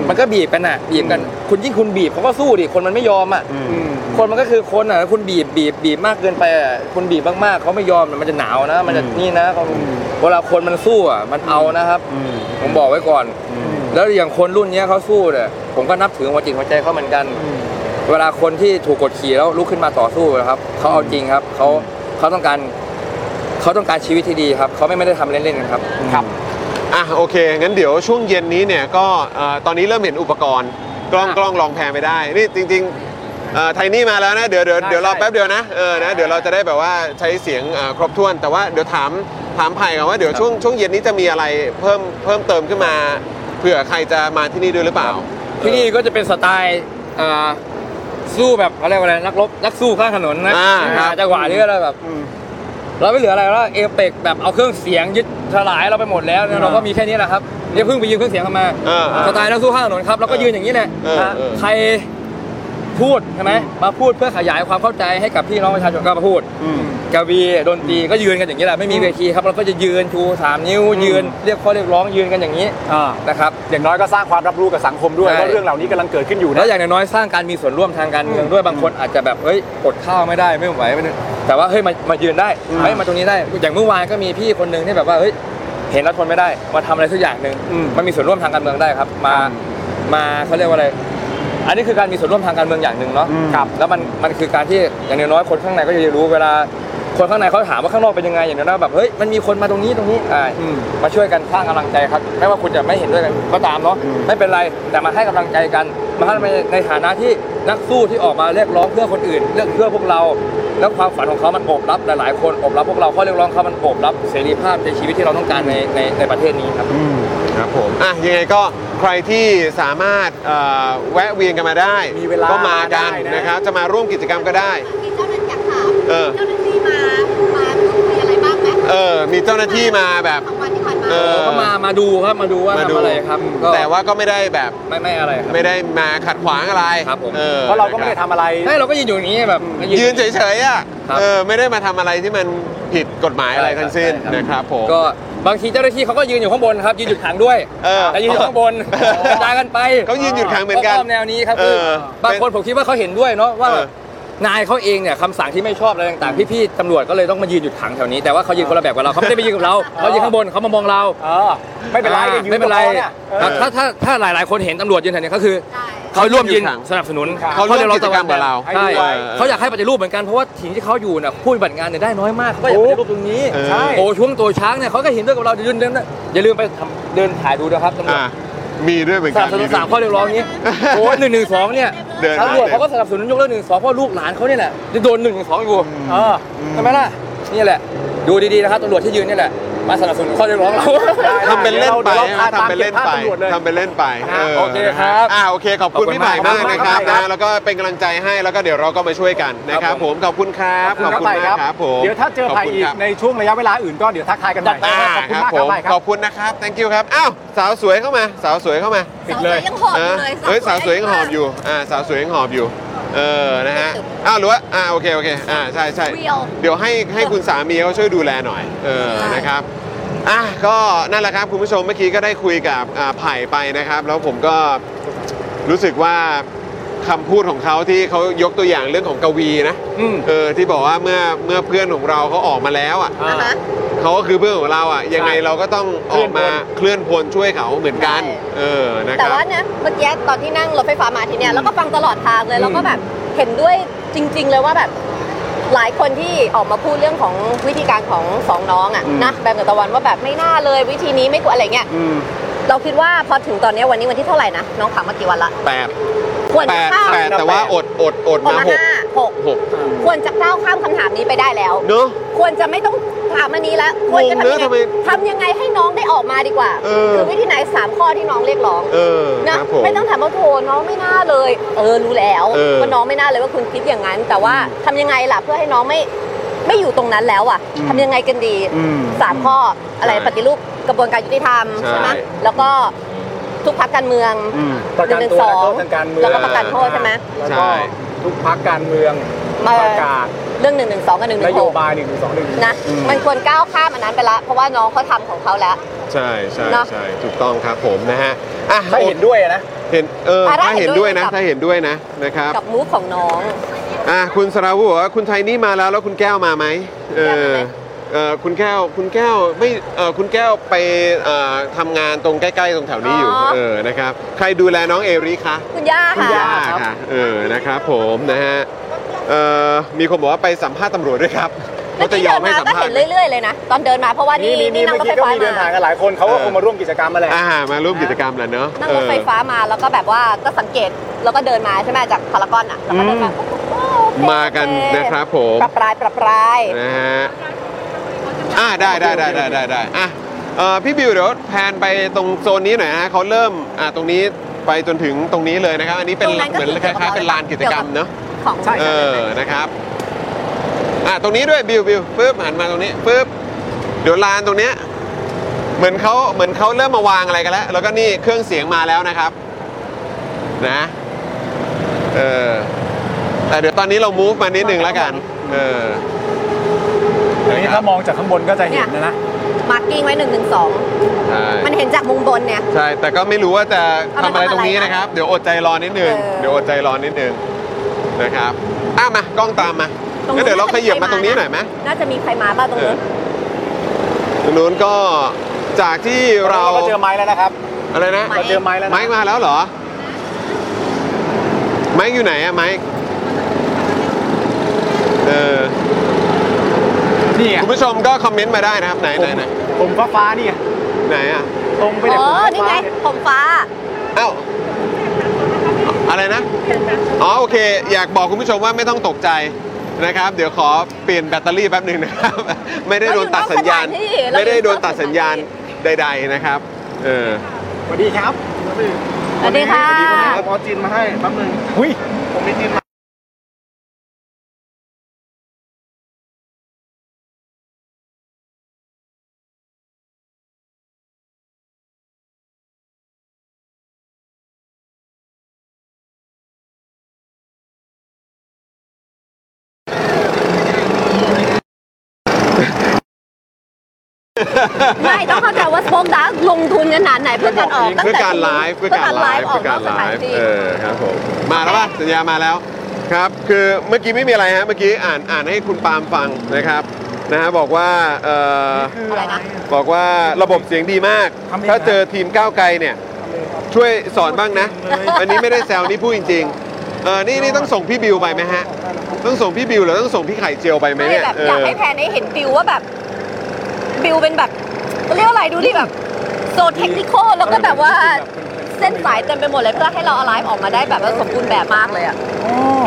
Speaker 5: มันก็บีบกันอ่ะ บีบกัน คุณยิ่งคุณบีบเขาก็สู้ดิ คนมันไม่ยอมอ่ะ คนมันก็คือคนอ่ะ คุณบีบบีบบีบมากเกินไปอ่ะคุณบีบมากๆเขาไม่ยอมมันจะหนาวนะ มันจะนี่นะเขาเวลาคนมันสู้อ่ะ มันเอานะครับ ผมบอกไว้ก่อน แล้วอย่างคนรุ่นเนี้ยเขาสู้เนี่ยผมก็นับถือหัวจิตหัวใจเขาเหมือนกัน เวลาคนที่ถูกกดขี่แล้วลุกขึ้นมาต่อสู้นะครับเขาเอาจริงครับเขาเขาต้องการเขาต้องการชีวิตที่ดีครับเขาไม่ไม่ได้ทำเล่นๆกันครับ
Speaker 3: ครับ
Speaker 4: อ่ะโอเค งั้นเดี๋ยวช่วงเย็นนี้เนี่ยก็เอ่อตอนนี้เริ่มเห็นอุปกรณ์ กล้อง
Speaker 3: อ่ะ
Speaker 4: กล้องลองแพนไปได้ นี่จริงๆเอ่อไทนี่มาแล้วนะ เดี๋ยวเดี๋ยว
Speaker 3: ใช่
Speaker 4: เดี๋ยวรอ
Speaker 3: ใช่
Speaker 4: แป๊บเดียวนะเออนะเดี๋ยวเราจะได้แบบว่าใช้เสียงเอ่อครบถ้วน แต่ว่าเดี๋ยวถามถามไผ่ก่อนว่าเดี๋ยวช่วงช่วงเย็นนี้จะมีอะไรเพิ่มเพิ่มเติมขึ้นมาเผื่อใครจะมาที่นี่ด้วยหรือเปล่า
Speaker 5: ที่นี่ก็จะเป็นสไตล์อ่าสู้แบบอะไรวะอะไรนักรบนักสู้ข้างถนนนะ
Speaker 4: อ่าครับ
Speaker 5: จังหวะนี้ก็เลยแบบ เราไม่เหลืออะไรแล้วเอเปกแบบเอาเครื่องเสียงยึดสลายเราไปหมดแล้วเนี่ยเราก็มีแค่นี้แหละครับเดี๋ยวเพิ่งไปยืมเครื่องเสียงเข้ามา
Speaker 4: เออ
Speaker 5: สไตล์นักสู้ข้างถนนครับแล้วก็ยืนอย่างนี้แหละ
Speaker 4: เออเออ
Speaker 5: ใครพูดใช่ไหมมาพูดเพื่อขยายความเข้าใจให้กับพี่น้องประชาชนก็มาพูดกาวีดนตรีก็ยืนกันอย่างนี้แหละไม่มีเวทีครับเราก็จะยืนชูสามนิ้วยืนเรียกข้อเรียกร้องยืนกันอย่างนี้
Speaker 3: อ่า
Speaker 5: นะครับ
Speaker 3: อย่างน้อยก็สร้างความรับรู้กับสังคมด้วย
Speaker 5: ใช่
Speaker 3: ว่าเรื่องเหล่านี้กำลังเกิดขึ้นอยู่
Speaker 5: แล้
Speaker 3: นะ
Speaker 5: วอย่างน้อยๆสร้างการมีส่วนร่วมทางการเมืองด้วยบางคนอาจจะแบบเฮ้ยอดข้าวไม่ได้ไม่ไหวไม่ได้แต่ว่าเฮ้ยมามายืนได้เฮ้ยมาตรงนี้ได้ อย่างเมื่อวานก็มีพี่คนหนึ่งที่แบบว่าเฮ้ยเห็นแล้วทนไม่ได้มาทำอะไรสักอย่างหนึ่ง
Speaker 3: อืม
Speaker 5: มันมีส่วนร่วมทางการเมืองได้ครับ มามาเขาเรียกว่าอะไร อันนี้คือการมีส่วนร่วมทางการเมืองอย่างหนึ่งเนาะครับแล้วมันมันคือการที่อย่างน้อยๆคนข้างในก็จะได้รู้เวลาคนข้างในเขาถามว่าข้างนอกเป็นยังไงอย่างน้อยๆแบบเฮ้ยมันมีคนมาตรงนี้ตรงนี้อ่ามาช่วยกันสร้างกำลังใจครับไม่ว่าคุณจะไม่เห็นด้วยกันก็ตามเนาะไม่เป็นไรแต่มาให้กำลังใจกันมาให้ในฐานะที่นักสู้ที่ออกมาเรียกร้องเพื่อคนอื่นเรียกเพื่อพวกเรา แล้วความฝันของเขามันโอบรับหลายๆ คนโอบรับพวกเราข้อเรียกร้องเขามันโอบรับเสรีภาพในชีวิตที่เราต้องการในในในประเทศนี้ครับ
Speaker 4: ครับผมอ่ะยังไงก็ใครที่สามารถเอ่อแวะเวียนกันมาได้
Speaker 3: มีเวลา
Speaker 4: ก็มากัน
Speaker 3: ได้นะ
Speaker 4: นะครับจะมาร่วมกิจกรรมก็ได้
Speaker 6: มีเจ้าหน้าที่อยากถาม
Speaker 4: เออ
Speaker 6: เจ้าหน้าที่มา มาพูดคุยอะไรบ้างไหม
Speaker 4: เออมีเจ้าหน้าที่มาแบบ
Speaker 6: ของวันที่ผ่านมา
Speaker 4: เออ
Speaker 5: ก็มามาดูครับมาดูว่า
Speaker 4: มาดู
Speaker 5: ทำอะไรครับก็
Speaker 4: แต่ว่าก็ไม่ได้แบบ
Speaker 5: ไม่ไม่อะไรครับ
Speaker 4: ไม่ได้มาขัดขวางอะไร
Speaker 5: ครับผม
Speaker 4: ออ
Speaker 3: เพราะเราก็ไม่ได้ทำอะไร
Speaker 5: ใช่เราก็ยืนอยู่อย่างนี้แบบ
Speaker 4: ยืนเฉยๆอ่ะ
Speaker 5: ครับ
Speaker 4: เออไม่ได้มาทำอะไรที่มันผิดกฎหมายอะไร
Speaker 5: ใช่ครับ
Speaker 4: ทั้งสิ้น
Speaker 5: ใช่ครับ
Speaker 4: นะครับผม
Speaker 5: ก็บางทีเจ้าหน้าที่เขาก็ยืนอยู่ข้างบนครับยืนหยุดขังด้วย
Speaker 4: เออ
Speaker 5: แต่ยืนอยู่ข้างบน
Speaker 4: เออก
Speaker 5: ระจายกันไป
Speaker 4: เขายืนหยุดขังเหมือนกัน
Speaker 5: รบๆแนวนี้ครับคือ
Speaker 4: เออบ
Speaker 5: างคนผมคิดว่าเขาเห็นด้วยเนาะว่า
Speaker 4: เออ
Speaker 5: นายเขาเองเนี่ยคำสั่งที่ไม่ชอบอะไรต่างๆพี่ๆตำรวจก็เลยต้องมายืนหยุดขังแถวนี้แต่ว่าเขายืนคนละแบบกับเราเขาไม่ได้ไปยืนกับเราเขายืนข้างบนเขามามองเรา
Speaker 3: เออไม่เป็นไร
Speaker 5: อ่า
Speaker 3: ก็ยืน
Speaker 5: ไม่เป็นไร
Speaker 3: กับขาเนี่ยเออ
Speaker 5: ครับถ้าถ้าถ้าหลายๆ คนเห็นตำรวจยืนแถวนี้ก็คือ
Speaker 6: ใช่
Speaker 5: เขาร่วมยืนสนับสนุน
Speaker 4: เขาร่วมกิจกรรมกับเรา
Speaker 5: ใช่
Speaker 3: ให้ด้วย
Speaker 5: เขาอยากให้ปฏิรูปเหมือนกันเพราะว่าสิ่งที่เขาอยู่น่ะผู้ปฏิบัติงานเนี่ยได้น้อยมากเขาก็อยากปฏิรูปตรงนี้
Speaker 4: เออ
Speaker 3: ใช่
Speaker 5: โอ้ช่วงตัวช้างเนี่ยเขาก็เห็นด้วยกับเราเดี๋ยวยืนเดินนะอย่าลืมไปทำเดินถ่ายดูนะครับตำรวจ
Speaker 4: อ่ะมีด้วยเหมือน
Speaker 5: ส
Speaker 4: กั
Speaker 5: นั
Speaker 4: น
Speaker 5: บสนุ
Speaker 4: มี
Speaker 5: น
Speaker 4: ด้
Speaker 5: สาว ม
Speaker 4: ย
Speaker 5: ข้อเรียกร้องนี้โอ้หนึ่งหนึ่งสองเนี่ย
Speaker 4: เดินมา
Speaker 5: ตำรวจเขาก็สนับสนุนยกเลิกหนึ่งสองเพราะลูกหลานเขาเนี่ยแหละจะโดนหนึ่งสองอยู่
Speaker 3: เออ
Speaker 5: ใช่ไหมล่ะนี่แหละ ดูดีๆนะครับตำรวจที่ยืนนี่แหละมาสนับสนุนข้อเรียกร้องเรา
Speaker 4: ทำเป็นเล่นไป
Speaker 3: เดี๋ยวเรา
Speaker 4: นะ
Speaker 3: ตาม
Speaker 4: ทำเป็นเล่น
Speaker 3: เก็บภา
Speaker 4: ไป
Speaker 3: พตำรวจเลย
Speaker 4: ทำเป็นเล่นไป
Speaker 5: อ่ะโอเคครับ บ
Speaker 4: อ่าโอเคขอบคุณพี่ไผ่มากนะครั
Speaker 3: ขอบคุณมา
Speaker 4: บ
Speaker 3: กครั
Speaker 4: นะ
Speaker 3: บ
Speaker 4: แล้วก็เป็นกำลังใจให้แล้วก็เดี๋ยวเราก็มาช่วยกันนะครั
Speaker 5: ครั
Speaker 4: บ
Speaker 5: บ
Speaker 4: ผ
Speaker 5: ผม ม
Speaker 4: ขอบคุณครับขอบคุณมากครับผม
Speaker 3: เดี๋ยวถ้าเจอไผ่
Speaker 4: ขบคุณ
Speaker 3: อีก
Speaker 4: ครับ
Speaker 3: ในช่วงระยะเวลาอื่นก็เดี๋ยวทักทายกันใหม่
Speaker 4: อ่า
Speaker 3: ขอบคุณ
Speaker 4: ค
Speaker 3: มา
Speaker 4: รั
Speaker 3: ก
Speaker 4: บ
Speaker 3: ค
Speaker 4: ผ
Speaker 3: รับ
Speaker 4: ม
Speaker 3: ไผ่ครับ
Speaker 4: ขอบคุณนะครับ thank you ครับ อ้าว สาวสวยเข้ามา สาวสวยเข้ามา
Speaker 6: ปิดเลยสาวสวยยังหอบอยู่เลย
Speaker 4: เฮ้ย สา
Speaker 6: สาว ว
Speaker 4: ส
Speaker 6: ส
Speaker 4: ว
Speaker 6: วย ย
Speaker 4: ยังหอบอยู่ อ่า สาวสวยยังหอบอยู่ เออ นะฮะ อ้าวหรือว่าอ่า โอเค โอเค อ่า ใช่ใช่เดี๋ยวให้ให้คุณสามีเขาช่วยดูแลหน่อย เออ นะครับ อ่ะ ก็นั่นแหละครับ คุณผู้ชม เมื่อกี้ก็ได้คุยกับอ่าไผ่ไปนะครับ แล้วผมก็ รู้สึกว่าคำพูดของเขาที่เขายกตัวอย่างเรื่องของกวีนะ
Speaker 3: อืม
Speaker 4: เออที่บอกว่าเมื่อเมื่อเพื่อนของเราเขาออกมาแล้วอ่ะ
Speaker 6: อ่าฮะ
Speaker 4: เขาก็คือเพื่อนของเราอ่ะยังไงเราก็ต้องออกมาเคลื่อนพลช่วยเขาเหมือนกัน
Speaker 6: ใช่
Speaker 4: เออนะค
Speaker 6: แต่
Speaker 4: รับ
Speaker 6: ว่าเนี่ยเมื่อกี้ตอนที่นั่งรถไฟฟ้ามาทีเนี่ยแล้วก็ฟังตลอดทางเลยแล้วก็แบบเห็นด้วยจริง ๆ เลยว่าแบบหลายคนที่ออกมาพูดเรื่องของวิธีการของสองน้องอะนะแบมกับตะวันว่าแบบไม่น่าเลยวิธีนี้ไม่ควรอะไรเงี้ยเราคิดว่าพอถึงตอนเนี้ยวันนี้วันที่เท่าไหร่นะน้องถามมากี่วันละ
Speaker 4: แปด
Speaker 6: ควร
Speaker 4: แป
Speaker 6: จะ
Speaker 4: ด
Speaker 6: ข้าม
Speaker 4: แปดแต่ว่าอดอดอด
Speaker 6: ออก
Speaker 4: มา
Speaker 6: มา
Speaker 4: หก
Speaker 6: ห้าหก
Speaker 4: หก
Speaker 6: ควรจะก้าวข้ามคำถามนี้ไปได้แล้ว
Speaker 4: เนอะ
Speaker 6: ควรจะไม่ต้องถามอันนี้แล้วควรจะ
Speaker 4: งงเนอะทำ
Speaker 6: ทำ
Speaker 4: ไม
Speaker 6: ยังไงทำยังไงให้น้องได้ออกมาดีกว่า
Speaker 4: เออ
Speaker 6: คือวิธีไหนสามข้อที่น้องเรียกร้อง
Speaker 4: เออ
Speaker 6: นะครับ
Speaker 4: ผม
Speaker 6: ไม่ต้องถามว่าโทน้องไม่น่าเลย เออรู้แล้ว
Speaker 4: เออ
Speaker 6: ว่าน้องไม่น่าเลยว่าคุณคิดอย่างนั้น แต่ว่าทำยังไงล่ะเพื่อให้น้องไม่ไม่อยู่ตรงนั้นแล้วอ่ะทำยังไงกันดีสามข้ออะไร
Speaker 4: ใช่
Speaker 6: ปฏิรูปกระบวนการยุติธรรม
Speaker 4: ใช่
Speaker 6: ใช่ไหมแล้วก็ทุกพักการเมือง
Speaker 4: อืม
Speaker 3: ประกันตัวและโทษทางการเมือง
Speaker 6: แล้วก็ประกันโทษใช่ไหม
Speaker 3: แล้วก็
Speaker 4: ใช่
Speaker 3: ทุกพักการเมือง
Speaker 6: มา
Speaker 3: ประกาศ
Speaker 6: เรื่อง1นึกับ1นึ
Speaker 3: นโยบายหนึ่งสองหนึ่ง
Speaker 6: นะมันควรก้าวข้ามอันนั้นไปละเพราะว่าน้องเขาทำของเขาแล้ว
Speaker 4: ใช่ใช่
Speaker 6: เนอะ
Speaker 4: ใช่ถูกต้องครับผมนะฮะอ่ะ
Speaker 3: ถ้าเห็นด้วยนะ
Speaker 4: เห็นเออ
Speaker 6: อ่ะถ้า
Speaker 4: ถ้า
Speaker 6: เห็
Speaker 4: เห็
Speaker 6: น
Speaker 4: น
Speaker 6: ด้
Speaker 4: ด้
Speaker 6: ว
Speaker 4: วย ยนะ
Speaker 6: กับ
Speaker 4: ถ้าเห็นด้วยนะนะครับ
Speaker 6: กับมูฟของน้อง
Speaker 4: อ่ะคุณสราวุธบอกว่าคุณไทยนี่มาแล้วแล้วคุณแก้วมาไหมเอ
Speaker 6: แก้ว
Speaker 4: อ
Speaker 6: มาไหม
Speaker 4: เออคุณแก้วคุณแก้วไม่เออคุณแก้วไปเอ่อทำงานตรงใกล้ๆตรงแถวนี้อยู่เออนะครับใครดูแลน้องเอริคะ
Speaker 6: คุณย่า
Speaker 4: คุณ
Speaker 6: ค่ะ
Speaker 4: ย่าค่ะเออนะครับผมนะฮะเอ่อมีคนบอกว่าไปสัมภาษณ์ตำรวจด้วยครับ
Speaker 6: เมื่อ
Speaker 4: จะ
Speaker 6: กี้
Speaker 4: ยอ
Speaker 6: เดิ
Speaker 4: ม
Speaker 6: น
Speaker 4: ให้
Speaker 6: มา
Speaker 4: สัม
Speaker 6: ก็
Speaker 4: ภาษ
Speaker 6: เห็น
Speaker 4: ณ์
Speaker 6: เรื่อยๆเลยนะตอนเดินมาเพราะว่านี่นี่นั่งรถ
Speaker 3: เมื่อกี้ก็
Speaker 6: ไฟฟ้า
Speaker 3: มีเดินทาม
Speaker 6: าง
Speaker 3: กันหลายคนเขาก็
Speaker 4: เออ
Speaker 3: คงมาร่วมกิจกรรมมาแหละ
Speaker 4: อ่ามาร่วมกิจกรรมแหละเนอะ
Speaker 6: นั่งรถไฟฟ้ามาแล้วก็แบบว่าก็สังเกตแล้วก็เดินมาใช่ไหมจากพารากอนอ่ะแล้วก็เดินมาโอ้โหโอเค
Speaker 4: เออมากันนะครับผม
Speaker 6: ปรับปรายปรับปราย
Speaker 4: นะฮะอ่าได้ได้ได้ได้ได้ได้อ่ะเอ่อพี่บิวเดี๋ยวแพนไปตรงโซนนี้หน่อยนะเขาเริ่มอ่าตรงนี้ไปจนถึงตรงนี้เลยนะครับ อันนี้เป็น
Speaker 6: ตรงนั้นก็
Speaker 4: เหมือน
Speaker 6: คือ
Speaker 4: คล้ายๆเป็นลานกิจกรรม
Speaker 6: เกี่ยวกับ
Speaker 4: เนอะ
Speaker 6: ของ
Speaker 3: ใช่
Speaker 4: เออนะครับอ่าตรงนี้ด้วยบิวบิวปึ๊บหันมาตรงนี้ปึ๊บเดี๋ยวลานตรงเนี้ย เหมือนเขาเหมือนเขาเริ่มมาวางอะไรกันแล้ว แล้วก็นี่เครื่องเสียงมาแล้วนะครับ นะเออแต่เดี๋ยวตอนนี้เรา move มานิดนึงแล้วกัน เออ
Speaker 3: อันนี้ถ้ามองจากข้างบนก็จะเห็นนะนะ
Speaker 6: มาร์กิ้งไว้1นึ
Speaker 4: ใช่
Speaker 6: มันเห็นจากมุมบนเนี่ย
Speaker 4: ใช่ แต่ก็ไม่รู้ว่าจะ
Speaker 6: เอา
Speaker 4: ทำ
Speaker 6: มา
Speaker 4: อะไร
Speaker 6: ทำอะไร
Speaker 4: ตรงนี้นะครับ เดี๋ยวอดใจรอนิดนึง
Speaker 6: เออ
Speaker 4: เดี๋ยวอดใจรอนิดนึงนะครับอ่ะมากล้องตามมา
Speaker 6: ตรงนู้น
Speaker 4: งั้นเดี๋ยวเราขยับมา
Speaker 6: ต
Speaker 4: ต
Speaker 6: ร
Speaker 4: รง ง
Speaker 6: นี้
Speaker 4: นี้หน่อยไหม
Speaker 6: น่าจะมีใครมาบ้างตรงนู้น
Speaker 4: ตรงนู้นก็จากที่เรา
Speaker 3: เราก็เจอไม้แล้วนะครับ
Speaker 4: อะไรนะ
Speaker 6: ไมค์
Speaker 3: เราเจอไม้แล้วนะ
Speaker 4: ไมค์มาแล้วเหรอ ไมค์อยู่ไหนอะไมค์เออ
Speaker 3: นี่ไง
Speaker 4: คุณผู้ชมก็คอมเมนต์มาได้นะครับ ไหนไหนไหน
Speaker 3: ผมฟ้าฟ้าๆนี่ไง
Speaker 4: ไหนอะ
Speaker 3: ตรงไป
Speaker 6: อ๋
Speaker 3: เนี่ยผม
Speaker 6: อ
Speaker 3: ฟ้าๆ
Speaker 6: นี่ไงผมฟ้า
Speaker 4: เอ้าอะไรนะอ๋อโอเค อยากบอกคุณผู้ชมว่าไม่ต้องตกใจนะครับ เดี๋ยวขอเปลี่ยนแบตเตอรี่แป๊บหนึ่งนะครับ ไม่ได้โดนตัดสัญญาณ
Speaker 6: เราอยู่นอกสถานที่เราอยู่นอกสถานที่
Speaker 4: ไม่ได้โดนตัดสัญญาณใด ๆนะครับ เออ
Speaker 3: สวัสดีครับ
Speaker 6: สวัสดีค่ะ
Speaker 3: ผมเอาจีนมาให้แป๊บนึงหุ้ยผมมีจีนมา
Speaker 6: ไม่ต้องเข้าใจว่าสปองดาร์ลงทุนขนาดไหนเพื่อการออกตั้ง
Speaker 4: เพื่อ
Speaker 6: แต่
Speaker 4: การไลฟ์เพื่อการไลฟ์
Speaker 6: ออก
Speaker 4: เพื่อน
Speaker 6: อ
Speaker 4: กา
Speaker 6: ก
Speaker 4: ร
Speaker 6: ส
Speaker 4: ไล
Speaker 6: ถาน
Speaker 4: ฟ์
Speaker 6: ที่
Speaker 4: เออครับผมมาแล้วป่ะสัญญามาแล้วครับ คือเมื่อกี้ไม่มีอะไรฮะเมื่อกี้อ่านอ่านให้คุณปาล์มฟังนะครับนะฮะบอกว่าเอ่อ
Speaker 6: อะไรนะ
Speaker 4: บอกว่าระบบเสียงดีมาก ถ้าเจอทีมก้าวไกลเนี่ย ช่วยสอนบ้างนะ อันนี้ไม่ได้แซวนี่พูดจริงๆเออนี่นี่ต้องส่งพี่บิวไปไหมฮะ ต้องส่งพี่บิวหรือต้องส่งพี่ไข่เจียวไปไหม
Speaker 6: ไม่
Speaker 4: เนี่ย
Speaker 6: แบบ
Speaker 4: เอ
Speaker 6: อยาก
Speaker 4: อ
Speaker 6: ให้แพนได้เห็นบิวว่าแบบบิวเป็นแบบเรียกว่าอะไรดูดิแบบโซเทคนิคอลแล้วก็แบบว่าเส้นสายเต็มไปหมดเลยเพื่อให้เราอ l i ไ e ออกมาได้แบบว่าสมบูรณ์แบบมากเลยอ่ะ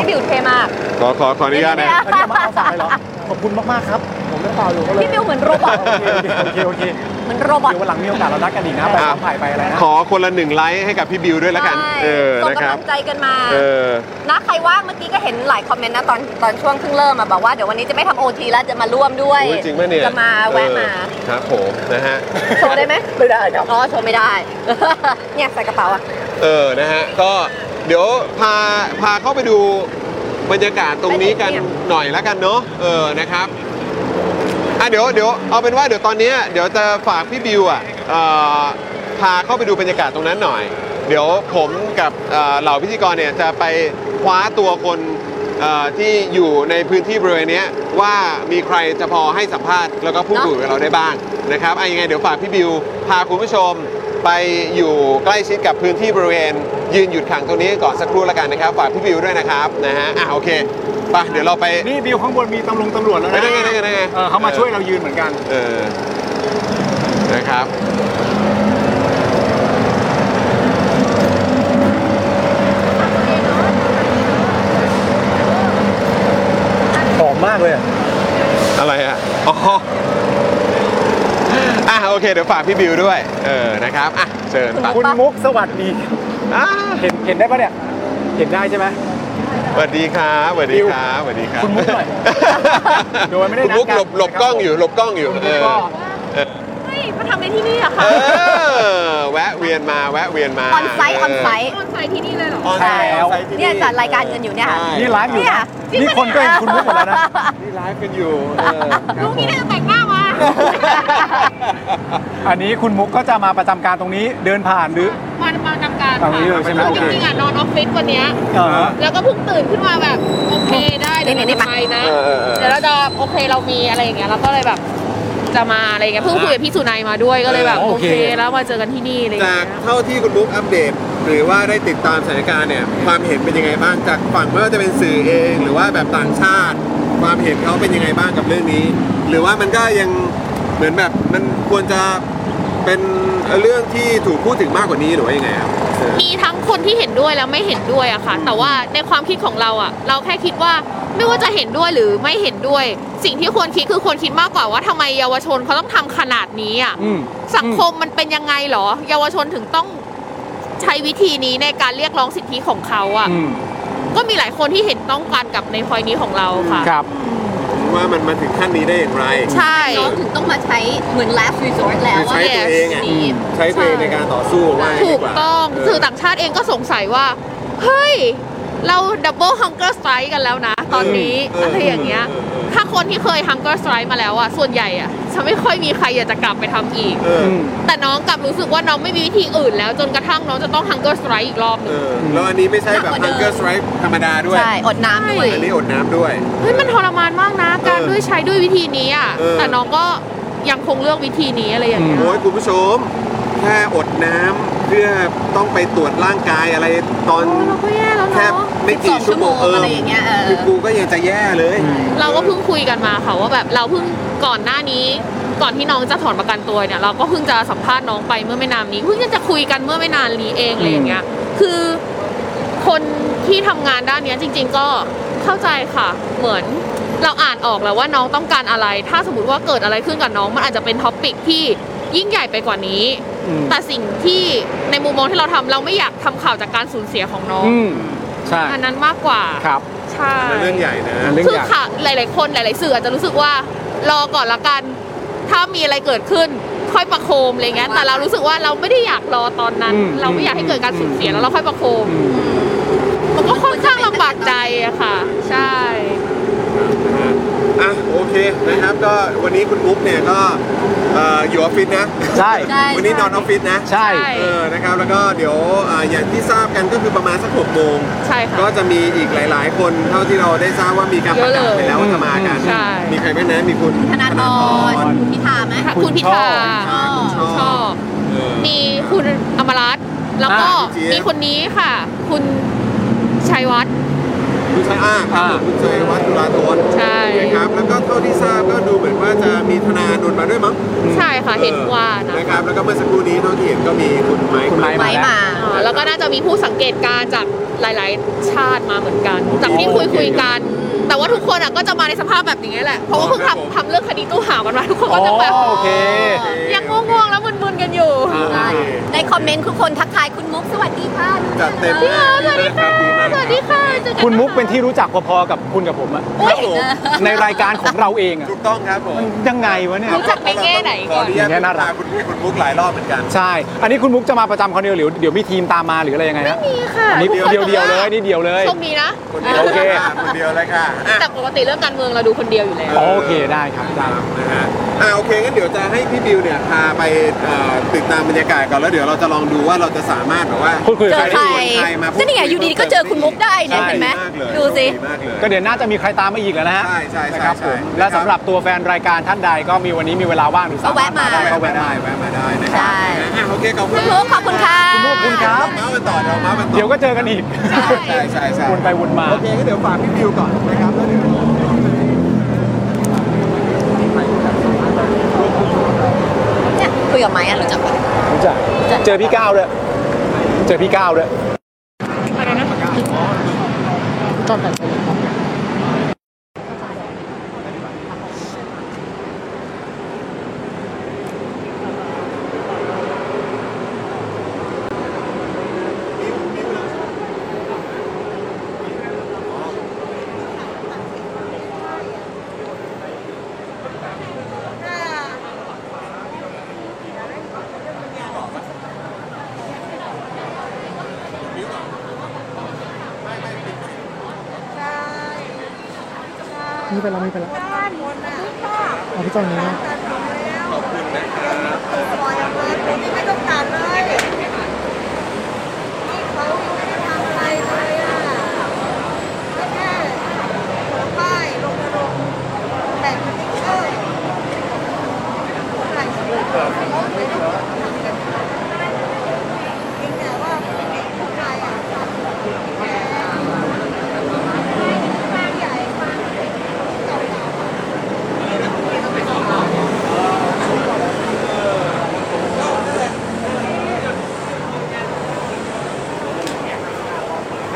Speaker 6: พี่บิวเท่มาก
Speaker 4: ขอขอขออนุญาต
Speaker 3: อัน
Speaker 4: นะ
Speaker 3: นี้มาเอาสายเหรอขอบคุณมากๆครับ ผมไม่เปล่าอยู่ก็เลย
Speaker 6: พี่บิวเหมือนโรบอท
Speaker 3: โอเคโอเค โอเค
Speaker 6: เหมือนโรบอท
Speaker 3: เดี๋ยววันหลังมีโอกาสเรานัดกันอีกนะไป
Speaker 4: ครับ
Speaker 3: ถ่ายไปอะไรนะ
Speaker 4: ขอคนละหนึ่งไลค์ให้กับพี่บิวด้วยละกัน
Speaker 6: ใช่
Speaker 4: เออ
Speaker 6: ส่ง
Speaker 4: นะค
Speaker 6: กำ
Speaker 4: รั
Speaker 6: ลั
Speaker 4: บ
Speaker 6: งใจกันมา
Speaker 4: เออ
Speaker 6: นะใครว่างเมื่อกี้ก็เห็นหลายคอมเมนต์นะตอนตอนช่วงเพิ่งเริ่มอะบอกว่าเดี๋ยววันนี้จะไม่ทำโอทีแล้วจะมาร่วมด้วย
Speaker 4: โอ้ยจริงป่ะเนี่ย
Speaker 6: จะมาแวะมา
Speaker 4: เออครับผมนะฮะ
Speaker 6: โชว์ได้ไหม
Speaker 3: ไม่ได้ครับ
Speaker 6: อ๋อโชว์ไม่ได้ เนี่ยใส่กระเป๋าอะ
Speaker 4: เออ นะฮะ ก็เดี๋ยวพา พาเข้าไปดูบรรยากาศตรงนี้กัน
Speaker 6: ไปไหนเนี่ย
Speaker 4: หน่อยละกันเนาะ เออ นะครับ อ่ะ เดี๋ยว เดี๋ยว เอาเป็นว่าเดี๋ยวตอนเนี้ยเดี๋ยวจะฝากพี่บิวอ่ะเอ่อพาเข้าไปดูบรรยากาศตรงนั้นหน่อย เดี๋ยวผมกับเอ่อเหล่าพิธีกรเนี่ยจะไปคว้าตัวคนเอ่อที่อยู่ในพื้นที่บริเวณเนี้ยว่ามีใครจะพอให้สัมภาษณ์แล้วก็พูดคุยกับเราได้บ้างนะครับไอ้ยังไงเดี๋ยวฝากพี่บิวพาคุณผู้ชมไปอยู่ใกล้ชิดกับพื้นที่บริเวณ ยืนหยุดขังตรงนี้ก่อนสักครู่ละกันนะครับฝากพี่บิวด้วยนะครับนะฮะอ่ะโอเคไปเดี๋ยวเราไป
Speaker 3: นี่บิวข้างบนมีตำรวจตำรวจแล้ว
Speaker 4: ไป
Speaker 3: นะ
Speaker 4: นั่งไงนั่งไงนั่งไง
Speaker 3: เออเขามาช่วยเรายืนเหมือนกัน
Speaker 4: เออ นะครับ
Speaker 3: หอมมากเลยอะ
Speaker 4: อะไรอ่ะ อ๋อ อ่ะ โอเค เดี๋ยวฝากพี่บิวด้วย เออ นะครับ อ่ะ เชิญฝาก
Speaker 3: คุณมุกสวัสดี
Speaker 4: อ่ะ
Speaker 3: เห็นเห็นได้ปะเนี่ย เห็นได้ใช่ไหม
Speaker 4: สวัสดีครับสวัสดีครับสวัสดีครับ
Speaker 3: คุณมุกหน่อย โดยไม่ได้
Speaker 4: คุณมุก
Speaker 3: นัดกัน
Speaker 4: หลบหลบ
Speaker 3: นะครับ
Speaker 4: กล้องอยู่ หลบกล้องอยู่
Speaker 3: คุณมุ
Speaker 4: เอก อ
Speaker 3: ก็
Speaker 4: เออ
Speaker 6: เฮ้ยมัน
Speaker 7: มาทำในที่นี่เหรอ
Speaker 4: เอ
Speaker 7: คะ
Speaker 4: อแวะเวียนมาแวะเวียนมา
Speaker 6: ออนไซต์ออนไซต์
Speaker 7: ออนไซต์ที่นี่เลยเหรอ
Speaker 4: ออนไซต์ออนไซต์ที่
Speaker 6: เนี่ยจัดรายการกันอยู่เนี่ยค่ะ
Speaker 4: ใช่
Speaker 3: นี่ไลฟ์อยู่
Speaker 6: เนี่ย
Speaker 3: นะนี่คนก็เห็นคุณรู้หมดแล้วนะ
Speaker 4: นี่ไลฟ์กันอยู่เออครับ
Speaker 7: ลูกนี่น่าจะแต่งหน้ามา
Speaker 3: อันนี้คุณมุกก็จะมาประจำการตรงนี้เดินผ่านหรือ
Speaker 7: มามาทำการ
Speaker 3: เอาอย่างนี้เลยใช่ไหม
Speaker 7: คือจริงๆอ่ะนอนออฟฟิศวันเนี้ย
Speaker 3: เออ
Speaker 7: แล้วก็เพิ่งตื่นขึ้นมาแบบโอเคได้เดี๋ยว
Speaker 6: นี่
Speaker 7: เรา
Speaker 6: นี่
Speaker 7: จะ
Speaker 6: มา
Speaker 7: ไปนะ
Speaker 4: เออเออเออ
Speaker 7: เดี๋ยวเราจะโอเคเรามีอะไรอย่างเงี้ยเราก็เลยแบบจะมาอะไรเงี้ยเพิ่งคุยกับพี่สุนัยมาด้วยก็เลยแบบ
Speaker 4: เออ
Speaker 7: โอ
Speaker 4: โอเค
Speaker 7: เคแล้วมาเจอกันที่นี่อะไรอย่าง
Speaker 4: จาก
Speaker 7: เงี้ย
Speaker 4: เท่าที่คุณบุ๊กอัปเดต หรือว่าได้ติดตามสถานการณ์เนี่ยความเห็นเป็นยังไงบ้างจากฝั่งไม่ว่าจะเป็นสื่อเอง หรือว่าแบบต่างชาติ ความเห็นเขาเป็นยังไงบ้างกับเรื่องนี้ หรือว่ามันก็ยังเหมือนแบบมันควรจะเป็นเรื่องที่ถูกพูดถึงมากกว่านี้หรือว่ายังไงครับเออ
Speaker 7: มีทั้งคนที่เห็นด้วยและไม่เห็นด้วยอะค่ะ แต่ว่าในความคิดของเราอะเราแค่คิดว่าไม่ว่าจะเห็นด้วยหรือไม่เห็นด้วย สิ่งที่ควรคิดคือควรคิดมากกว่าว่าทำไมเยาวชนเขาต้องทำขนาดนี้อะสังคมมันเป็นยังไงหรอ เยาวชนถึงต้องใช้วิธีนี้ในการเรียกร้องสิทธิของเขาอะก็มีหลายคนที่เห็นต้องการกับในพอยนี้ของเราค่ะ
Speaker 3: ครับ
Speaker 4: ว่ามันมาถึงขั้นนี้ได้อย่างไร
Speaker 7: ใช่
Speaker 6: น้องถึงต้องมาใช้เหมือน last resort แล้ว
Speaker 4: ใช้
Speaker 6: อะ
Speaker 4: ตัวเองอ่ะใช้ตัวเองในการต่อสู้ว่า
Speaker 7: ถูกต้อง
Speaker 4: เ
Speaker 7: สื่อต่างชาติเองก็สงสัยว่า เฮ้ย เราดับเบิลฮังเกอร์สไตร์กันแล้วนะ ตอนนี้
Speaker 4: เอออ
Speaker 7: อะไรอย่างเงี้ย
Speaker 4: เออเออ
Speaker 7: ถ้าคนที่เคยฮังเกอร์สไตร์มาแล้วอะส่วนใหญ่อะจะไม่ค่อยมีใครอยากจะกลับไปทำอีก
Speaker 4: เออ
Speaker 7: แต่น้องกลับรู้สึกว่าน้องไม่มีวิธีอื่นแล้ว จนกระทั่งน้องจะต้องฮังเกอร์สไตร์อีกรอบห
Speaker 4: เอ
Speaker 7: นึง
Speaker 4: อแล้วอันนี้ไม่ใช่แบบ
Speaker 6: หนักกว่าเดิม
Speaker 4: hunger strike ธรรมดาด้วย
Speaker 6: ใช่อดน้ำด้วย
Speaker 4: อันนี้อดน้ำด้วย
Speaker 7: เฮ้ยมันทรมานมากนะ การ
Speaker 4: เออ
Speaker 7: ด้วยใช้ด้วยวิธีนี้อะ
Speaker 4: เออ
Speaker 7: แต่น้องก็ยังคงเลือกวิธีนี้อะไรอย่างเงี้ย
Speaker 4: โอ้ยคุณผู้ชม แค่อดน้ำเพื่อต้องไปตรวจร่างกายอะไรตอน
Speaker 7: โอ้ยเราก็แย่แล้วเนอะ
Speaker 4: ค่ไม่กี่
Speaker 6: 12
Speaker 4: ชั่วโมง
Speaker 6: ชั่วโมงอะไรอย่างเงี้ยเออ
Speaker 4: คือกูก็ยังจะแย่เลย
Speaker 7: เราก็เพิ่งคุยกันมาค่ะว่าแบบเราเพิ่งก่อนหน้านี้ ก่อนที่น้องจะถอนประกันตัวเนี่ยเราก็เพิ่งจะสัมภาษณ์น้องไปเมื่อไม่นานนี้เพิ่งจะคุยกันเมื่อไม่นานนี้เองอะไรอย่างเงี้ยคือคนที่ทำงานด้านเนี้ยจริง ๆ ก็เข้าใจค่ะ เหมือนเราอ่านออกแล้วว่าน้องต้องการอะไร ถ้าสมมติว่าเกิดอะไรขึ้นกับน้องมันอาจจะเป็นท็อปิกที่ยิ่งใหญ่ไปกว่านี้ แต่สิ่งที่ในมุมมองที่เราทำเราไม่อยากทำข่าวจากการสูญเสียของน้อง
Speaker 3: อืมใช่
Speaker 7: อันนั้นมากกว่า
Speaker 3: ครับ
Speaker 7: ใช่
Speaker 4: มันเรื่องใหญ่นะ
Speaker 3: เรื่อง
Speaker 7: คือ
Speaker 3: ใหญ่
Speaker 7: ค่ะหลาย ๆ คนหลาย ๆ สื่ออาจจะรู้สึกว่า รอก่อนละกัน ถ้ามีอะไรเกิดขึ้นค่อยประโคมอะไรเงี้ยแต่เรารู้สึกว่าเราไม่ได้อยากรอตอนนั้น เราไม่อยากให้เกิดการสูญเสียแล้วเราค่อยประโคม มันก็ค่อนข้างลำบากใจอะค่ะ ใช่
Speaker 4: อ่ะโอเคนะครับก็วันนี้คุณอุ๊บเนี่ยก็เอ่ออยู่ออฟฟิศนะ
Speaker 3: ใช่
Speaker 6: ได้
Speaker 4: วันนี้นอนออฟฟิศนะ
Speaker 3: ใช่
Speaker 7: ใช่
Speaker 4: เออ นะครับ แล้วก็เดี๋ยวเอ่ออย่างที่ทราบกันก็คือประมาณสักหกโมง
Speaker 7: ใช่ค่ะ
Speaker 4: ก็จะมีอีกหลาย ๆ คนเท่าที่เราได้ทราบว่ามีการประกาศไปแล้วว่าจะมากัน
Speaker 7: ใช่
Speaker 4: มีใครบ้างนะ มีคุณ
Speaker 6: ธนาธรคุณพิธาไหม
Speaker 7: ค่ะ
Speaker 3: คุ
Speaker 7: คุณ
Speaker 3: ณ
Speaker 7: พิ
Speaker 3: ชอ
Speaker 7: ธา
Speaker 3: บ
Speaker 4: คุณชอบ
Speaker 7: ชอบ
Speaker 4: เออ
Speaker 7: มีคุณอมรัตน์แล้วก็
Speaker 4: อ่าพี่เจี๊ยบ
Speaker 7: มีคนนี้ค่ะ คุณชัยวัฒน์
Speaker 4: คุณชัยอ้าครับผมคุณชัยวัฒน์ตุลาธน
Speaker 7: ใช่
Speaker 4: นะครับ แล้วก็เท่าที่ทราบก็ดูเหมือนว่าจะมีธนาดุลมาด้วยมั้ง
Speaker 7: ใช่ค่ะเห็นว่า
Speaker 4: เอ
Speaker 7: นะ
Speaker 4: อนะครับ แล้วก็เมื่อสักครู่นี้เท่าที่เห็นก็มีคุณไมค์
Speaker 3: คุณไมค์
Speaker 6: ไม้มา
Speaker 7: อ่าแล้วก็น่าจะมีผู้สังเกตการณ์จากหลาย ๆ ชาติมาเหมือนกัน จากที่คุยคุยๆกัน แต่ว่าทุกคนอ่ะก็จะมาในสภาพแบบนี้แหละ เพราะว่าเพิ่งทำทำเรื่องคดีตู้ห่าวกันมาทุกคนก็จะแบบ
Speaker 3: โอเค
Speaker 7: ยังง่วงๆแล้วมึนๆกันอยู่
Speaker 4: อ่าโอเค
Speaker 6: ในคอมเมนต์ทุกคนทักทายคุณมุกสวัสดีค่ะ
Speaker 4: จัดเต็ม
Speaker 7: พี่อ๋อสวัสดีค่ะ
Speaker 4: ดีมาก
Speaker 7: ส
Speaker 4: รับ
Speaker 7: วัสดีค่ะเจอกัะะ
Speaker 3: คุณมุกเป็นที่รู้จักพอๆกับคุณกับผมอะ
Speaker 4: ครับผม
Speaker 3: ในรายการของเราเองอะ
Speaker 4: ถูกต้องครับผม
Speaker 3: ยังไงวะเนี่ย
Speaker 7: รู้จักในแง่ไหน
Speaker 4: ขอ
Speaker 7: ก่อ
Speaker 4: อน นุญาตคุณตาคุณคุณมุกหลายรอบเหมือนกัน
Speaker 3: ใช่ อันนี้คุณมุกจะมาประจำคนเดียวหรือเดี๋ยวมีทีมตามมาหรืออะไรยังไงฮะ
Speaker 7: นี่ค่ะ
Speaker 3: อันนี้
Speaker 7: ทุกคน
Speaker 3: เดียวเดียวเดียว
Speaker 7: แบบา
Speaker 3: เลยนี่เดียวเลย
Speaker 7: โชคดีนะ
Speaker 4: คนเดียว
Speaker 3: โอเค
Speaker 4: ค่ะคนเดียวเลยค่ะอ่ะ
Speaker 7: แต่ปกติเรื่องการเมืองเราดูคนเดียวอยู่แล้ว
Speaker 4: อ
Speaker 3: โอเคได้ครับได้
Speaker 4: นะฮะอ่ะโอเคงั้นเดี๋ยวจะให้พี่บิวเนี่ยพาไปเอ่อติดตามบรรยากาศก่อนแล้วเดี๋ยวเราจะลองดูว่าเราจะสามารถแบบว่า
Speaker 3: พูดคุย
Speaker 6: เจ
Speaker 3: กับ
Speaker 6: อ
Speaker 3: ใคร
Speaker 6: ใคร
Speaker 4: ใครมาพูด
Speaker 6: ก็นี่ไงอยู่ดีๆก็เจอคุณมุกได้เนี่ย
Speaker 4: ใช่
Speaker 6: เห็นไหม
Speaker 4: มากเลย
Speaker 6: ดูสิ
Speaker 4: โชคมากเลย
Speaker 3: ก็เดี๋ยวน่าจะมีใครตามมาอีกแล้วนะฮะ
Speaker 4: ใช่ใช่ใช่
Speaker 3: นะครับ
Speaker 4: ใช่
Speaker 3: ผม
Speaker 4: นะครับ
Speaker 3: และสำหรับตัวแฟนรายการท่านใดก็มีวันนี้มีเวลาว่างหรือสามารถมาได้
Speaker 4: แวะ
Speaker 3: ก็
Speaker 4: มา
Speaker 3: แวะ
Speaker 4: ได้
Speaker 3: ได้
Speaker 4: แวะมาได้นะครับ
Speaker 6: ใช่
Speaker 4: อ่ะโอเคขอบคุ
Speaker 6: คุณ ณมุกขอบคุณค่ะ
Speaker 3: คุณมุกคุณครับ
Speaker 4: เดี๋ยวเมาส์กันต่อเดี๋ยวเมาส์กันต่อ
Speaker 3: เดี๋ยวก็เจอกันอีก
Speaker 4: ใช่ใช่ใช่
Speaker 3: วนไปวนมา
Speaker 4: โอเคงั้นเดี๋ยวฝากพี่บิวก่อนนะครับแล้วเดี๋ยว
Speaker 6: เนี่ยคุยกับไม้อะรู้จักปะ
Speaker 3: รู้จักเจอพี่ก้าวด้วย เจอพี่ก้าวด้วย
Speaker 4: เ
Speaker 1: นี่ไปแล้วนี่ไปแล้วเอาพี่จ้องนี้นะ
Speaker 4: ขอบคุณนะครับ ผ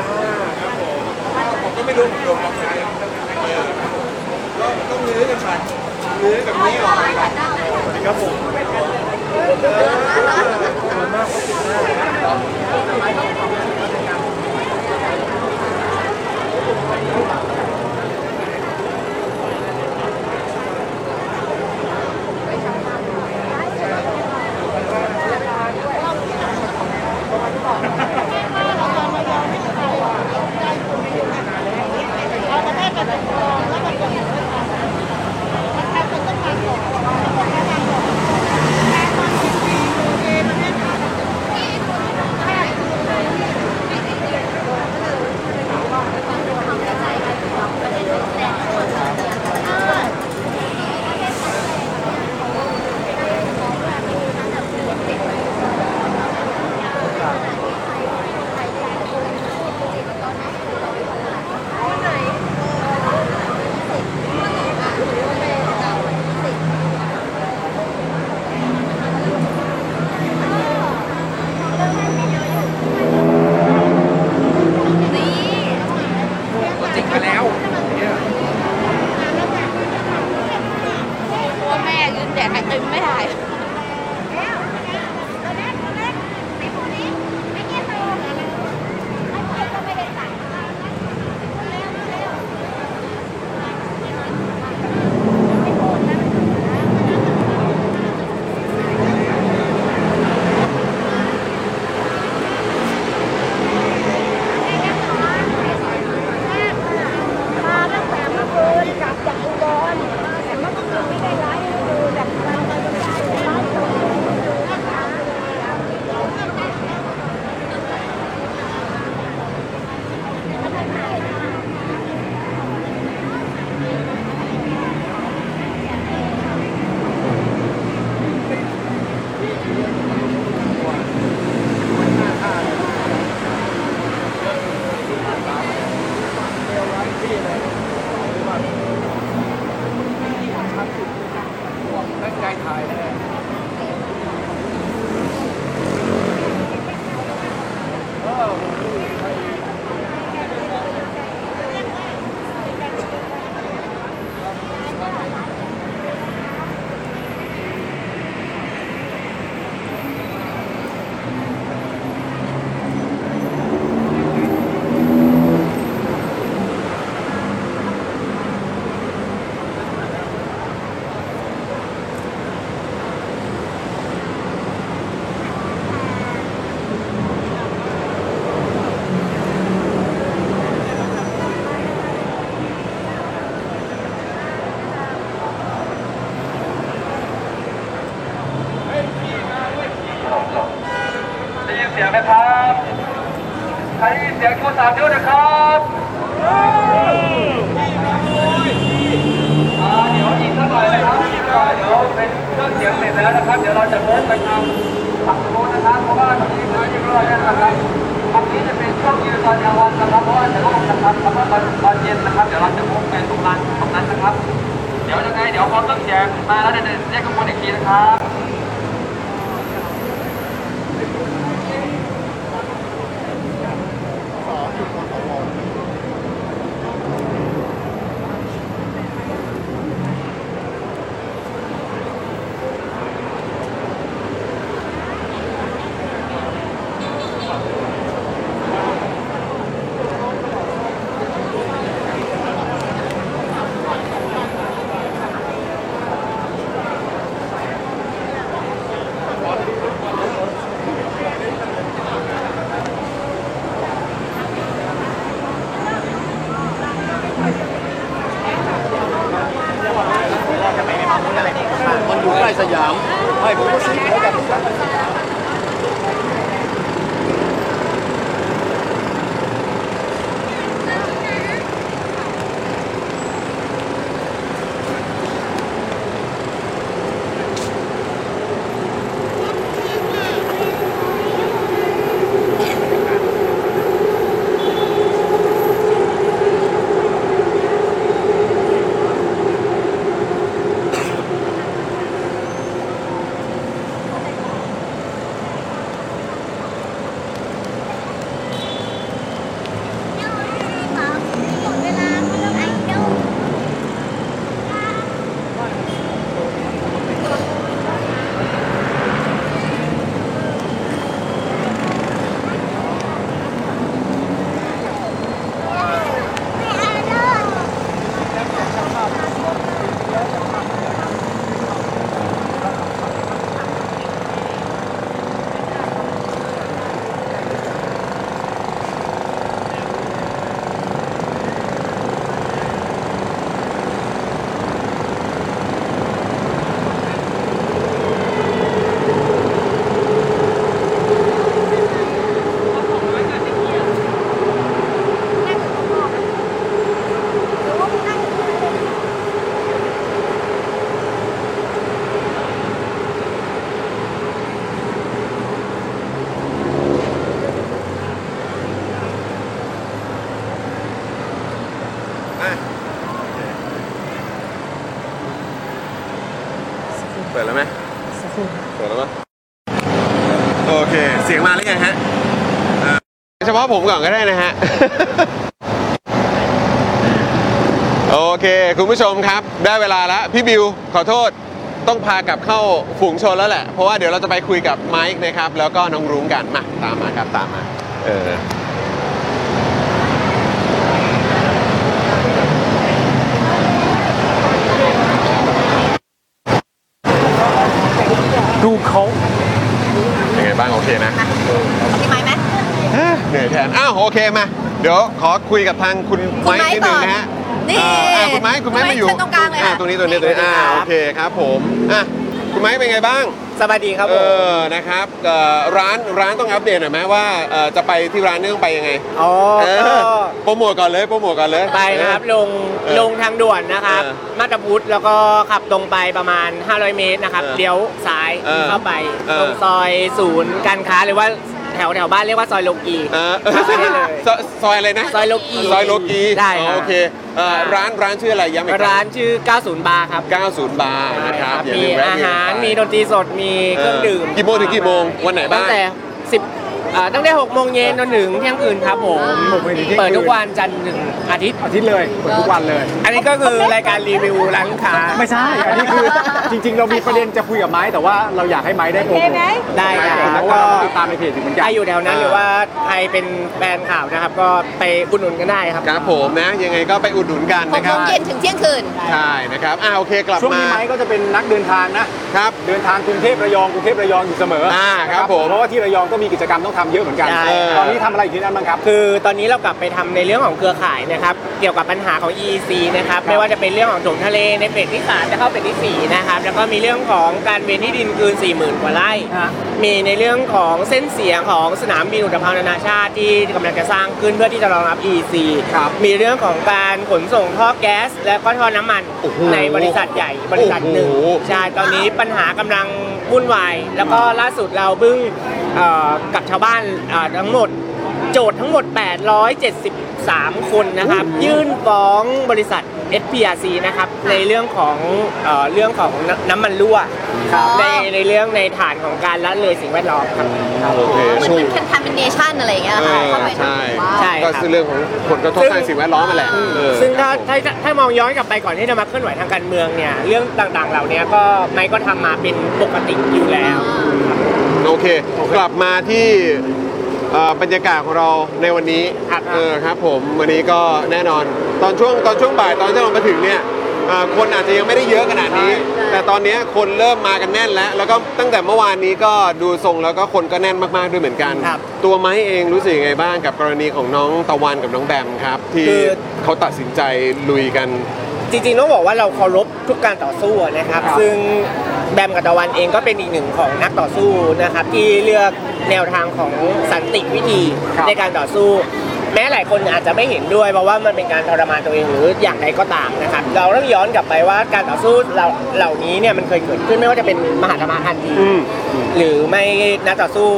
Speaker 4: มก็ไม่รู้ผมโดนทำไงก็ต้องเนื้อกันไปเนื้อกับนี้ออกไปครับผม
Speaker 7: เพราะว่าแม่ยืนแดดไอติมไม่ได้
Speaker 8: ได้ยินเสียงไหมครับ ใครได้ยินเสียงชูสามนิ้วนะครับอ่าเดี๋ยวอีกสักหน่อยนะครับอ่าเดี๋ยวเป็นเครื่องเสียงเสร็จแล้วนะครับ เดี๋ยวเราจะเดินไปทางฝั่งโน้นนะครับ เพราะว่าตรงนี้น้ำยังรอยนะครับฝั่งนี้จะเป็นช่วงยืนตอนกลางวันนะครับ เพราะว่าจะโล่งนะครับแล้วก็ตอนตอนเย็นนะครับ เดี๋ยวเราจะพุ่งไปตรงลานตรงนั้นนะครับ เดี๋ยวยังไงเดี๋ยวพอเครื่องเสียงมาแล้วเดี๋ยวเรียกขบวนอีกทีนะครับ
Speaker 4: ข เปิดแล้วไหมเปิดแล้วปะโอเค เสียงมาหรือยังฮะเอ่อเฉพาะผมก่อนก็ได้นะฮ ะ โอเค คุณผู้ชมครับ ได้เวลาแล้วพี่บิว ขอโทษต้องพากลับเข้าฝูงชนแล้วแหละ เพราะว่าเดี๋ยวเราจะไปคุยกับไมค์นะครับ แล้วก็น้องรุ้งกัน มา ตามมาครับ ตามมา เออ
Speaker 3: ดูเขา
Speaker 4: ยังไงบ้างโอเคนะ
Speaker 6: เอาพี่ไม้ไหม
Speaker 4: เหนื่อยแทน อ้าวโอเคมา เดี๋ยวขอคุยกับทางคุณ
Speaker 6: คุณ
Speaker 4: ไม้
Speaker 6: ไม้
Speaker 4: นิดนึงนะฮะ
Speaker 6: ก่อนนี่
Speaker 4: อ่าอ่าคุณไม้คุณไม้
Speaker 6: คุณไม้
Speaker 4: มาอยู่
Speaker 6: เชิญตรงกลางเลย
Speaker 4: อ่
Speaker 6: ค่ะ
Speaker 4: ตรงนี้ตัวนี้ตัวนี้
Speaker 6: นี่
Speaker 4: อ่า
Speaker 6: ครับ
Speaker 4: โอเคครับผมอ่ะคุณไม้เป็นไงบ้าง
Speaker 9: สบายดีครับ
Speaker 4: เอ
Speaker 9: ผม
Speaker 4: อ นะครับเอ่อร้านร้านต้องอัปเดตหน่อยไหมว่าเอ่อจะไปที่ร้านนี่ต้องไปยังไง
Speaker 9: อ๋อ
Speaker 4: เอ
Speaker 9: ก็
Speaker 4: อโปรโมทก่อนเลยโปรโมทก่อนเลย
Speaker 9: ไปนะครับลง
Speaker 4: เออ
Speaker 9: ลงทางด่วนนะครับ
Speaker 4: เออ
Speaker 9: มาตาพุธแล้วก็ขับตรงไปประมาณ 500 เมตรนะครับ
Speaker 4: เออ
Speaker 9: เลี้ยวซ้าย
Speaker 4: เออ
Speaker 9: เข้าไป
Speaker 4: เออ
Speaker 9: ตรงซอยศูนย์การค้าหรือว่าแถวแถวบ้านเรียกว่าซอยโลกี
Speaker 4: เออ
Speaker 9: เข้าไปได้เลย
Speaker 4: ซอยซอยอะไรนะ
Speaker 9: ซอยโลกี
Speaker 4: ซอยโลกี
Speaker 9: ได้
Speaker 4: อ๋อ
Speaker 9: ครับ
Speaker 4: โอเคเอ่อร้านร้านชื่ออะไรย้ำอีกคง
Speaker 9: ร้านชื่อ 90 บาร์ครับ
Speaker 4: 90 บาร์นะครับอย่า
Speaker 9: มี
Speaker 4: ลืมแวะ
Speaker 9: อา
Speaker 4: เวียน
Speaker 9: หาร
Speaker 4: ไป
Speaker 9: มีดนตรีสดมีเครื่องดื่ม
Speaker 4: เออกี่โมงถึงกี่โมงวันไหนบ้าง
Speaker 9: ตั้งแต่ 10อ่าตั้งแต่6โมงเย็นจนถึงเที่ยงคืนครับผม
Speaker 3: หมดไปถึงที่ยง
Speaker 9: เปิดทุกวันจันทร์ถึงอาทิตย์
Speaker 3: อาทิตย์เลยเปิดทุกวันเลย
Speaker 9: อันนี้ก็คือรายการรีวิวร้านค้า
Speaker 3: ไม่ใช่ อันนี้คือจริง ๆ เรามีประเด็นจะคุยกับไม้แต่ว่าเราอยากให้ไม้ได้โปรโมท
Speaker 9: ได้ครับ
Speaker 3: แล้วก็ติดตามในเพจอยู่เหมือนกั
Speaker 9: ใคน รอยู่แถวนั้นหรือว่าใครเป็นแฟนข่าวนะครับ ก็ไปอุดหนุนกันได้ครับ
Speaker 4: ครับผมนะ ยังไงก็ไปอุดหนุนกัน
Speaker 6: ห
Speaker 4: นะ
Speaker 6: กโม
Speaker 4: ครับ
Speaker 6: งเย็นถึงเที่ยงคืน
Speaker 4: ใช่นะครับ อ่าโอเคกลับ
Speaker 3: ช่วง
Speaker 4: มา
Speaker 3: นี้ไม้ก็จะเป็นนักเดินทางนะ
Speaker 4: ครับ
Speaker 3: เดินทางกรุงเทพระยองกรุงเทพระยองอยู่เสมออา
Speaker 4: ครับผม
Speaker 3: เพราะว่าที่ระยองก็มีกิจกรรมต้องทำเยอะเหมือนกัน
Speaker 9: ใช่
Speaker 3: ตอนนี้ทำอะไรอยู่ที่นั่นบ้างครับ
Speaker 9: คือตอนนี้เรากลับไปทำในเรื่องของเครือข่ายนะครับ เกี่ยวกับปัญหาของ EEC นะครับ ไม่ว่าจะเป็นเรื่องของถมทะเลในเฟสที่สามจะเข้าเฟสที่สี่นะครับ แล้วก็มีเรื่องของการเวนที่ดินคืน 4 0,000 กว่าไร่
Speaker 3: ฮะ
Speaker 9: มีในเรื่องของเส้นเสียงของสนามบินอุตภาวนานาชาติที่กำลังจะสร้างขึ้นเพื่อที่จะรองรับ EEC
Speaker 3: ครับ
Speaker 9: มีเรื่องของการขนส่งท่อแก๊ส และก็ท่อน้ำมัน
Speaker 4: โอ้โห
Speaker 9: ในบริษัทใหญ่บริษัทหนึ่ง
Speaker 4: โอ้โห
Speaker 9: ใช่ตอนนี้ปัญหากำลังวุ่นวาย แล้วก็ล่าสุดเราเพิ่งเอ่อกับชาวบ้านเอ่อทั้งหมด โจทย์ทั้งหมด 873 คนนะครับ ยื่นฟ้องบริษัท SPRC นะครับ ในเรื่องของเอ่อเรื่องของน้ำน้ำมันรั่ว
Speaker 6: ครับ
Speaker 9: ในในเรื่องในฐานของการละเลยสิ่งแวดล้อมครับ
Speaker 4: โอเค
Speaker 6: เหมือน
Speaker 4: ช่วง
Speaker 6: เป็นแคมเปญเนชั่นอะไรอย่างเงี้ย
Speaker 4: เอ
Speaker 6: ค่ะ
Speaker 4: อ
Speaker 6: เข้าไป
Speaker 4: ใช่
Speaker 6: ทำหมู่บ้าน
Speaker 9: ใช่ครับ
Speaker 4: ก็คือเรื่องของผลกระทบทางสิ่งแวดล้อมมาแหละเออ
Speaker 9: ซึ่งถ้าถ้าถ้ามองย้อนกลับไปก่อนที่จะมาเคลื่อนไหวทางการเมืองเนี่ย เรื่องต่างๆ เหล่านี้ก็ไม่ก็ทำมาเป็นปกติอยู่แล้ว
Speaker 4: โอเค กลับมาที่เอ่อบรรยากาศของเราในวันนี้
Speaker 9: ครับ
Speaker 4: เออครับผมวันนี้ก็แน่นอนตอนช่วงตอนช่วงบ่ายตอนที่เรามาถึงเนี่ยเอ่อคนอาจจะยังไม่ได้เยอะขนาดนี้ แต่ตอนนี้คนเริ่มมากันแน่นแล้ว แล้วก็ตั้งแต่เมื่อวานนี้ก็ดูทรงแล้วก็คนก็แน่นมากๆด้วยเหมือนกัน
Speaker 9: ครับ
Speaker 4: ตัวไม้เองรู้สึกยังไงบ้างกับกรณีของน้องตะวันกับน้องแบมครับ ที่
Speaker 9: คือ
Speaker 4: เขาตัดสินใจลุยกัน
Speaker 9: จริงๆต้องบอกว่าเราเคารพทุกการต่อสู้อะนะครับ ซึ่ง แบมกับตะวันเองก็เป็นอีกหนึ่งของนักต่อสู้นะครับ ที่เลือกแนวทางของสันติวิธี
Speaker 3: ครับ
Speaker 9: ในการต่อสู้ แม้หลายคนอาจจะไม่เห็นด้วย เพราะว่ามันเป็นการทรมานตัวเองหรืออย่างไรก็ตามนะครับ เราต้องย้อนกลับไปว่าการต่อสู้เราเหล่านี้เนี่ยมันเคยเกิดขึ้นไม่ว่าจะเป็นมหาธรรมาทันที หรือไม่นักต่อสู้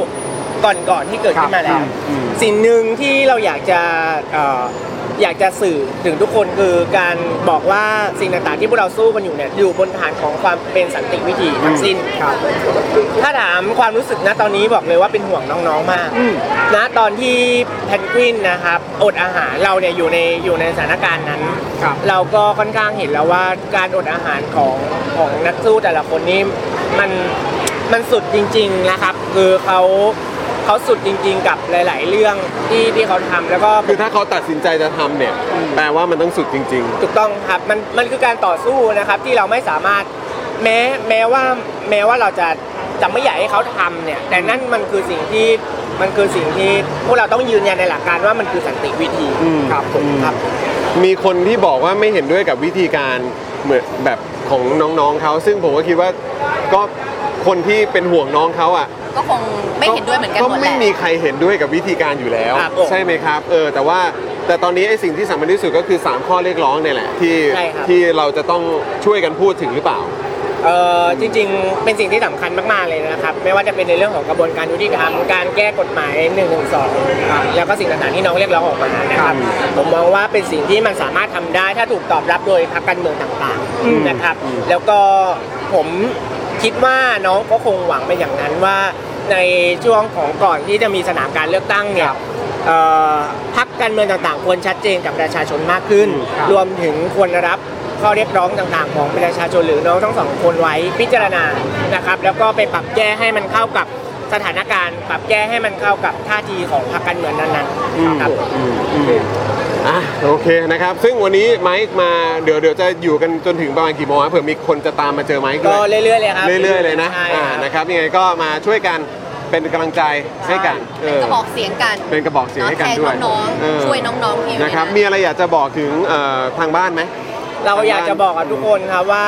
Speaker 9: ก่อนๆที่เกิดขึ้นมาแล้ว สิ่งหนึ่งที่เราอยากจะเอ่ออยากจะสื่อถึงทุกคนคือการบอกว่าสิ่งต่างๆที่พวกเราสู้กันอยู่เนี่ยอยู่บนฐานของความเป็นสันติวิธีทั้งสิ้น ถ้าถามความรู้สึกนะตอนนี้บอกเลยว่าเป็นห่วงน้องๆมากนะตอนที่แพนกวินนะครับอดอาหารเราเนี่ยอยู่ในอยู่ในสถานการณ์นั้น เราก็ค่อนข้างเห็นแล้วว่าการอดอาหารของของนักสู้แต่ละคนนี่มันมันสุดจริง ๆนะครับ คือเขาเขาสุดจริง ๆ กับหลาย ๆ เรื่องที่ที่เขาทำแล้วก็
Speaker 4: คือถ้าเขาตัดสินใจจะทำเนี่ยแปลว่ามันต้องสุดจริง ๆ
Speaker 9: ถูกต้องครับมันมันคือการต่อสู้นะครับที่เราไม่สามารถแม้แม้ว่าแม้ว่าเราจะจะไม่อยากให้เขาทำเนี่ยแต่นั่นมันคือสิ่งที่มันคือสิ่งที่พวกเราต้องยืนยันในหลักการว่ามันคือสันติวิธี
Speaker 4: อืม
Speaker 9: ครับผม
Speaker 4: อืม
Speaker 9: ครับ
Speaker 4: มีคนที่บอกว่าไม่เห็นด้วยกับวิธีการเหมือนแบบของน้องๆเขา ซึ่งผมก็คิดว่าก็คนที่เป็นห่วงน้องเขาอ่ะ
Speaker 6: ก็คงไม่เห็นด้วยเหมือนกันหมดแห
Speaker 4: ไม่
Speaker 6: ละ
Speaker 4: มีใครเห็นด้วยกับวิธีการอยู่แล้ว
Speaker 9: ครับผม
Speaker 4: ใช่ไหมครับเออแต่ว่าแต่ตอนนี้ไอ้สิ่งที่สำคัญที่สุดก็คือ 3 ข้อเรียกร้องเนี่ยแหละที่
Speaker 9: ใช่ครับ
Speaker 4: ที่เราจะต้องช่วยกันพูดถึงหรือเปล่า
Speaker 9: เอ่อจริงๆ เป็นสิ่งที่สำคัญมากๆเลยนะครับ ไม่ว่าจะเป็นในเรื่องของกระบวนการยุติธรรมการแก้กฎหมาย1นึแล้วก็สิ่งต่างๆที่น้องเรียกร้องออกมานะครับ ผมมองว่าเป็นสิ่งที่มันสามารถทำได้ถ้าถูกตอบรับโดยพรรคการเมืองต่างๆนะครับ แล้วก็ผมคิดว่าน้องก็คงหวังไปนอย่างนั้นว่าในช่วงของก่อนที่จะมีสนามการเลือกตั้งเนี่ย เอ่อพักการเมืองต่างๆ ควรชัดเจนกับประชาชนมากขึ้น รวมถึงควรรับข้อเรียกร้องต่างๆ ของประชาชนหรือน้องทั้งสองคนไว้พิจารณานะครับ แล้วก็ไปปรับแก้ให้มันเข้ากับสถานการณ์ ปรับแก้ให้มันเข้ากับท่าทีของพรรคการเมืองนั้นๆครับ
Speaker 4: อ่ะโอเคนะครับ ซึ่งวันนี้ไมค์มาเดี๋ยวเดี๋ยวจะอยู่กันจนถึงประมาณกี่โมงครับเผื่อมีคนจะตามมาเจอไมค์ด้
Speaker 9: ก็
Speaker 4: วย
Speaker 9: เรื่อยๆเลยครับ
Speaker 4: เรื่อยๆเลยนะ
Speaker 9: ใช่
Speaker 4: อ่า
Speaker 9: ครับ
Speaker 4: นะครับยังไงก็มาช่วยกันเป็นกำลังใจให้กันเอ
Speaker 6: เป็น
Speaker 4: อก
Speaker 6: ระบอกเสียงกัน
Speaker 4: เป็นกระบอกเสียงให้กันด้วย
Speaker 6: เนาะแทน
Speaker 4: เอ
Speaker 6: น้อง
Speaker 4: อ
Speaker 6: ๆช่วยน้องๆที่อยู่ใ
Speaker 4: นะครับ
Speaker 6: นั้น
Speaker 4: มีอะไรอยากจะบอกถึงเอ่อทางบ้านไหม
Speaker 9: เราอยากจะบอกกับทุกคนครับว่า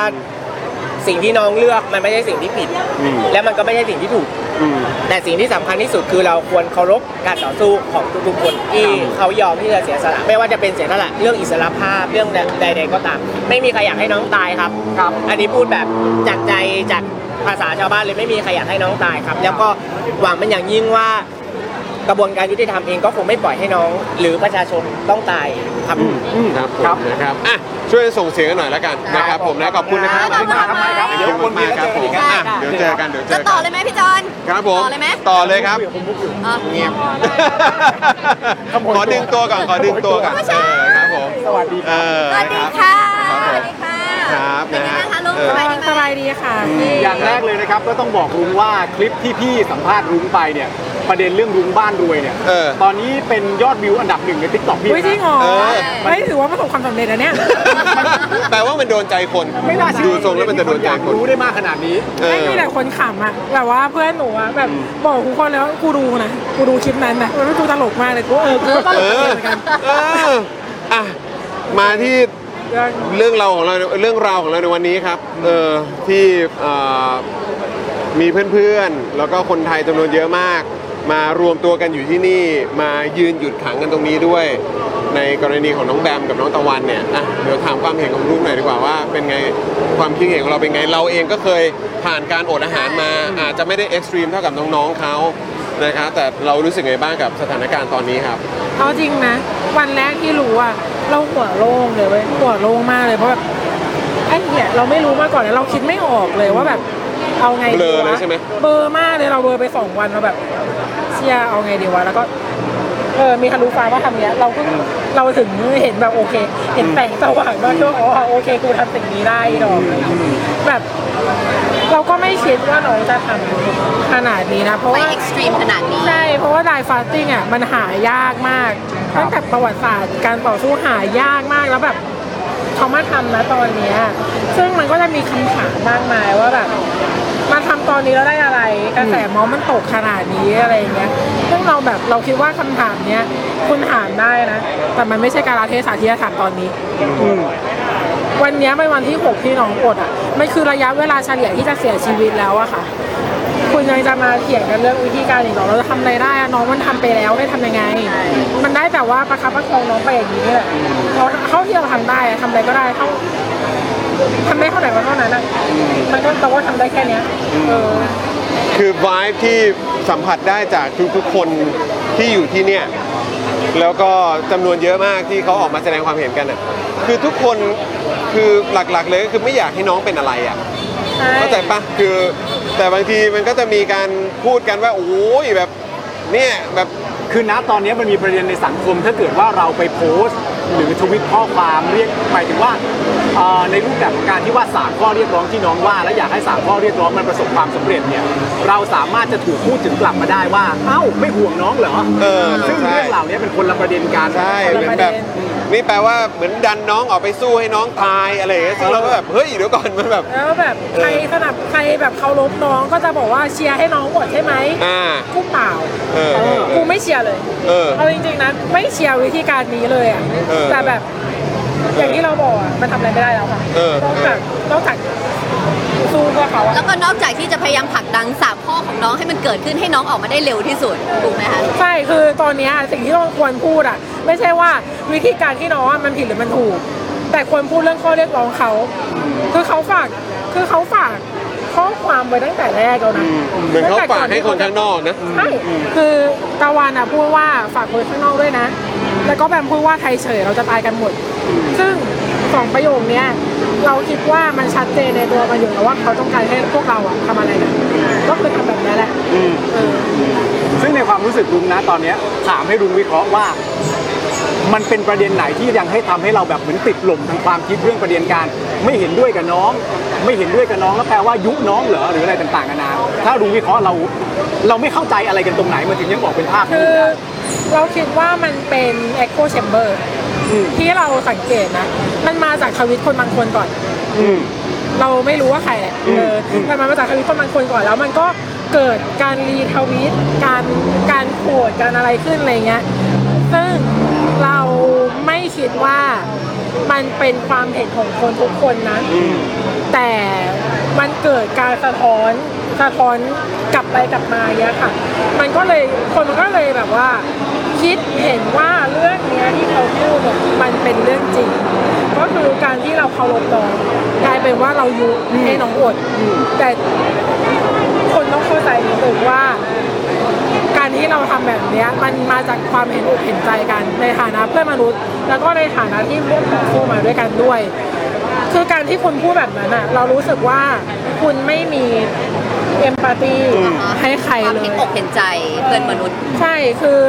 Speaker 9: สิ่งที่น้องเลือกมันไม่ใช่สิ่งที่ผิด
Speaker 4: อืม
Speaker 9: และมันก็ไม่ใช่สิ่งที่ถูก
Speaker 4: อืม
Speaker 9: แต่สิ่งที่สำคัญที่สุดคือเราควรเคารพการต่อสู้ของทุกๆคนที่เขายอมที่จะเสียสละไม่ว่าจะเป็นเสียสละเรื่องอิสรภาพเรื่องใดๆก็ตาม ไม่มีใครอยากให้น้องตายครับครับ อันนี้พูดแบบจากใจจากภาษาชาวบ้านเลยไม่มีใครอยากให้น้องตายครับ แล้วก็หวังเป็นอย่างยิ่งว่ากระบวนการยุติธรรมเองก็คงไม่ปล่อยให้น้อง หรือประชาชนต้องตายครับ
Speaker 4: ครับผมนะครับอ่ะช่วยส่งเสียงกันหน่อยแล้วกันนะครับผมนะขอบคุณนะครั
Speaker 6: ข
Speaker 4: บ
Speaker 6: อบคุณครับ
Speaker 4: เดี๋ยวคนมาครับผมอ่ะเดี๋ยวเจอกันเดี๋ยวเจ
Speaker 6: จะ
Speaker 4: อ
Speaker 6: ต่อน
Speaker 4: กั
Speaker 6: เลยไหมพี่จอน
Speaker 4: ครับผม
Speaker 6: ต่อเลยไหม
Speaker 4: ต่อเลยครับ
Speaker 6: อ่ะ
Speaker 4: ขอดึงตัวก่อนขอดึงตัวก่อน
Speaker 6: ไม่ใช่
Speaker 4: เออครับผม
Speaker 3: สวัสดี
Speaker 4: เออ
Speaker 6: สวัสดี
Speaker 4: รับ
Speaker 6: ค่ะ
Speaker 4: ครับ
Speaker 6: สวัสดีค่ะ
Speaker 4: ครับ
Speaker 6: เป็นไงบ้างคะลุง
Speaker 4: เออ
Speaker 6: สบายดีไหม
Speaker 10: สบายดีค่ะ
Speaker 3: อย่างแรกเลยนะครับก็ต้องบอกรุ้งว่าคลิปที่พี่สัมภาษณ์รุ้งไปเนี่ยประเด็นเรื่องรุ้งบ้านรวยเนี่ย
Speaker 4: เออ
Speaker 3: ตอนนี้เป็นยอดวิวอันดับหนึ่งในทิกตอกพี่
Speaker 10: อุ้ยจริง
Speaker 3: นะ
Speaker 10: เหรอ
Speaker 4: เออ
Speaker 10: ไม่ถือว่าประสบความสำเร็จแล้วเนี่ย
Speaker 4: แปลว่ามันโดนใจคน
Speaker 3: ไม่น่าเชื่อ
Speaker 4: ดูทรงแล้วมันจะโดนใจคน
Speaker 3: รู้ได้มากขนาดนี้
Speaker 4: เอ
Speaker 10: ไม่
Speaker 4: อ
Speaker 10: มีแต่คนขำอ่ะแบบว่าเพื่อนหนูอ่ะแบบบอกกูคนแล้วากูดูนะกูดูคลิปนั้นอ่ะแล้วกูตลกมากเลยกูเออกูก็ตล
Speaker 4: เอก
Speaker 10: เห
Speaker 4: อ
Speaker 10: มือนกัน
Speaker 4: เอออ่ะมาที่
Speaker 10: เรื่อง
Speaker 4: เรื่องเราวของเราเรื่องราวของเราในวันนี้ครับ เออที่เอ่อมีเพื่อนๆ แล้วก็คนไทยจำนวนเยอะมาก มารวมตัวกันอยู่ที่นี่ มายืนหยุดขังกันตรงนี้ด้วย ในกรณีของน้องแบมกับน้องตะวันเนี่ยอ่ะเดี๋ยวถามความเห็นของลูกหน่อยดีกว่าว่า เป็นไงความคิดเห็นของเราเป็นไงเราเองก็เคยผ่านการอดอาหารมา อาจจะไม่ได้เอ็กซ์ตรีมเท่ากับน้องๆเขานะครับแต่เรารู้สึกไงบ้างกับสถานการณ์ตอนนี้ครับ
Speaker 10: เอาจริงนะ วันแรกที่รู้อ่ะเราหัวโล่งเลยเว้ยหัวโล่งมากเลยเพราะแบบไอ้เหี้ยเราไม่รู้มาก่อนแล้วเราคิดไม่ออกเลยว่าแบบ เอาไงดี
Speaker 4: เบลอเลยว
Speaker 10: ะ
Speaker 4: ใช่ไหม
Speaker 10: เบลอร์มากเลยเราเบลอร์ไปสองวันเราแบบเชี่ยเอาไงดีวะแล้วก็เออมีคารุฟ้าว่าทำเนี้ยเราเพิ่งเราถึงเห็นแบบโอเค เห็นแสงสว่างบ้างก็อ๋อโอเคกูทำสิ่งนี้ได้ดอกแบบ เราก็ไม่คิดว่าน้องจะทำขนาดนี้นะเพราะ
Speaker 6: ไป
Speaker 10: ว่า
Speaker 6: เอ็กซ์ตรีมขนาดนี้
Speaker 10: ใช่ เพราะว่าไดฟาสติ้งอ่ะมันหายากมาก ตั้งแต่ประวัติศาสตร์การต่อสู้หายากมากแล้วแบบเขามาทำนะตอนเนี้ยซึ่งมันก็จะมีคำถามมากมายว่าแบบมาทำตอนนี้แล้วได้อะไรกระแสมอมันตกขนาดนี้อะไรอย่างเงี้ยซึ่งเราแบบเราคิดว่าคำถามเนี้ยคุณถามได้นะ แต่มันไม่ใช่การเทศะที่จะถามตอนนี้ วันเนี้ยเป็นวันที่ 6 ที่น้องกดอ่ะมันคือระยะเวลาเฉลี่ยที่จะเสียชีวิตแล้วอะค่ะ คุณยังจะมาเถียงกันเรื่องวิธีการอีกเหรอเราจะทำอะไรได้อะน้องมันทำไปแล้วให้ทำยังไง มันได้แต่ว่าประคับประคองน้องไปอย่างนี้แหละเราเท่าที่เราทำได้อะทำอะไรก็ได้เท่าทำได้เท่าไหร่ก็เท่านั้นอะมันก็แต่ว่าทำได้แค่เนี้ยเออ
Speaker 4: คือวายที่สัมผัสได้จากทุกๆคนที่อยู่ที่เนี่ย แล้วก็จำนวนเยอะมากที่เขาออกมาแสดงความเห็นกันอ่ะคือทุกคนคือหลักๆเลยก็คือไม่อยากให้น้องเป็นอะไรอ่ะ เข้าใจปะคือแต่บางทีมันก็จะมีการพูดกันว่าโอ้ยแบบเนี่ยแบบ
Speaker 3: คือณตอนนี้มันมีประเด็นในสังคม ถ้าเกิดว่าเราไปโพสต์ หรือทวิตข้อความเรียกหมายถึงว่าเอ่อในรูปแบบของการที่ว่าสามข้อเรียกร้องที่น้องว่า และอยากให้สามข้อเรียกร้องมันประสบความสำเร็จเนี่ยเราสามารถจะถูกพูดถึงกลับมาได้ว่าเอ้าไม่ห่วงน้องเหรอ
Speaker 4: เออ
Speaker 3: ซึ่ง
Speaker 4: ใช่
Speaker 3: เรื่องเหล่านี้เป็นคนละประเด็นกัน
Speaker 4: ใช่เหมือนแบบนี่แปลว่าเหมือนดันน้องออกไปสู้ให้น้องตายอะไรอย่างเงี้ยซึ่งเราก็แบบเฮ้ยเดี๋ยวก่อนมันแบบ
Speaker 10: แล้วแบบใครสนับใครแบบเคารพน้องก็จะบอกว่าเชียร์ให้น้องกดใช่ไหม
Speaker 4: อ่า
Speaker 10: กูเปล่า
Speaker 4: เออเออเออ
Speaker 10: กูไม่เชียร์เลย
Speaker 4: เออ
Speaker 10: เอาจริงๆนะไม่เชียร์วิธีการนี้เลยอ่ะ
Speaker 4: เออ
Speaker 10: แต่แบบอย่างที่เราบอกอ่ะมันทำอะไรไม่ได้แล้วค่ะ
Speaker 4: เออ
Speaker 10: นอกจากนอกจากสู้เพื่อเขาอ่ะ
Speaker 6: แล้วก็นอกจากที่จะพยายามผลักดันสามข้อของน้องให้มันเกิดขึ้นให้น้องออกมาได้เร็วที่สุดถูกไหมคะ
Speaker 10: ใช่คือตอนเนี้ยสิ่งที่เราควรพูดอ่ะ ไม่ใช่ว่าวิธีการที่น้องอ่ะมันผิดหรือมันถูก แต่ควรพูดเรื่องข้อเรียกร้องเขาคือเขาฝากคือเขาฝากข้อความไว้ตั้งแต่แรกแล้วนะ
Speaker 4: เหมือนเขาฝากให้คนข้างนอกนะ
Speaker 10: ใช่ คือตะวันอ่ะพูดว่าฝากคนข้างนอกด้วยนะ แล้วก็แบมพูดว่าใครเฉยเราจะตายกันหมด ซึ่งสองประโยคเนี้ยเราคิดว่ามันชัดเจนในตัวมันอยู่แล้วว่าเขาต้องการให้พวกเราอ่ะทำอะไรนะก็คือทำแบบนี้แหละเออ
Speaker 3: ซึ่งในความรู้สึกรุงนะตอนเนี้ยถามให้รุงวิเคราะห์ว่า มันเป็นประเด็นไหนที่ยังให้ทำให้เราแบบเหมือนติดหล่มทางความคิดเรื่องประเด็นการ ไม่เห็นด้วยกับน้อง ไม่เห็นด้วยกับน้องแล้วแปลว่ายุน้องเหรอหรืออะไรต่างๆนานาถ้ารุงวิเคราะห์เรา เราไม่เข้าใจอะไรกันตรงไหนมันถึงยังออกเป็นภาพนี้
Speaker 10: คือ
Speaker 3: ได้
Speaker 10: เราคิดว่ามันเป็น echo chamber ที่เราสังเกตนะ มันมาจากทวิตคนบางคนก่อนเราไม่รู้ว่าใครแหละเอออแต่มันมาจากทวิตคนบางคนก่อนแล้ว มันก็เกิดการรีทวิตการการโขดการอะไรขึ้นอะไรเงี้ยซึ่งเราไม่คิดว่ามันเป็นความเห็นของคนทุกคนนะ แต่มันเกิดการสะท้อนสะท้อนกลับไปกลับมาอย่างเงี้ยค่ะ มันก็เลยคนมันก็เลยแบบว่า คิดเห็นว่าเรื่องเนี้ยที่เขาพูดเนี่ยมันเป็นเรื่องจริง ก็คือการที่เราเคารพน้องกลายเป็นว่าเรายุให้น้องอดแต่คนต้องเข้าใจนิดนึงว่า การที่เราทำแบบเนี้ยมันมาจากความเห็นอกเห็นใจกันในฐานะเพื่อนมนุษย์ แล้วก็ในฐานะที่ร่วมต่อสู้มาด้วยกันด้วย คือการที่คุณพูดแบบนั้นอะเรารู้สึกว่าคุณไม่มีเอมพัตตีให้ใคร
Speaker 6: ความ
Speaker 10: เล
Speaker 6: เห็น
Speaker 10: ย
Speaker 6: อกเห็นใจเพื่อนมนุษย์
Speaker 10: ใช่คือ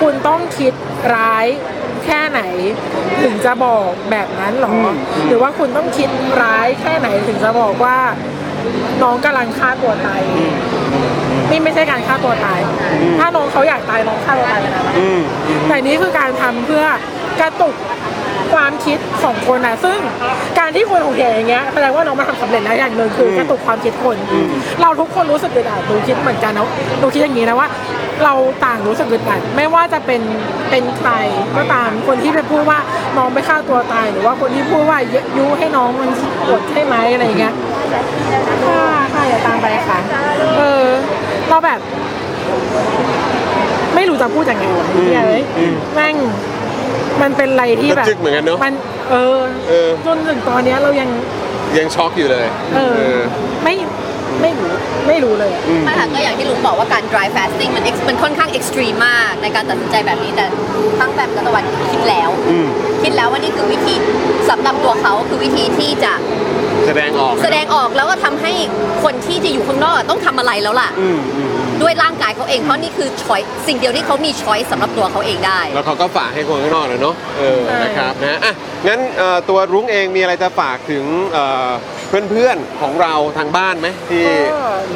Speaker 10: คุณต้องคิดร้ายแค่ไหน ถึงจะบอกแบบนั้นหรออหรือว่าคุณต้องคิดร้ายแค่ไหนถึงจะบอกว่า น้องกำลังฆ่าตัวตายนี่ไม่ใช่การฆ่าตัวตาย ถ้าน้องเขาอยากตายน้องฆ่าตัวตายไปแล้วนะแต่นี่คือการทำเพื่อกระตุกความคิดของคนนะซึ่งการที่คนถูกแย่อย่างเงี้ยแสดงว่าน้องมาทำสำเร็จแล้วอย่างหนึ่งคือกระตุกความคิดคน เราทุกคนรู้สึกอึดอัดหนูคิดเหมือนกันนะหนูคิดอย่างนี้นะว่า เราต่างรู้สึกอึดอัดไม่ว่าจะเป็นเป็นใครก็ตามคนที่ไปพูดว่าน้องไปฆ่าตัวตายหรือว่าคนที่พูดว่ายุให้น้องมันอดใช่ไหมอะไรอย่างเงี้ย ค่ะค่ะอย่าตามไปค่ะ เออ เราแบบ ไม่รู้จะพูดยังไงวะเนี่ยเอ้ยแม่ง มันเป็นอะไรที่แบบ
Speaker 4: ระทึกเหมือนกันเนอะ
Speaker 10: มัน เออ
Speaker 4: เออ
Speaker 10: จนถึงตอนเนี้ยเรายัง
Speaker 4: ยังช็อกอยู่เลย
Speaker 10: เออ ไม่ ไม่รู้ ไม่รู้เลยอะ
Speaker 6: ไม่ค่ะก็อย่างที่ลุงบอกว่าการ dry fasting มัน ex- มันค่อนข้าง extreme มากในการตัดสินใจแบบนี้ แต่ทั้งแบบกับตะวันคิดแล้ว คิดแล้วว่านี่คือวิธีสำหรับตัวเขาคือวิธีที่จะ
Speaker 4: แสดงออก
Speaker 6: แสดงออกแล้วก็ทำให้คนที่จะอยู่ข้างนอกต้องทำอะไรแล้วล่ะ
Speaker 4: อืมอืม
Speaker 6: ด้วยร่างกายเขาเองเพราะนี่คือช้อยสิ่งเดียวที่เขามีช้อยสำหรับตัวเขาเองได้
Speaker 4: แล้วเขาก็ฝากให้คนข้างนอกเลยเนาะเออ
Speaker 10: ใช่
Speaker 4: นะครับนะอ่ะงั้นเอ่อตัวรุ้งเองมีอะไรจะฝากถึงเอ่อเพื่อนๆของเราทางบ้านไหมที่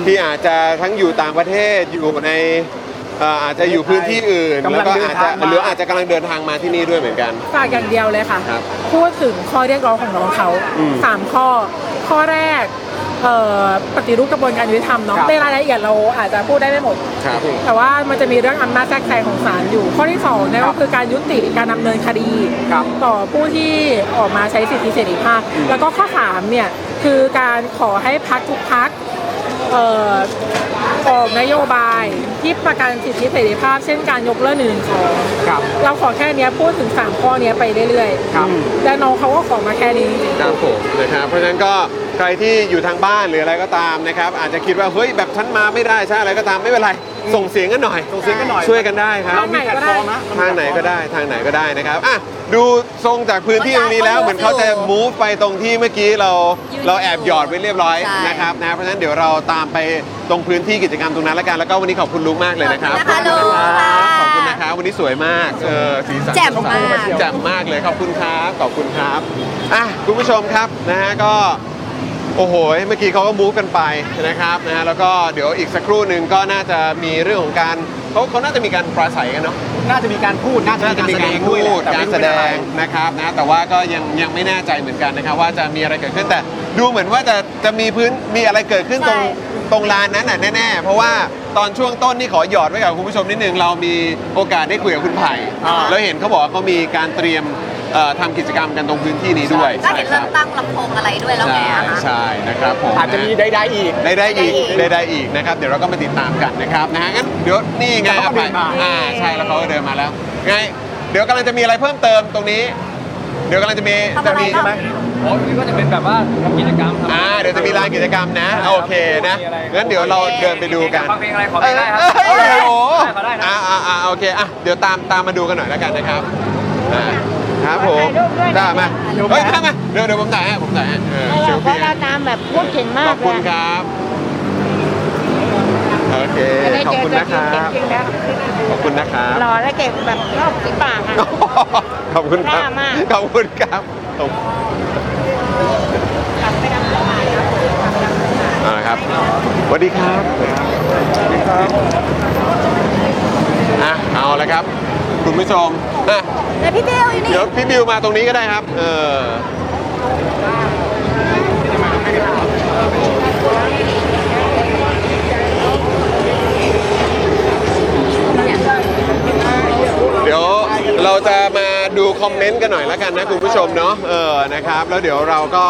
Speaker 4: ที่อาจจะทั้งอยู่ต่างประเทศอยู่ในเอ่ออาจจะอยู่พื้นที่อื่น
Speaker 3: กำลัง
Speaker 4: แล้วก็อาจจะ
Speaker 3: เดินทางมา
Speaker 4: หรืออาจจะกำลังเดินทางมาที่นี่ด้วยเหมือนกัน
Speaker 10: ฝากอย่างเดียวเลยค่ะ
Speaker 4: ครับ
Speaker 10: พูดถึงข้อเรียกร้องของน้องเขา
Speaker 4: อืม
Speaker 10: สามข้อ ข้อแรก เอ่อปฏิรูปกระบวนการยุติธรรมเนาะ
Speaker 3: ครับ
Speaker 10: ในรายละเอียดเราอาจจะพูดได้ไม่หมด
Speaker 4: ครับ
Speaker 10: แต่ว่ามันจะมีเรื่องอำนาจแทรกแซงของศาลอยู่ ข้อที่สองเนี่ยก็คือการยุติการดำเนินคดี
Speaker 3: ครับ
Speaker 10: ต่อผู้ที่ออกมาใช้สิทธิเสรีภาพ แล้วก็ข้อสามเนี่ยคือการขอให้พักทุกพักเอ่อออกนโยบายที่ประกันสิทธิเสรีภาพ เช่นการยกเลิกหนึ่งของ
Speaker 3: ครับ
Speaker 10: เราขอแค่เนี้ยพูดถึง 3 ข้อเนี้ยไปเรื่อย
Speaker 3: ครับ
Speaker 10: ๆและน้องเขาก็ขอมาแค่นี้จริงๆ
Speaker 4: ครับผมนะครับเพราะฉะนั้นก็ใครที่อยู่ทางบ้านหรืออะไรก็ตามนะครับอาจจะคิดว่าเฮ้ยแบบฉันมาไม่ได้ใช่อะไรก็ตามไม่เป็นไรส่งเสียงกันหน่อย
Speaker 3: ส่งเสียงกันหน่อย
Speaker 4: ช่วยกันได้ครับ
Speaker 10: ทางไหนก็ได้
Speaker 4: ทางไหนก็ได้ทางไหนก็ได้นะครับอ่ะดูทรงจากพื้นที่ตรงนี้แล้วเหมือนเขาจะ move ไปตรงที่เมื่อกี้เราเราแอบหยอดไว้เรียบร้อย
Speaker 6: ใช่
Speaker 4: นะครับนะเพราะฉะนั้นเดี๋ยวเราตามไปตรงพื้นที่กิจกรรมตรงนั้นแล้วกันแล้วก็วันนี้ขอบคุณลุงมากเลยนะครับ
Speaker 6: นะคะลุงค่ะ
Speaker 4: ขอบคุณนะครับวันนี้สวยมากเออสีสัน
Speaker 6: แจ่มมาก
Speaker 4: แจ่มมากเลยขอบคุณครับ ขอบคุณครับอ่ะคุณผู้ชมครับนะฮะก็ โอ้โห เมื่อกี้เขาก็มูฟกันไปนะครับนะฮะแล้วก็เดี๋ยวอีกสักครู่หนึ่งก็น่าจะมีเรื่องของการเขาเขาน่าจะมีการปราศัยกันเนาะ
Speaker 3: น่าจะมีการพูด น่าจะ
Speaker 4: น่าจะมี
Speaker 3: มีกา
Speaker 4: กา
Speaker 3: ร รพ
Speaker 4: พู
Speaker 3: ูด
Speaker 4: ดการแสดงนะครับนะแต่ว่าก็ยังยังไม่แน่ใจเหมือนกันนะครับ ว่าจะมีอะไรเกิดขึ้นแต่ดูเหมือนว่าจะจะมีพื้นมีอะไรเกิดขึ้นตรง
Speaker 6: ใช่
Speaker 4: ตรงลานนั้นน่ะแน่ๆ เพราะว่าตอนช่วงต้นนี่ขอหยอดไว้กับคุณผู้ชมนิดนึงเรามีโอกาสได้คุยกับคุณไผ่แล้วเห็นเขาบอกว่าเขามีการเตรียมเอ่อทำกิจกรรมกันตรงพื้นที่นี้ด้วย
Speaker 6: ก็เห็น
Speaker 4: ค
Speaker 6: เริ่ม
Speaker 4: รั
Speaker 6: ตั้งลำโพงอะไรด้วยแล้วไง
Speaker 4: ใช่
Speaker 6: อะคะ
Speaker 4: ใช่นะครับผม
Speaker 3: อาจจะมีใดๆอีก
Speaker 4: ได้ได้อีก
Speaker 6: ได้อีก
Speaker 4: ได้ได้อีกนะครับ เดี๋ยวเราก็มาติดตามกันนะครับนะฮะงั้นเดี๋ยวนี่ไง
Speaker 3: เขาก็เดินมา
Speaker 4: อ่าใช่แล้วเขาก็เดินมาแล้วไงเดี๋ยวกำลังจะมีอะไรเพิ่มเติมตรงนี้ เดี๋ยวกำลังจะมีจะมีใช่ไหม
Speaker 5: โอ้นี่ก็จะเป็นแบบว่าทำกิจกรรม
Speaker 4: อ่าเดี๋ยวจะมีลานกิจกรรมนะโอเคนะ
Speaker 5: มีอะไร
Speaker 4: งั้นเดี๋ยวเราเดินไปดูกัน
Speaker 5: ฟังเพลงอะไรขอ
Speaker 4: เอ
Speaker 5: เพลง
Speaker 4: อ
Speaker 5: ได้ครั
Speaker 4: เอ้ยโอ้โห
Speaker 5: ขอได้นะ
Speaker 4: อ่าอ่าอ่าโอเคอ่ะเดี๋ยวตามตามมาดูกันหน่อยแล้วกันนะครับอ่าครับผมได้มาเฮ้ยได้มาเดี๋ยวเดี๋ยวผมถ่ายให้ผมถ่ายให้เออเซลฟี่
Speaker 10: พูดเก่งมา
Speaker 4: ข
Speaker 10: ก
Speaker 4: อบคุณครับ โอเค ขอบคุณนะครับ ขอบคุณนะครับ
Speaker 10: รอแล้วเก็บแบบรอบที่ปากอ่ะ
Speaker 4: ขอบคุณครับ
Speaker 10: หน้ามาก
Speaker 4: ขอบคุณครับขอบเอาละครับสวัสดีครับสวัสดีครับอ่ะเอาละครับ คุณผู้ชมอ่ะ
Speaker 6: แต่พี่เบลอยู่นี่
Speaker 4: เดี๋ยวพี่บิวมาตรงนี้ก็ได้ครับ เออเดี๋ยวเราจะมาดูคอมเมนต์กันหน่อยละกันนะคุณผู้ชมเนาะ เออ นะครับ แล้วเดี๋ยวเราก็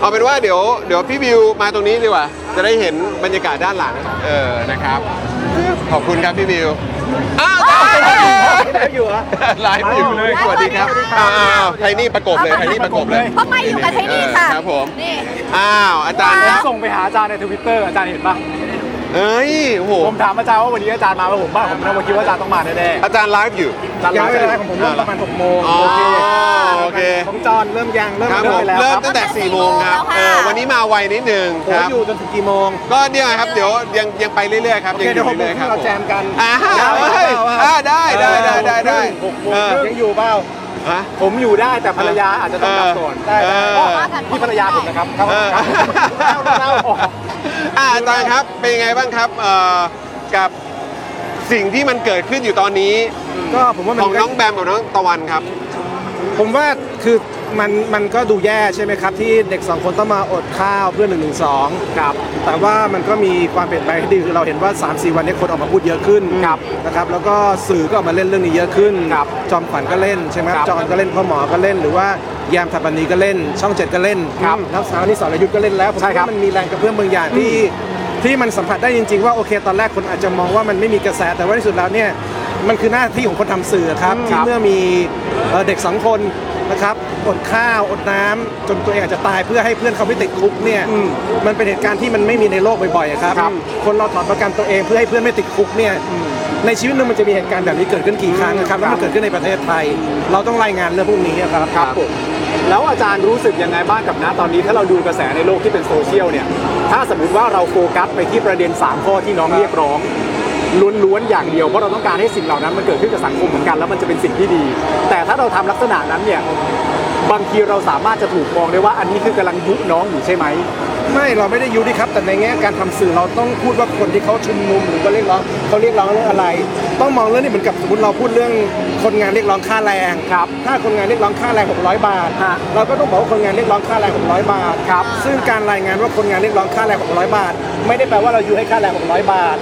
Speaker 4: เอาเป็นว่าเดี๋ยวเดี๋ยวพี่บิวมาตรงนี้ดีกว่า จะได้เห็นบรรยากาศด้านหลัง เออ นะครับ ขอบคุณครับพี่บิว อ้าวตายแล้ว
Speaker 3: อยู่เหรอ
Speaker 4: ไลฟ์อยู่เลยสวัสดีครับอ้าวไทนี่ประกบเลยไทนี่ประกบเลย
Speaker 6: เพราะไม่อยู่กับไทนี่ค่ะ
Speaker 4: เออครับผม
Speaker 6: นี่
Speaker 4: อ้าวอาจารย์
Speaker 3: ผ
Speaker 4: ค
Speaker 3: ม
Speaker 4: รับ
Speaker 3: ส่งไปหาอาจารย์ในทวิตเตอร์อาจารย์เห็นปะ
Speaker 4: เอ้ยโอ้โห
Speaker 3: ผมถามอาจารย์ว่าวันนี้อาจารย์มาไหมผมว่าผมนะผมคิดว่าอาจารย์ต้องมาแน่
Speaker 4: อาจารย์ไลฟ์อยู่
Speaker 3: ๆอาจารย์มาได้ของผมเริ่มประมาณหกโมง
Speaker 4: อ๋อโอเค
Speaker 3: ของจอนเริ่มยังเริ่ม
Speaker 4: ครับ
Speaker 3: เริ่ไป
Speaker 4: ผม ม
Speaker 3: แล้ว
Speaker 4: เริ่ม
Speaker 3: ครับ
Speaker 4: ตั้งแต่4โมงครับ
Speaker 6: แล้วค่ะ
Speaker 4: เออวันนี้มาไวนิดนึง
Speaker 3: ผ
Speaker 4: ค
Speaker 3: ม
Speaker 4: รับ
Speaker 3: อยู่จนถึงกี่โมง
Speaker 4: ก็เนี่ยครับเดี๋ยวยังยังไปเรื่อยๆครับ
Speaker 3: โอ
Speaker 4: ยั
Speaker 3: เค
Speaker 4: งอ
Speaker 3: เดี๋ย
Speaker 4: ยู่
Speaker 3: วหกโม
Speaker 4: เรื่
Speaker 3: งครึ่ง
Speaker 4: อยๆครับ
Speaker 3: เราแจมกัน
Speaker 4: อ่า
Speaker 3: ได้
Speaker 4: เฮ้ย
Speaker 3: เปล่า
Speaker 4: อ่าได้ได้ได้ได้ได้
Speaker 3: หกโมง
Speaker 4: เออ
Speaker 3: ครึ่งยังอยู่เปล่า
Speaker 4: ฮะ
Speaker 3: ผมอยู่ได้แต่ภรรยาอาจจะต้องกลับก่อนได้
Speaker 4: เออ
Speaker 3: ได้พี่ภรรยาผมนะครับครับ
Speaker 4: เออ
Speaker 3: ครับเอาเอาเอา
Speaker 4: อ่ะอาจารย์ครับ เป็นยังไงบ้างครับเอ่อกับสิ่งที่มันเกิดขึ้นอยู่ตอนนี้
Speaker 11: ก็ผมว่ามั
Speaker 4: ข
Speaker 11: น
Speaker 4: อง
Speaker 11: ก็
Speaker 4: น้องแบมกับน้องตะวันครับ
Speaker 11: ผมว่าคือมันมันก็ดูแย่ใช่ไหมครับ ที่เด็กสองคนต้องมาอดข้าวเพื่อ1นึครับแต่ว่ามันก็มีความเปลี่ยนแปลงที่ดีคือเราเห็นว่า 3 4 วันนี้คนออกมาพูดเยอะขึ้น
Speaker 3: ครับ
Speaker 11: นะครับแล้วก็สื่อก็ออกมาเล่นเรื่องนี้เยอะขึ้น
Speaker 3: ครับ
Speaker 11: จอมขวัญก็เล่นใช่ไหม
Speaker 3: ครับ
Speaker 11: จอนก็เล่นพ่อหมอก็เล่นหรือว่าแยามถัปนีก็เล่น ช่องเจ็ดก็เล่น
Speaker 3: ครับ
Speaker 11: นักสาวนี่สอนยุทธก็เล่นแล้วผม
Speaker 3: ใช่ครับ
Speaker 11: ว่ามันมีแรงกระเพื่อมบางอย่างที่ที่มันสัมผัสได้จริง ๆ ว่าโอเค ตอนแรกคนอาจจะมองว่ามันไม่มีกระแสแต่ว่าที่สุดแล้วเนี่ยมันคือหน้าที่ของคนทำสื่อครับ
Speaker 3: ค
Speaker 11: ที่
Speaker 3: รับ
Speaker 11: เมื่อมีเอ่อเด็กสองคนนะครับอดข้าวอดน้ำจนตัวเองอาจจะตายเพื่อให้เพื่อนเขาไม่ติดคุกเนี่ยมันเป็นเหตุการณ์ที่มันไม่มีในโลกบ่อยๆอะครับ คนเราถอนประกันตัวเองเพื่อให้เพื่อนไม่ติดคุกเนี่ยในชีวิตหนึงมันจะมีเหตุการณ์แบบนี้เกิดขึ้นกี่ครั้งนะครับแล้วมันเกิดขึ้นในประเทศไทย เราต้องรายงานเรื่องพวกนี้อะครับ
Speaker 3: ครับผมแล้วอาจารย์รู้สึกยังไงบ้างกับนะตอนนี้ถ้าเราดูกระแสในโลกที่เป็นโซเชียลเนี่ย ถ้าสมมติว่าเราโฟกัสไปที่ประเด็น 3 ข้อที่น้องเรียกร้องล้วนๆอย่างเดียวเพราะเราต้องการให้สิ่งเหล่านั้นมันเกิดขึ้นกับสังคมเหมือนกันแล้วมันจะเป็นสิ่งที่ดี แต่ถ้าเราทำลักษณะนั้นเนี่ยบางทีเราสามารถจะถูกมองได้ว่าอันนี้คือกำลังยุน้องอยู่ใช่ไหม
Speaker 11: ไม่เราไม่ได้ยุดิครับ แต่ในแง่การทำสื่อเราต้องพูดว่าคนที่เขาชุมนุมหรือว่าเรียกร้องเขาเรียกร้องเรื่องอะไร ต้องมองเรื่องนี้เหมือนกับสมมติเราพูดเรื่องคนงานเรียกร้องค่าแรงครับถ้าคนงานเรียกร้องค่าแรง600 บาท เราก็ต้องบอกว่าคนงานเรียกร้องค่าแรง600 บาทครับซึ่งการรายงานว่าคนงานเรียกร้องค่าแรง600 บาท ไม่ได้แปลว่าเรายุให้ค่าแรง600 บาท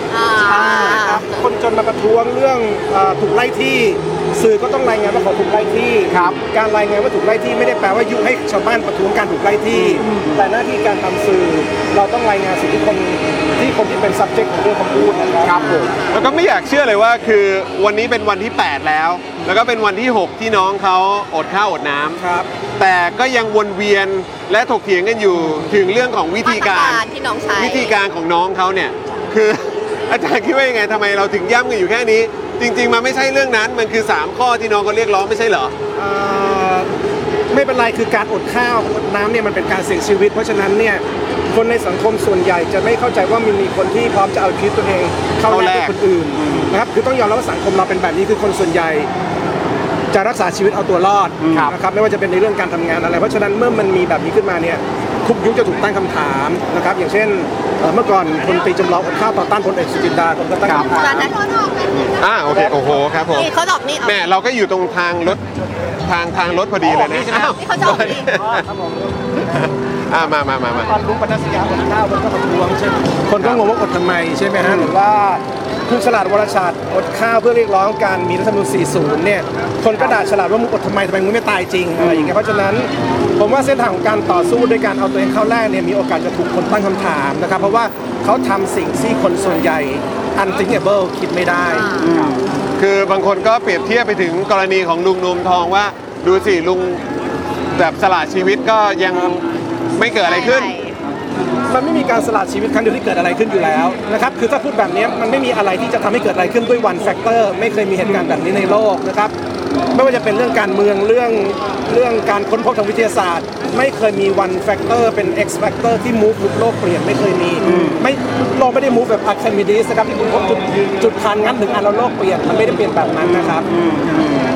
Speaker 11: ครับคนจนมาประท้วงเรื่องเอ่อถูกไล่ที่ สื่อก็ต้องรายงานว่าเขาถูกไล่ที่ครับการรายงานว่าถูกไล่ที่ไม่ได้แปลว่ายุให้ชาวบ้านประท้วงการถูกไล่ที่ แต่หน้าที่การทำสื่อ เราต้องรายงานสิ่งที่คนที่คนที่เป็น subject ของเรื่องคำพูดนะครับครับผม
Speaker 4: แล้วก็ไม่อยากเชื่อเลยว่าคือวันนี้เป็นวันที่ 8 แล้ว แล้วก็เป็นวันที่ 6 ที่น้องเขาอดข้าวอดน้ำ
Speaker 11: ครับ
Speaker 4: แต่ก็ยังวนเวียนและถกเถียงกันอยู่ถึงเรื่องของวิธีกา
Speaker 6: มาตร
Speaker 4: ร
Speaker 6: ฐานที่น้องใช้
Speaker 4: วิธีการของน้องเขาเนี่ยคือ อาจารย์คิดว่ายังไงทำไมเราถึงย้ำกันอยู่แค่นี้ จริง ๆ มันไม่ใช่เรื่องนั้นมันคือ 3 ข้อที่น้องเขาเรียกร้องไม่ใช่เหรอ
Speaker 11: เอ่อไม่เป็นไรคือการอดข้าวอดน้ำเนี่ยมันเป็นการเสี่ยงชีวิต เพราะฉะนั้นเนี่ยคนในสังคมส่วนใหญ่จะไม่เข้าใจว่ามันมีคนที่พร้อมจะเอาชีวิตตัวเองเข้าแลกกับคนอื่นนะครับคือต้องยอมรับว่าสังคมเราเป็นแบบนี้คือคนส่วนใหญ่ จะรักษาชีวิตเอาตัวรอดนะครับไม่ว่าจะเป็นในเรื่องการทำงานอะไร เพราะฉะนั้นเมื่อมันมีแบบนี้ขึ้นมาเนี่ยทุกยุคจะถูกตั้งคำถามนะครับอย่างเช่นเอ่อเมื่อก่อนคนตีจำลองอดข้าวต่อต้านพลเอกสุจินดาคนก็ตั้งคำถาม
Speaker 4: อ่าโอเคโอ้โหครับผม
Speaker 6: นี่เขาจะออกนี่ออก
Speaker 4: แม่เราก็อยู่ตรงทางรถทางทางรถพอดีเลยนะอ้าว
Speaker 6: นี่เขาจะออกนี่
Speaker 4: อ่ามามามามา
Speaker 11: ตอนลุงปนัสยาอดข้าวมันก็ประท้วงใช่ไหมคนก็งงว่าอดทำไมใช่ไหมฮะหรือว่าคุณฉลาดวรชาติอดข้าวเพื่อเรียกร้องการมีรัฐธรรมนูญ40 เนี่ย คนก็ด่าฉลาดว่ามึงอดทำไมทำไมมึงไม่ตายจริงอะไรอย่างเงี้ยเพราะฉะนั้น ผมว่าเส้นทางของการต่อสู้ด้วยการเอาตัวเองเข้าแรกเนี่ยมีโอกาสจะถูกคนตั้งคำถามนะครับ เพราะว่าเขาทำสิ่งที่คนส่วนใหญ่ unthinkable คิดไม่ได้
Speaker 4: คือบางคนก็เปรียบเทียบไปถึงกรณีของลุงนวมทองว่า ดูสิลุงแบบสละชีวิตก็ยังไม่เกิดอะไรขึ้น
Speaker 11: มันไม่มีการสละชีวิตครั้งเดียวที่เกิดอะไรขึ้นอยู่แล้วนะครับ คือถ้าพูดแบบนี้มันไม่มีอะไรที่จะทำให้เกิดอะไรขึ้นด้วยวันแฟกเตอร์ ไม่เคยมีเหตุการณ์แบบนี้ในโลกนะครับ ไม่ว่าจะเป็นเรื่องการเมืองเรื่องเรื่องการค้นพบทางวิทยาศาสตร์ ไม่เคยมีวันแฟกเตอร์เป็น X factor ที่ move ลุกโลกเปลี่ยนไม่เคยมี ไม่โลกไม่ได้ move แบบอาร์คมิดีสนะครับที่คุณพบจุดจุดทานงั้นถึงอันเราโลกเปลี่ยนมันไม่ได้เปลี่ยนแบบนั้นนะครับ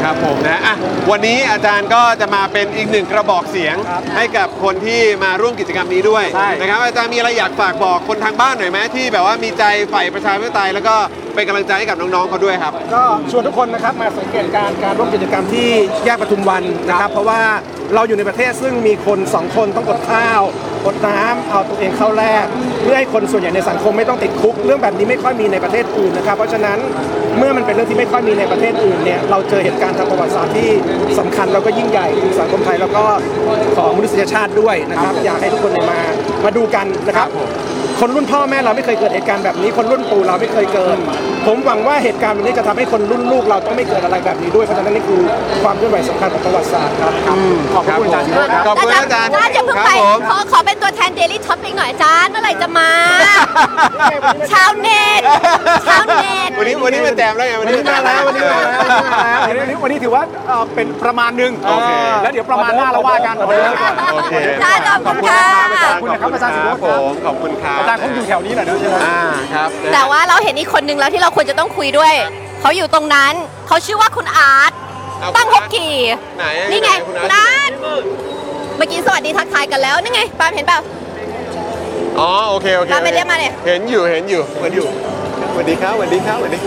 Speaker 4: ครับผมนะอ่ะวันนี้อาจารย์ก็จะมาเป็นอีกหนึ่งกระบอกเสียง ให้กับคนที่มาร่วมกิจกรรมนี้ด้วย
Speaker 3: ใช่
Speaker 4: นะครับอาจารย์มีอะไรอยากฝากบอกคนทางบ้านหน่อยไหมที่แบบว่ามีใจใฝ่ประชาธิปไตยแล้วก็เป็นกำลังใจให้กับน้องๆเขาด้วยครับ
Speaker 11: ก็ชวนทุกคนนะครับมาสังเกตการณ์การร่วมกิจกรรมที่แยกปทุมวันนะครับ เพราะว่าเราอยู่ในประเทศซึ่งมีคน 2 คนต้องอดข้าวอดน้ำเอาตัวเองเข้าแรก เพื่อให้คนส่วนใหญ่ในสังคมไม่ต้องติดคุก เรื่องแบบนี้ไม่ค่อยมีในประเทศอื่นนะครับ เพราะฉะนั้นเมื่อมันเป็นเรื่องที่ไม่ค่อยมีในประเทศอื่นเนี่ยเราเจอเหตุการณ์ทางประวัติศาสตร์ที่สำคัญแล้วก็ยิ่งใหญ่ของสังคมไทยแล้วก็ของมนุษยชาติด้วยนะครับอยากให้ทุกคนเนี่ยมามาดูกันนะครับ คนรุ่นพ่อแม่เราไม่เคยเกิดเหตุการณ์แบบนี้ คนรุ่นปู่เราไม่เคยเกิด ผมหวังว่าเหตุการณ์แบบนี้จะทำให้คนรุ่นลูกเราต้องไม่เกิดอะไรแบบนี้ด้วยเพราะฉะนั้นนี่คือความเคลื่อนไหวสำคัญของประวัติศาสตร์ครับขอบพระคุณอาจารย์ด้วยครับ
Speaker 4: ขอบคุณอาจารย์
Speaker 6: อาจารย์จะเพิ่ง
Speaker 4: ครับ
Speaker 6: ไป
Speaker 4: ผม
Speaker 6: ขอขอเป็นตัวแทน Daily Topic หน่อยอาจารย์เมื่อไหร่จะ มาชาวเน็ตชาวเน็ต
Speaker 4: วันนี้วันนี้มาแจมแล้วไงวันนี้
Speaker 11: มาแล้ววันนี้มาแล้ว
Speaker 3: วันนี้วันนี้ถือว่าเอ่อเป็นประมาณหนึ่ง
Speaker 4: โอเค
Speaker 3: แล้วเดี๋ยวประมาณหน้าเราว่ากัน
Speaker 4: โอเค
Speaker 6: อาจารย์ขอบคุณค่ะ
Speaker 4: ขอบคุณนะครับอาจารย์
Speaker 3: ขอบคุณนะครับอาจารย์สุโรจน์
Speaker 4: ผมขอบคุณครับ
Speaker 3: อาจารย์คงอยู่แถวนี้หน่อยนะใช่ไหม
Speaker 4: อ่าครับนะ
Speaker 6: แต่ว่าเราเห็นอีกคนนึงแล้วที่เราควรจะต้องคุยด้วย เขาอยู่ตรงนั้น เขาชื่อว่าคุณอาร์ต
Speaker 4: เอา
Speaker 6: ตั้งฮกกี่
Speaker 4: ไหนอะ
Speaker 6: นี่ไง
Speaker 4: คุณ
Speaker 6: คุณ
Speaker 4: อาร์ต
Speaker 6: อาร์ตเมื่อกี้สวัสดีทักทายกันแล้วนี่ไงปาล์มเห็นเปล่า
Speaker 4: อ๋อโอเคโอเค
Speaker 6: ตามไปเรียกมาเนี่ย
Speaker 4: เห็นอยู่เห็นอยู่สวัสดีอยู่สวัสดีครับสวัสดีครับสวัสดี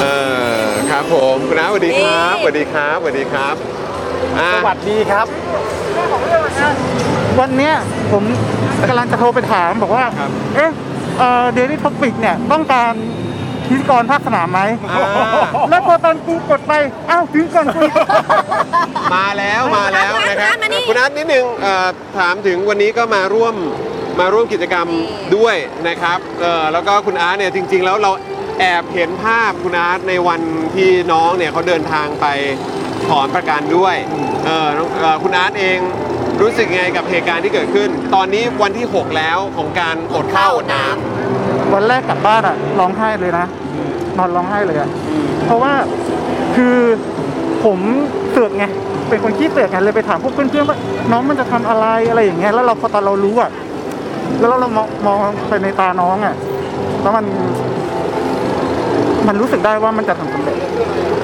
Speaker 4: เออครับผมคุณน้าสวัสดีครับสวัสดีครับสวัสดีครับอ่า
Speaker 3: สวัสดีครับ วันเนี้ยผมกำลังจะโทรไปถามบอกว่า เอ๊ะเดลี่ท็อปิกเนี่ย ต้องการพิธีกรภาคสนามไหม
Speaker 4: อ่า
Speaker 3: แล้วพอตอนกูกดไป อ้าวพิธีกรกู
Speaker 4: มาแล้วมาแล้ว
Speaker 6: คุณอาร์ต
Speaker 4: นะครับ
Speaker 6: มานี่
Speaker 4: คุณนัทนิดนึงเอ่อถามถึงวันนี้ก็มาร่วมมาร่วมกิจกรรมด้วยนะครับเอ่อแล้วก็คุณอาร์ตเนี่ยจริง ๆ แล้วเราแอบเห็นภาพคุณอาร์ตในวันที่น้องเนี่ยเขาเดินทางไปถอนประกันด้วยเอ่อน้องเอ่อคุณอาร์ตเองรู้สึกไงกับเหตุการณ์ที่เกิดขึ้น ตอนนี้วันที่ 6 แล้วของการอดข้าวอดน้
Speaker 12: วันแรกกลับบ้านอะร้องไห้เลยนะ นอนร้องไห้เลยอะเพราะว่าคือผมเสือกไง เป็นคนขี้เสือกไงเลยไปถามพวกเพื่อนๆว่าน้องมันจะทำอะไรอะไรอย่างเงี้ยแล้วเราพอตอนเรารู้อะแล้วเรามองมองไปในตาน้องอะแล้วมัน มันรู้สึกได้ว่ามันจะทำสำเร็จ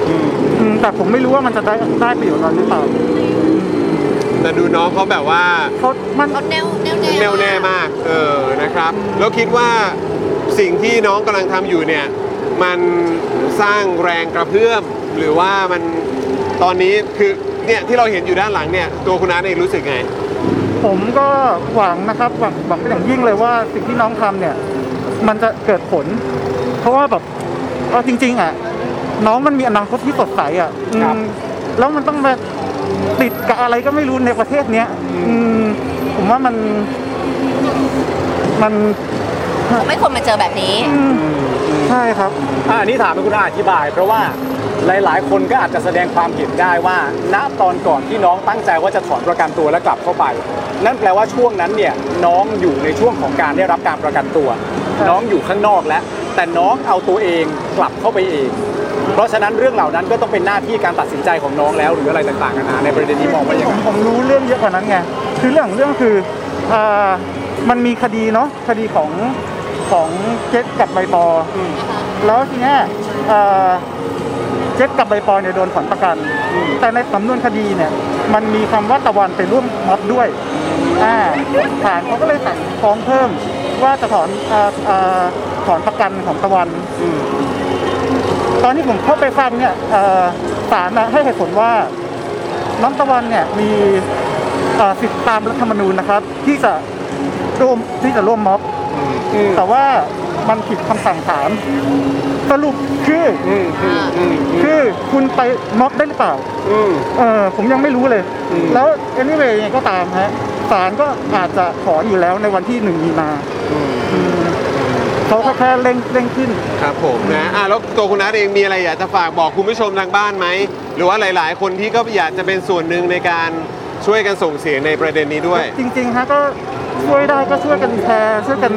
Speaker 12: อืมแต่ผมไม่รู้ว่ามันจะได้ได้ประโยชน์อะไรหรือเปล่า
Speaker 4: ำ แต่ดูน้องเขาแบบว่า
Speaker 12: เขามัน
Speaker 6: เขาแนวแนว
Speaker 4: แน่วแน่มาก เออ นะครับ แล้วคิดว่าสิ่งที่น้องกำลังทำอยู่เนี่ย มันสร้างแรงกระเพื่อม หรือว่ามันตอนนี้คือ เนี่ย ที่เราเห็นอยู่ด้านหลังเนี่ย ตัวคุณอาร์ตเองรู้สึกไง
Speaker 12: ผมก็หวังนะครับหวังหวังเป็นอย่างยิ่งเลยว่าสิ่งที่น้องทำเนี่ย มันจะเกิดผล เพราะว่าแบบเอาจริง ๆอ่ะน้องมันมีอนาคตที่สดใสอ่ะอืมแล้วมันต้องมาติดกับอะไรก็ไม่รู้ในประเทศเนี้ยอืมผมว่ามันมัน
Speaker 6: ไม่ควรมาเจอแบบนี้
Speaker 12: ใช่ครับ
Speaker 3: อะอันนี้ถามให้คุณอาอธิบาย เพราะว่าหลาย ๆ คนก็อาจจะแสดงความเห็นได้ว่าณตอนก่อนที่น้องตั้งใจว่าจะถอนประกันตัวและกลับเข้าไป นั่นแปลว่าช่วงนั้นเนี่ยน้องอยู่ในช่วงของการได้รับการประกันตัว น้องอยู่ข้างนอกแล้ว แต่น้องเอาตัวเองกลับเข้าไปเอง เพราะฉะนั้นเรื่องเหล่านั้นก็ต้องเป็นหน้าที่การตัดสินใจของน้องแล้ว หรืออะไรต่างๆนานาในประเด็นนี้มองว่ายัง
Speaker 12: ผ
Speaker 3: ไง
Speaker 12: มผมรู้เรื่องเยอะกว่านั้นไง คือเรื่องของเรื่องคืออ่ามันมีคดีเนาะ คดีของของเจ๊กับใบปออแล้วทีเนี้ยอ่าเจ๊กับใบปอเนี่ยโดนถอนประกัน แต่ในสำนวนคดีเนี่ย มันมีคำว่าตะวันไปร่วมม็อบด้วยอ่าศาลเขาก็เลยสั่งฟ้องเพิ่มว่าจะถอนอ่าอ่าถอนประกันของตะวัน ตอนที่ผมเข้าไปฟังเนี่ยเอ่อศาลน่ะให้เหตุผลว่า น้องตะวันเนี่ยมีเอ่อสิทธิตามรัฐธรรมนูญนะครับ ที่จะร่วมที่จะร่วมม็อบแต่ว่ามันผิดคำสั่งศาลสรุปคืออคือคุณไปม็อบได้หรือเปล่าเออผมยังไม่รู้เลย แล้วเอนี่เวย์ก็ตามฮะศาลก็อาจจะถอนอยู่แล้วในวันที่หนึ่งมีนาอืมเขาก็แค่เร่งเร่งขึ้น
Speaker 4: ครับผมนะอ่ะแล้วตัวคุณนัทเองมีอะไรอยากจะฝากบอกคุณผู้ชมทางบ้านไหม หรือว่าหลาย ๆ คนที่ก็อยากจะเป็นส่วนหนึ่งในการช่วยกันส่งเสียงในประเด็นนี้ด้วย
Speaker 12: จริงๆฮะก็ช่วยได้ก็ช่วยกันแชร์ช่วยกัน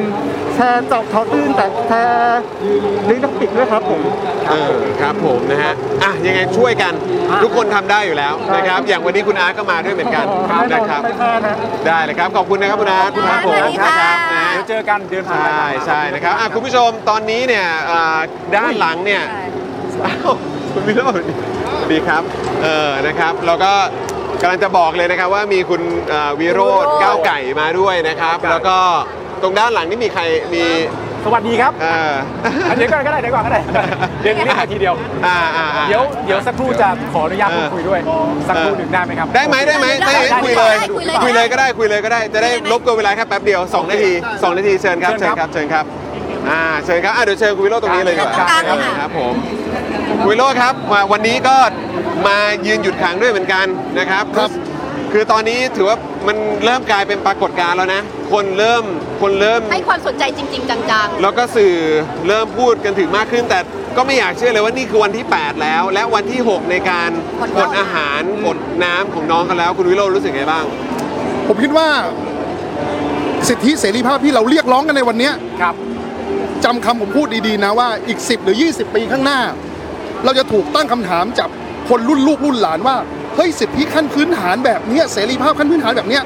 Speaker 12: แชร์เจาะเขาตื้นแต่แชร์ลิงก์ท็อปิกด้วยครับผม
Speaker 4: เออครับผมนะฮะ อ่ะยังไงช่วยกันทุกคนทำได้อยู่แล้วนะครับ อย่างวันนี้คุณอาร์ตก็มาด้วยเหมือนกันนะครับ ได้เลยครับ ขอบคุณนะครับคุณอาร์ตคุณอาร์ตผมนะครับนะฮะ
Speaker 3: เดี๋ยวเจอกันเดือนผ่าน
Speaker 4: ใช่ใช่นะครับอ่ะคุณผู้ชมตอนนี้เนี่ยอ่าด้านหลังเนี่ยอ้าวคุณวิโรจน์สวัสดีครับเออนะครับเราก็กำลังจะบอกเลยนะครับว่ามีคุณอ่าวิโรธก้าวไก่มาด้วยนะครับ แล้วก็ตรงด้านหลังนี่มีใครมี
Speaker 3: สวัสดีครับ
Speaker 4: เออ
Speaker 3: อ่ะเดี๋ยวก่อนก็ได้เดี๋ยวก่อนก็ได้เดี๋ยวนี้มาทีเดียว
Speaker 4: อ่าอ่าอ่า
Speaker 3: เดี๋ยวเดี๋ยวสักครู่จะขออนุญาตพูดคุยด้วย สักครู่หนึ่งได้ไหมครับ
Speaker 4: ได้ไหมได้ไหมถ้าอย่างนั้นคุยเลย
Speaker 6: คุ
Speaker 4: คุย
Speaker 6: ย
Speaker 4: เล
Speaker 6: เลย ย
Speaker 4: ก็ได้คุยเลยก็ได้จะได้ลบกวนเวลาแค่แป๊บเดียว 2 นาที 2 นาทีเชิญครับเชิญครับเชิญครับอ่าเชิญครับอ่าเดี๋ยวเชิญคุณวิโรจน์ตรงนี้เลยดีกว่าครับครับผมคุณวิโรจน์ครับมาวันนี้ก็มายืนหยุดขังด้วยเหมือนกันนะครับครับคือตอนนี้ถือว่ามันเริ่มกลายเป็นปรากฏการณ์แล้วนะ คนเริ่มคนเริ่ม
Speaker 6: ให้ความสนใจจริง ๆ จัง
Speaker 4: แล้วก็สื่อเริ่มพูดกันถึงมากขึ้น แต่ก็ไม่อยากเชื่อเลยว่านี่คือวันที่ 8 แล้ว และวันที่ 6 ในการอดอาหารอดน้ำของน้องกันแล้ว คุณวิโรจน์รู้สึกไงบ้าง
Speaker 13: ผมคิดว่าสิทธิเสรีภาพที่เราเรียกร้องกันในวันเนี้ยจำคำผมพูดดีๆนะว่าอีก 10 หรือ 20 ปีข้างหน้า เราจะถูกตั้งคำถามจากคนรุ่นลูกรุ่นหลานว่าเฮ้ยสิทธิขั้นพื้นฐานแบบเนี้ยเสรีภาพขั้นพื้นฐานแบบเนี้ย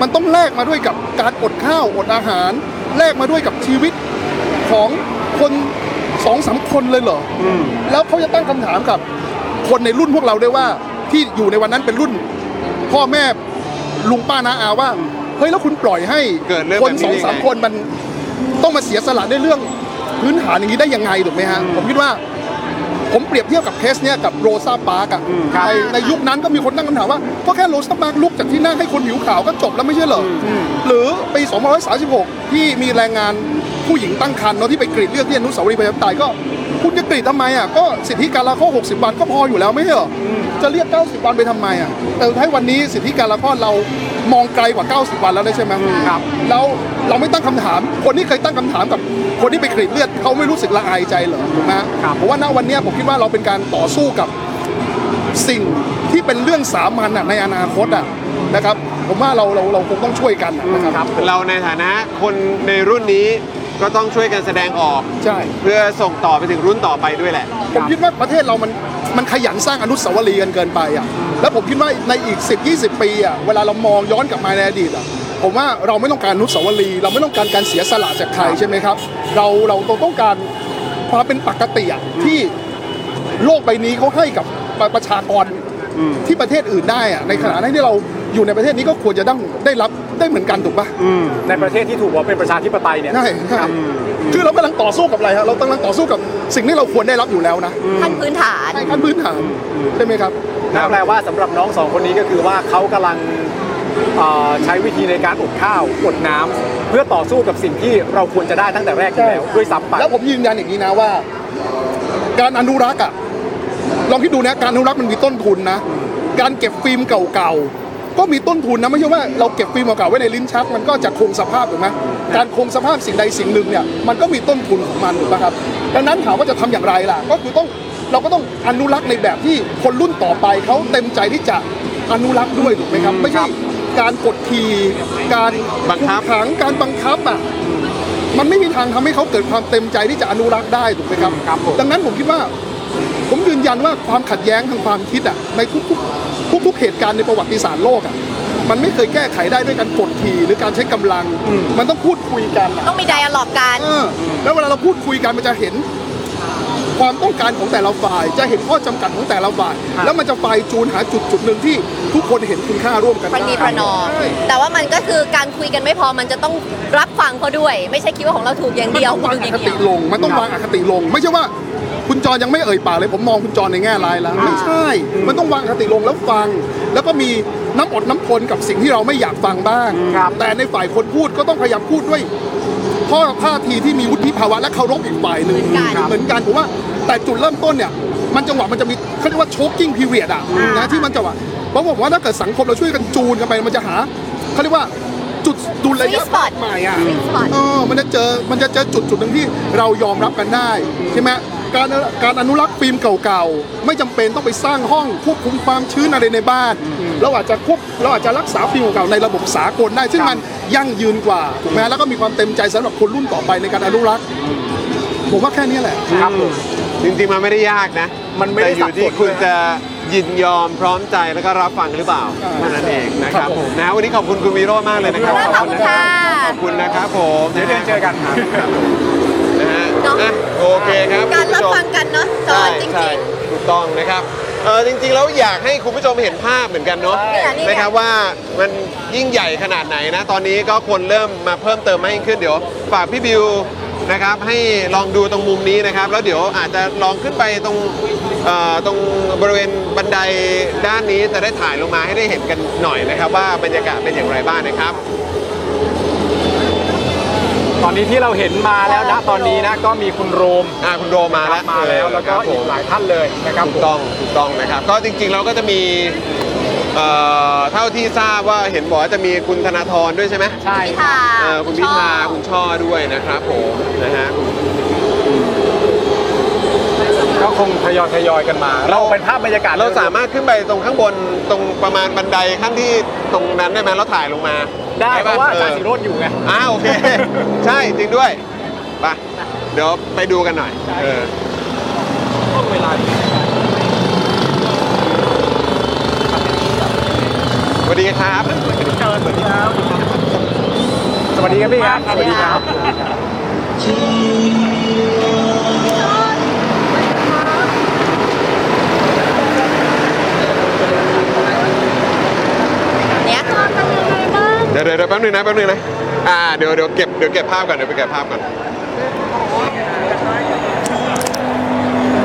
Speaker 13: มันต้องแลกมาด้วยกับการอดข้าวอดอาหาร แลกมาด้วยกับชีวิตของคนสองสามคนเลยเหรออแล้วเขาจะตั้งคำถามกับ คนในรุ่นพวกเราด้วยว่าที่อยู่ในวันนั้นเป็นรุ่น พ่อแม่ลุงป้านาอาว่า เฮ้ยแล้วคุณปล่อยให้
Speaker 4: เกิดเรื่อง
Speaker 13: คน
Speaker 4: แบบ
Speaker 13: สอง
Speaker 4: นี้ได้
Speaker 13: สาม
Speaker 4: ไง
Speaker 13: คนมันต้องมาเสียสละในเรื่องพื้นฐานอย่างนี้ได้ยังไงถูกไหมฮะ ผมคิดว่า ผมเปรียบเทียบกับเคสเนี้ยกับโรซาปาร์กอะในในยุคนั้นก็มีคนตั้งคำถามว่าก็แค่โรซาปาร์กลุกจากที่นั่งให้คนผิวขาวก็จบแล้วไม่ใช่เหรออหรือปี2536 ที่มีแรงงานผู้หญิงตั้งครรภ์เนาะที่ไปกรีดเลือดที่อนุสาวรีย์ประชาธิปไตยก็คุณจะกรีดทำไมอ่ะก็สิทธิการละข้อ60 วันก็พออยู่แล้วไม่ใช่เหรออจะเรียก 90 วันไปทำไมอ่ะแต่สุดท้ายวันนี้สิทธิการละข้อเรามองไกลกว่า 90 วันแล้วนะใช่ไหมครับแล้วเราไม่ตั้งคำถาม คนที่เคยตั้งคำถามกับคนที่ไปกรีดเลือดเขาไม่รู้สึกละอายใจเหรอถูกไหมฮะเพราะว่าณวันเนี้ยผมคิดว่าเราเป็นการต่อสู้กับ สิ่งที่เป็นเรื่องสามัญน่ะในอนาคตอ่ะนะครับ ผมว่าเราเราเราคงต้องช่วยกันน่ะนะครับ
Speaker 4: เราในฐานะคนในรุ่นนี้ก็ต้องช่วยกันแสดงออก
Speaker 13: ใช่
Speaker 4: เพื่อส่งต่อไปถึงรุ่นต่อไปด้วยแหละ
Speaker 13: ผมคิดว่าประเทศเรามันมันขยันสร้างอนุสาวรีย์กันเกินไปอ่ะแล้วผมคิดว่าในอีก 10 20 ปีอ่ะเวลาเรามองย้อนกลับมาในอดีตอ่ะผมว่าเราไม่ต้องการอนุสาวรีย์เราไม่ต้องการการเสียสละจากใครใช่ไหมครับ เราเราต้องการความเป็นปกติอ่ะที่โลกใบนี้เขาให้กับประประชากรที่ประเทศอื่นได้อ่ะในขณะที่เรา อยู่ในประเทศนี้ก็ควรจะต้องได้รับได้เหมือนกันถูกปะ
Speaker 3: ในประเทศที่ถูกบอกเป็นประชาธิปไตยเนี่ย
Speaker 13: ใช่ใช่คือเรากำลังต่อสู้กับอะไรฮะเรากำลังต่อสู้กับสิ่งที่เราควรได้รับอยู่แล้วนะ
Speaker 6: ขั้นพื้นฐาน
Speaker 13: ใช่ขั้นพื้นฐานใช่ไหมครับ
Speaker 3: นั่นแปลว่าสำหรับน้องสองคนนี้ก็คือว่าเขากำลังเอ่อใช้วิธีในการอดข้าวอดน้ำเพื่อต่อสู้กับสิ่งที่เราควรจะได้ตั้งแต่แรกอยู่แล้วด้วยซ้ำไป
Speaker 13: แล้วผมยืนยันอย่างนี้นะว่า การอนุรักษ์อะลองคิดดูนะการอนุรักษ์มันมีต้นทุนนะ การเก็บฟิล์มเก่าๆก็มีต้นทุนนะไม่ใช่ว่าเราเก็บฟิล์มเก่าๆไว้ในลิ้นชัก มันก็จะคงสภาพถูกไหมการคงสภาพสิ่งใดสิ่งหนึ่งเนี่ยมันก็มีต้นทุนของมันถูกไหมครับดังนั้นถามว่าจะทำอย่างไรล่ะ ก็คือต้องเราก็ต้องอนุรักษ์ในแบบที่คนรุ่นต่อไปเขาเต็มใจที่จะอนุรักษ์ด้วยถูกไหมครับ ไม่ใช่การกดขี่การบังคับขังการบังคับอ่ะ มันไม่มีทางทำให้เขาเกิดความเต็มใจที่จะอนุรักษ์ได้ถูกไหมครับ ดังนั้นผมคิดว่า ผมยืนยันว่าความขัดแย้งทางความคิดอ่ะในทุกๆทุกๆเหตุการณ์ในประวัติศาสตร์โลกอ่ะมันไม่เคยแก้ไขได้ด้วยการกดขี่หรือการใช้กำลัง มันต้องพูดคุยกันอะ
Speaker 6: ต้องมีไดอะล็อกกัน
Speaker 13: เออแล้วเวลาเราพูดคุยกันมันจะเห็น ความต้องการของแต่ละฝ่าย จะเห็นข้อจำกัดของแต่ละฝ่าย แล้วมันจะไปจูนหาจุดจุดหนึ่งที่ทุกคนเห็นคุณค่าร่วมกัน
Speaker 6: ประนี
Speaker 13: ได้
Speaker 6: ประนอมแต่ว่ามันก็คือการคุยกันไม่พอมันจะต้องรับฟังเขาด้วย ไม่ใช่คิดว่าของเราถูกอย่างเดี ยว
Speaker 13: มันต้องวาง
Speaker 6: ถูก
Speaker 13: อ
Speaker 6: อย่างเดี
Speaker 13: คติ
Speaker 6: ยว
Speaker 13: ลง มันต้องวางอคติลง ไม่ใช่ว่า คุณจรยังไม่เอ่ยปากเลยผมมองคุณจรในแง่ร้ายแล้วไม่ใช่ มันต้องวางอคติลงแล้วฟัง แล้วก็มีน้ำอดน้ำทนกับสิ่งที่เราไม่อยากฟังบ้าง แต่ในฝ่ายคนพูดก็ต้องพยายามพูดด้วยข้อท่าทีที่มีวุฒิภาวะและเคารพอีกฝ่ายหนึ่งเหมือนกันผมว่า แต่จุดเริ่มต้นเนี่ย มันจังหวะมันจะมีเขาเรียกว่า choking period อ่ะนะที่มันจะว่าเพราะผมว่าถ้าเกิดสังคมเราช่วยกันจูนกันไปมันจะหาเขาเรียกว่าจุดดุลยภาพใหม่อ่ะ
Speaker 6: Sweet spot
Speaker 13: เออมันจะเจอ มันจะเจอจุดจุดหนึ่งที่เรายอมรับกันได้ใช่ไหมการการอนุรักษ์ฟิล์มเก่าๆ ไม่จำเป็นต้องไปสร้างห้องควบคุมความชื้นอะไรในบ้าน เราอาจจะควบเราอาจจะรักษาฟิล์มเก่าๆในระบบสากลได้ ซึ่งมันยั่งยืนกว่าถูกไหมแล้วก็มีความเต็มใจสำหรับคนรุ่นต่อไปในการอนุรักษ์ ผมว่าแค่นี้แหละ
Speaker 4: ครับจริงๆมันไม่ได้ยากนะ
Speaker 13: มันไม่ได้
Speaker 4: แต่อยู่ที่
Speaker 13: สับสน
Speaker 4: คุณ
Speaker 13: เลยนะ
Speaker 4: จะยินยอมพร้อมใจแล้วก็รับฟังหรือเปล่าเท่านั้นเองนะครับผมนะวันนี้ขอบคุณคุณวีโรจน์มากเลยนะครับ
Speaker 6: ขอบคุณค่ะ
Speaker 4: ขอบคุณนะครับผมเดี๋ยวเจอกันครับนะฮะอ่ะโอเคครับ
Speaker 6: การ
Speaker 4: คุณ
Speaker 6: รั
Speaker 4: ผู้
Speaker 6: บ
Speaker 4: ชม
Speaker 6: ฟังกันเนาะจอ
Speaker 4: ใช่
Speaker 6: นจริง
Speaker 4: ใช่ถูกต้องนะครับเออจริงๆแล้วอยากให้คุณผู้ชมเห็นภาพเหมือนกันเนาะ
Speaker 6: เนี่ยนี่ไง
Speaker 4: นะครับว่ามันยิ่งใหญ่ขนาดไหนนะ ตอนนี้ก็คนเริ่มมาเพิ่มเติมมากยิ่งขึ้นเดี๋ยวฝากพี่บิวนะครับ ให้ลองดูตรงมุมนี้นะครับ แล้วเดี๋ยวอาจจะลองขึ้นไปตรงเอ่อตรงบริเวณบันไดด้านนี้จะได้ถ่ายลงมาให้ได้เห็นกันหน่อยนะครับ ว่าบรรยากาศเป็นอย่างไรบ้างนะครับ
Speaker 3: ตอนนี้ที่เราเห็นมาแล้วนะตอนนี้นะก็มีคุณโรม
Speaker 4: อ่าคุณโรมมาแล้ว
Speaker 3: มาแล้วแล้วก็อีกหลายท่านเลยนะครับ
Speaker 4: ถูกต้องถูกต้องนะครับ ก็จริงๆเราก็จะมีเอ่อเท่าที่ทราบว่าเห็นบอกว่าจะมีคุณธนาธรด้วยใช่ไหม
Speaker 3: ใช่
Speaker 6: ค่ะ
Speaker 4: เอ่อคุณพิธาคุณช่อด้วยนะครับผมนะฮะ
Speaker 3: ก็คงทยอยทยอยกันมา เราเป็นภาพบรรยากาศ
Speaker 4: เราสามารถขึ้นไปตรงข้างบนตรงประมาณบันไดขั้นที่ตรงนั้นได้ไหมแล้วถ่ายลงมา
Speaker 3: ได้เพ
Speaker 4: ป
Speaker 3: ราะว่าอาจารย์
Speaker 4: เ
Speaker 3: สิโรจน์อยู่ไง
Speaker 4: อ่าโอเค ใช่จริงด้วยไปเดี๋ยวไปดูกันหน่อยเออสวัสดีครับ
Speaker 3: สวัสดีครับ สวัสดีครับพี่ครับ สวัสดีครับ
Speaker 6: ๆ เนี้ย
Speaker 4: เดี๋ยวเดี๋ยวเดี๋ยวแป๊บนึงนะแป๊บนึงนะอ่าเดี๋ยวเดี๋ยวเก็บเดี๋ยวเก็บภาพก่อนเดี๋ยวไปเก็บภาพก่อน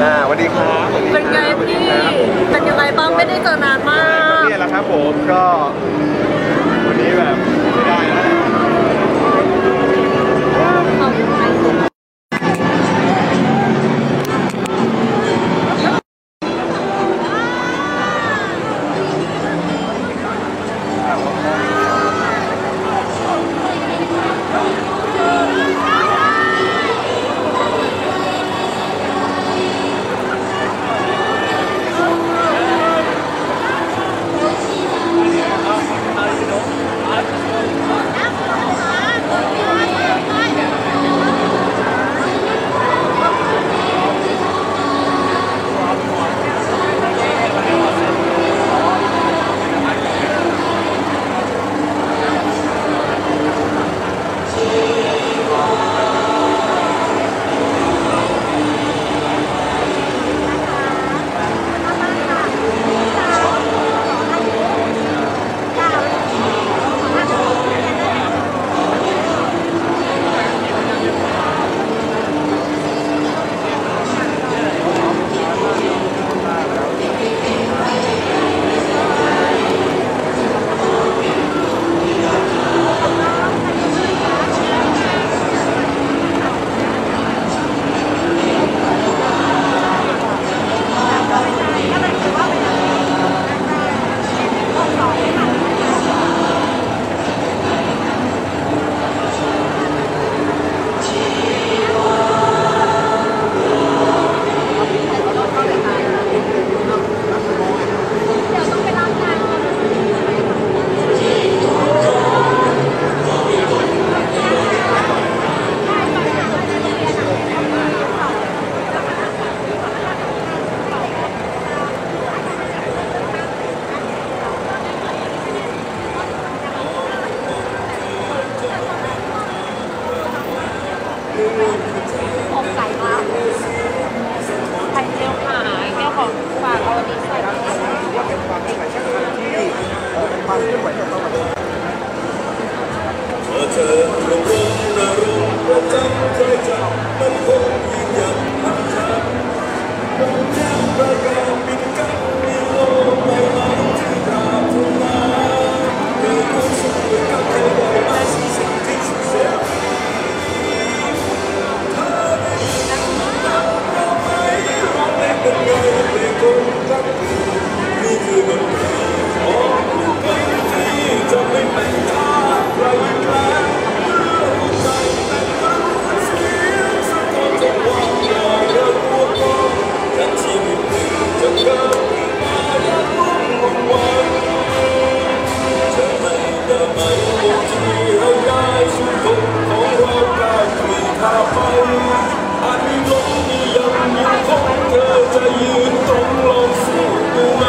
Speaker 4: อ่าสวัสดีครับสวัสดีครับ
Speaker 10: เป็นไงพี่ เป็นยังไงบ้างไม่ได้เจอนานมาก
Speaker 4: นี่แหละครับผมก็วันนี้แบบไม่ได้แล้ว
Speaker 8: เ
Speaker 14: ยืนตรงลองสู้ดูไหม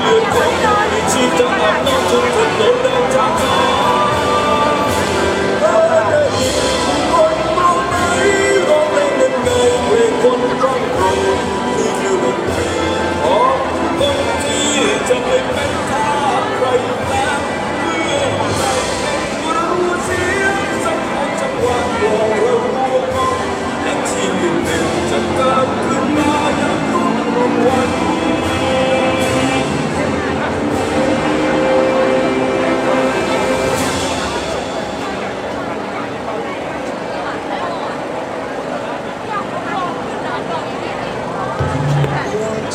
Speaker 14: เลือดของเราที่จะอาบน้ำจนถนนดังจากฟ้าเออได้ยินคนร้องไหมร้องเพลงนั้นไงเพลงคนร้องกรนนี่คือดนตรีของคนที่จะไม่เป็นทาสใครแล้วเพื่อใจรู้เสียงสักคนจังหวะบอกเราตัวกอง และชีวิตหนึ่งจะเกิดขึ้นมาอย่างรุ่งรุ่งวัน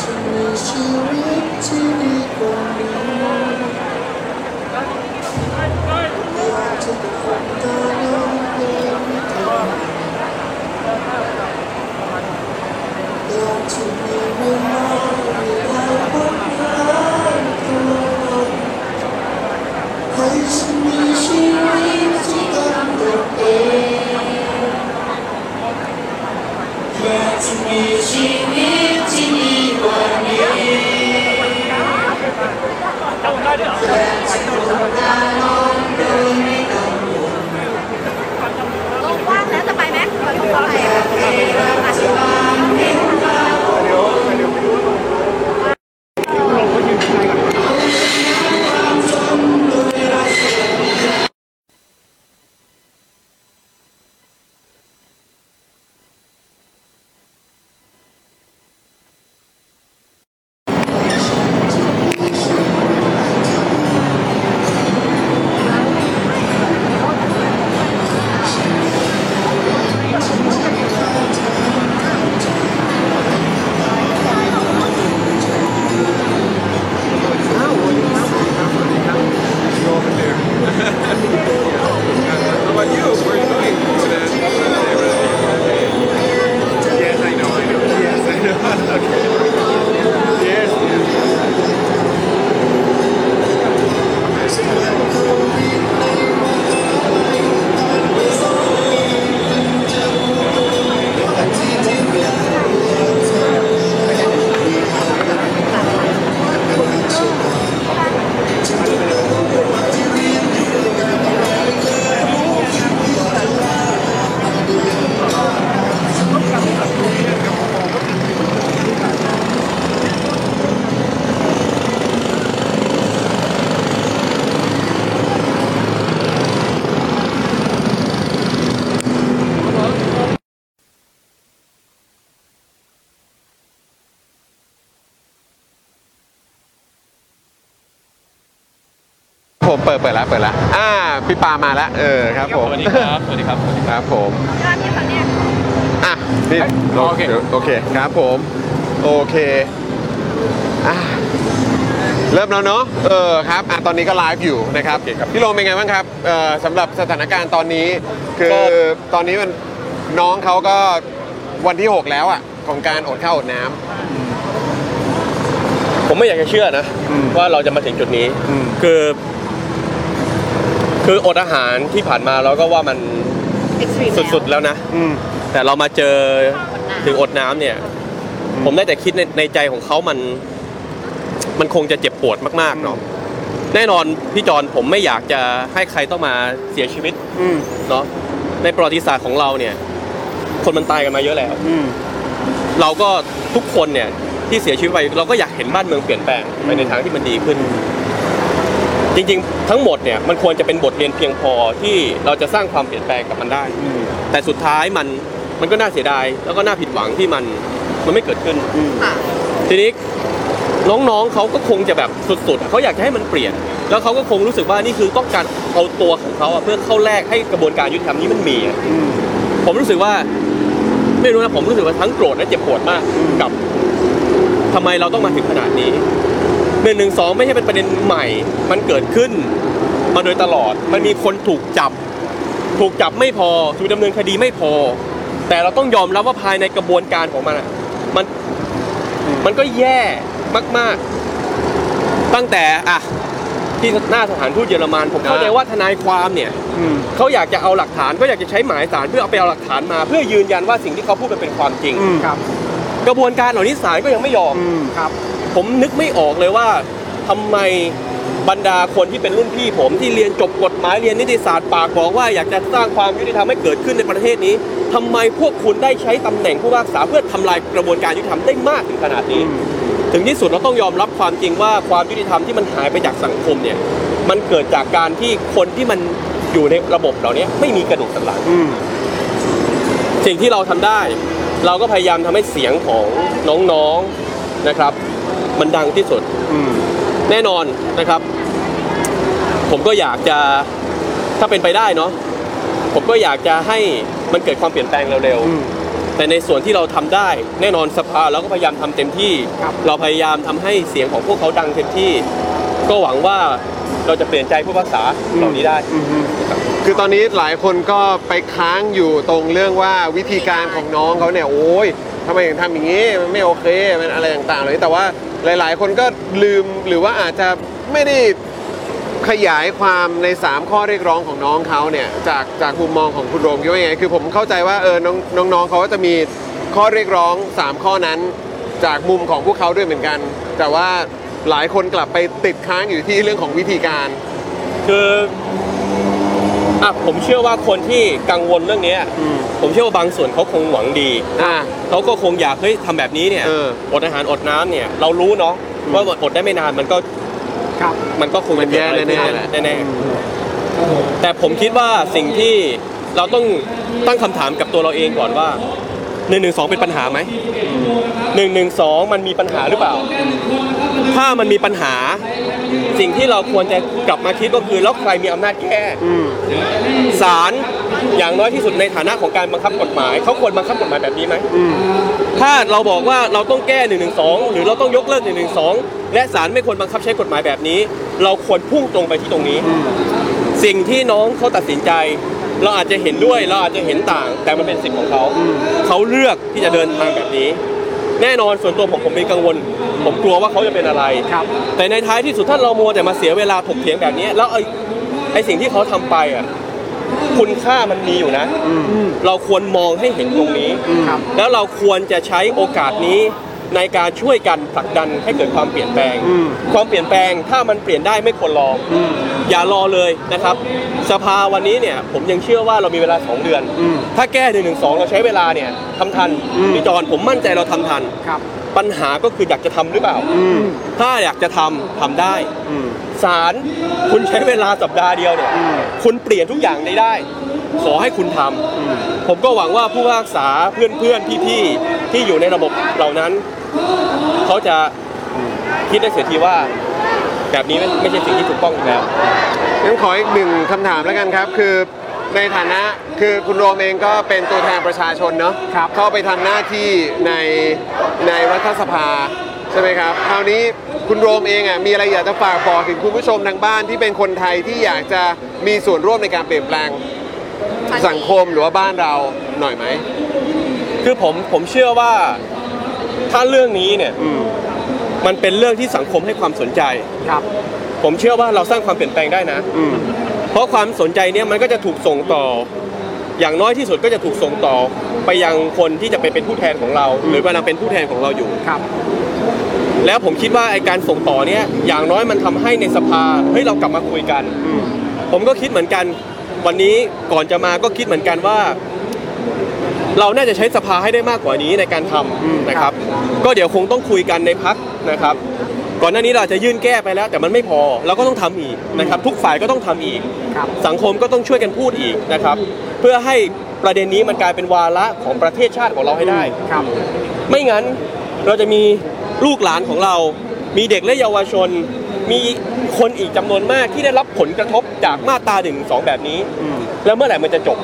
Speaker 14: จะมีชีวิตที่ดีกว่านี้อยากจะเป็นคนตาลงเดินทาง
Speaker 8: ผมเปิดเปิดแล้วเปิดแล้วอ่าพี่ปามาแล้วเออครับผม
Speaker 15: สวัสดีครับสวัสดีครับ
Speaker 8: ครับผมอ่ะนี่โอเคโอเคครับผม โอเคอ่ะเริ่มแล้วเนาะเออครับอ่ะตอนนี้ก็ไลฟ์อยู่นะครับพี่โรมเป็นไงบ้างครับเอ่อสำหรับสถานการณ์ตอนนี้ คือตอนนี้มันน้องเขาก็วันที่ 6 แล้วอ่ะของการอดข้าวอดน้ำ
Speaker 15: ผมไม่อยากจะเชื่อนะ ว่าเราจะมาถึงจุดนี้ คือ คืออดอาหารที่ผ่านมาเราก็ว่ามันสุดๆแล้วนะแต่เรามาเจอถึงอดน้ำเนี่ย ผมได้แต่คิดในในใจของเขามัน มันคงจะเจ็บปวดมากๆเนาะแน่นอนพี่จอนผมไม่อยากจะให้ใครต้องมาเสียชีวิตเนาะในประวัติศาสตร์ของเราเนี่ย คนมันตายกันมาเยอะแล้ว เราก็ทุกคนเนี่ยที่เสียชีวิตไปเราก็อยากเห็นบ้านเมืองเปลี่ยนแปลงไปในทางที่มันดีขึ้น จริงๆ ทั้งหมดเนี่ยมันควรจะเป็นบทเรียนเพียงพอที่เราจะสร้างความเปลี่ยนแปลงกับมันได้ แต่สุดท้ายมันมันก็น่าเสียดาย แล้วก็น่าผิดหวังที่มันมันไม่เกิดขึ้น ทีนี้น้องๆเขาก็คงจะแบบสุดๆเขาอยากจะให้มันเปลี่ยน แล้วเขาก็คงรู้สึกว่านี่คือต้องการเอาตัวของเขาอะเพื่อเข้าแลกให้กระบวนการยุติธรรมนี้มันมีอะผมรู้สึกว่า ไม่รู้นะผมรู้สึกว่าทั้งโกรธและเจ็บปวดมากกับทำไมเราต้องมาถึงขนาดนี้หนึ่งหนึ่งสองไม่ใช่เป็นประเด็นใหม่ มันเกิดขึ้น มาโดยตลอด มันมีคนถูกจับ ถูกจับไม่พอถูกดำเนินคดีไม่พอ แต่เราต้องยอมรับว่าภายในกระบวนการของมันอะมัน มันก็แย่มาก ๆ ตั้งแต่อะที่หน้าสถานทูตเยอรมันผมเข้าใจว่าทนายความเนี่ย เขาอยากจะเอาหลักฐานก็อยากจะใช้หมายสารเพื่อเอาไปเอาหลักฐานมา เพื่อยืนยันว่าสิ่งที่เขาพูดมันเป็นความจริง กระบวนการเหล่านี้ศาลก็ยังไม่ยอม
Speaker 4: ครับ
Speaker 15: ผมนึกไม่ออกเลยว่าทำไมบรรดาคนที่เป็นรุ่นพี่ผมที่เรียนจบกฎหมายเรียนนิติศาสตร์ปากบอกว่าอยากจะสร้างความยุติธรรมให้เกิดขึ้นในประเทศนี้ทำไมพวกคุณได้ใช้ตำแหน่งผู้พิพากษาเพื่อทำลายกระบวนการยุติธรรมได้มากถึงขนาดนี้ ถึงที่สุดเราต้องยอมรับความจริงว่าความยุติธรรมที่มันหายไปจากสังคมเนี่ย มันเกิดจากการที่คนที่มันอยู่ในระบบเหล่านี้ไม่มีกระดูกสันหลัง สิ่งที่เราทำได้ เราก็พยายามทำให้เสียงของน้องๆนะครับ มันดังที่สุด แน่นอนนะครับ ผมก็อยากจะถ้าเป็นไปได้เนาะผมก็อยากจะให้มันเกิดความเปลี่ยนแปลงเร็วๆแต่ในส่วนที่เราทำได้ แน่นอนสภาเราก็พยายามทำเต็มที่ เราพยายามทำให้เสียงของพวกเขาดังเต็มที่ ก็หวังว่าเราจะเปลี่ยนใจผู้พิพากษาเหล่านี้ได้
Speaker 4: คือตอนนี้หลายคนก็ไปค้างอยู่ตรงเรื่องว่าวิธีการของน้องเขาเนี่ยโอ้ยทำไมถึงทำอย่างนี้มันไม่โอเคมันอะไรต่างๆเลยแต่ว่าหลาย ๆ คนก็ลืมหรือว่าอาจจะไม่ได้ขยายความใน 3 ข้อเรียกร้องของน้องเขาเนี่ยจากจากมุมมองของคุณโรมคิดว่ายังไงคือผมเข้าใจว่าเออน้องน้องๆเขาก็จะมีข้อเรียกร้อง 3 ข้อนั้น จากมุมของพวกเขาด้วยเหมือนกัน แต่ว่าหลายคนกลับไปติดค้างอยู่ที่เรื่องของวิธีการ
Speaker 15: คือ อ่ะผมเชื่อว่าคนที่กังวลเรื่องเนี้ยผมเชื่อว่าบางส่วนเขาคงหวังดีเขาก็คงอยากเฮ้ยทำแบบนี้เนี่ยอดอาหารอดน้ำเนี่ย เรารู้เนาะว่าอดได้ไม่นานมันก็มันก็คงจะเกิดอะไรขึ้นแน่แน่ๆแต่ผมคิดว่าสิ่งที่เราต้องตั้งคำถามกับตัวเราเองก่อนว่าหนึ่งหนึ่งสองเป็นปัญหาไหมหนึ่งหนึ่งสองมันมีปัญหาหรือเปล่า ถ้ามันมีปัญหา สิ่งที่เราควรจะกลับมาคิดก็คือแล้วใครมีอำนาจแก้ศาลอย่างน้อยที่สุดในฐานะของการบังคับกฎหมายเขาควรบังคับกฎหมายแบบนี้ไหมถ้าเราบอกว่าเราต้องแก้1นึหรือเราต้องยกเลิก1นึและศาลไม่ควรบังคับใช้กฎหมายแบบนี้ เราควรพุ่งตรงไปที่ตรงนี้ สิ่งที่น้องเขาตัดสินใจ เราอาจจะเห็นด้วยเราอาจจะเห็นต่าง แต่มันเป็นสิทธิ์ของเขาเขาเลือกที่จะเดินทางแบบนี้ แน่นอนส่วนตัวผมผมมีกังวล ผมกลัวว่าเขาจะเป็นอะไร แต่ในท้ายที่สุดถ้าเรามัวแต่มาเสียเวลาถกเถียงแบบนี้ แล้วไอ้ไอ้สิ่งที่เขาทำไปอ่ะคุณค่ามันมีอยู่นะ เราควรมองให้เห็นตรงนี้ แล้วเราควรจะใช้โอกาสนี้ในการช่วยกันผลักดันให้เกิดความเปลี่ยนแปลง ความเปลี่ยนแปลงถ้ามันเปลี่ยนได้ไม่ควรรอออย่ารอเลยนะครับ สภาวันนี้เนี่ยผมยังเชื่อว่าเรามีเวลา 2 เดือน ถ้าแก้หนึ่งหนึ่งสองเราใช้เวลาเนี่ยทำทันพี่จอนผมมั่นใจเราทำทัน ปัญหาก็คืออยากจะทำหรือเปล่า ถ้าอยากจะทำทำได้ศาลคุณใช้เวลาสัปดาห์เดียวเนี่ยคุณเปลี่ยนทุกอย่างได้ได้ ขอให้คุณทำผมก็หวังว่าผู้พิพากษาเพื่อนๆพี่ๆที่อยู่ในระบบเหล่านั้น เขาจะคิดได้เสียทีว่า แบบนี้ไม่ไม่ใช่สิ่งที่ถูกต้องอยู่แล้ว
Speaker 4: งั้นขออีกหนึ่งคำถามแล้วกันครับ คือในฐานะคือคุณโรมเองก็เป็นตัวแทนประชาชนเนาะเข้าไปทำหน้าที่ในในรัฐสภาใช่ไหมครับคราวนี้คุณโรมเองอ่ะมีอะไรอยากจะฝากบอกถึงคุณผู้ชมทางบ้านที่เป็นคนไทยที่อยากจะมีส่วนร่วมในการเปลี่ยนแปลงสังคมหรือว่าบ้านเราหน่อยไหม
Speaker 15: คือผมผมเชื่อว่าถ้าเรื่องนี้เนี่ยมันเป็นเรื่องที่สังคมให้ความสนใจครับ ผมเชื่อว่าเราสร้างความเปลี่ยนแปลงได้นะเพราะความสนใจเนี่ยมันก็จะถูกส่งต่อ อย่างน้อยที่สุดก็จะถูกส่งต่อไปยังคนที่จะไปเป็นผู้แทนของเรา หรือกำลังเป็นผู้แทนของเราอยู่ครับ แล้วผมคิดว่าไอการส่งต่อเนี่ย อย่างน้อยมันทำให้ในสภาเฮ้ยเรากลับมาคุยกันผมก็คิดเหมือนกัน วันนี้ก่อนจะมาก็คิดเหมือนกันว่า เราน่าจะใช้สภาให้ได้มากกว่านี้ในการทำนะครับ ก็เดี๋ยวคงต้องคุยกันในพักนะครับ ก่อนหน้านี้เราอาจจะยื่นแก้ไปแล้ว แต่มันไม่พอเราก็ต้องทำอีกนะครับ ทุกฝ่ายก็ต้องทำอีก สังคมก็ต้องช่วยกันพูดอีกนะครับ เพื่อให้ประเด็นนี้มันกลายเป็นวาระของประเทศชาติของเราให้ได้ไม่งั้นเราจะมีลูกหลานของเรา มีเด็กและเยาวชน มีคนอีกจำนวนมากที่ได้รับผลกระทบจากมาตราหนึ่งสองแบบนี้ แล้วเมื่อไหร่มันจะจบ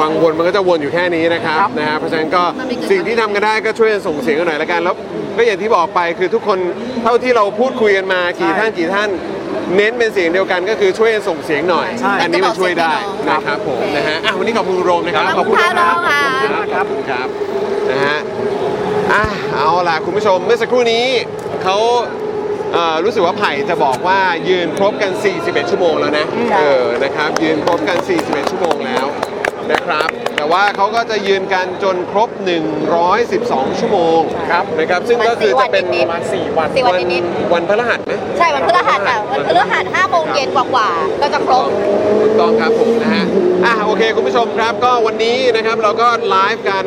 Speaker 4: วังวนมันก็จะวนอยู่แค่นี้นะครับนะฮะเพราะฉะนั้นก็สิ่งที่ทำกันได้ก็ช่วยกันส่งเสียงกันหน่อยละกันแล้วก็อย่างที่บอกไปคือทุกคนเท่าที่เราพูดคุยกันมากี่ท่านกี่ท่าน เน้นเป็นเสียงเดียวกันก็คือช่วยกันส่งเสียงหน่อย อันนี้มันช่วยได้นะครับผมนะฮะอ่ะวันนี้ขอบคุณคุณโรมนะครับขอบคุณนะครั
Speaker 6: ขอบคุณค่ะ
Speaker 4: ขอบคุณครับนะฮะอ่ะเอาล่ะคุณผู้ชมเมื่อสักครู่นี้เขาเอ่อรู้สึกว่าไผ่จะบอกว่ายืนครบกัน 41 ชั่วโมงแล้วนะเออนะครับยืนครบกัน 41 ชั่วโมงแล้ว นะครับ แต่ว่าเขาก็จะยืนกันจนครบ 112 ชั่วโมงครับนะครับ ซึ่งก็คือจะเป็น
Speaker 3: ประมาณสี่วัน
Speaker 6: สี่วันนิด
Speaker 4: วันพฤหัสไหม
Speaker 6: ใช่วันพฤหัสค่ะวันพฤหัสห้าโมงเย็นกว่าๆก็จะครบ
Speaker 4: ถูกต้องครับผมนะฮะ อ่ะโอเคคุณผู้ชมครับ ก็วันนี้นะครับเราก็ไลฟ์กัน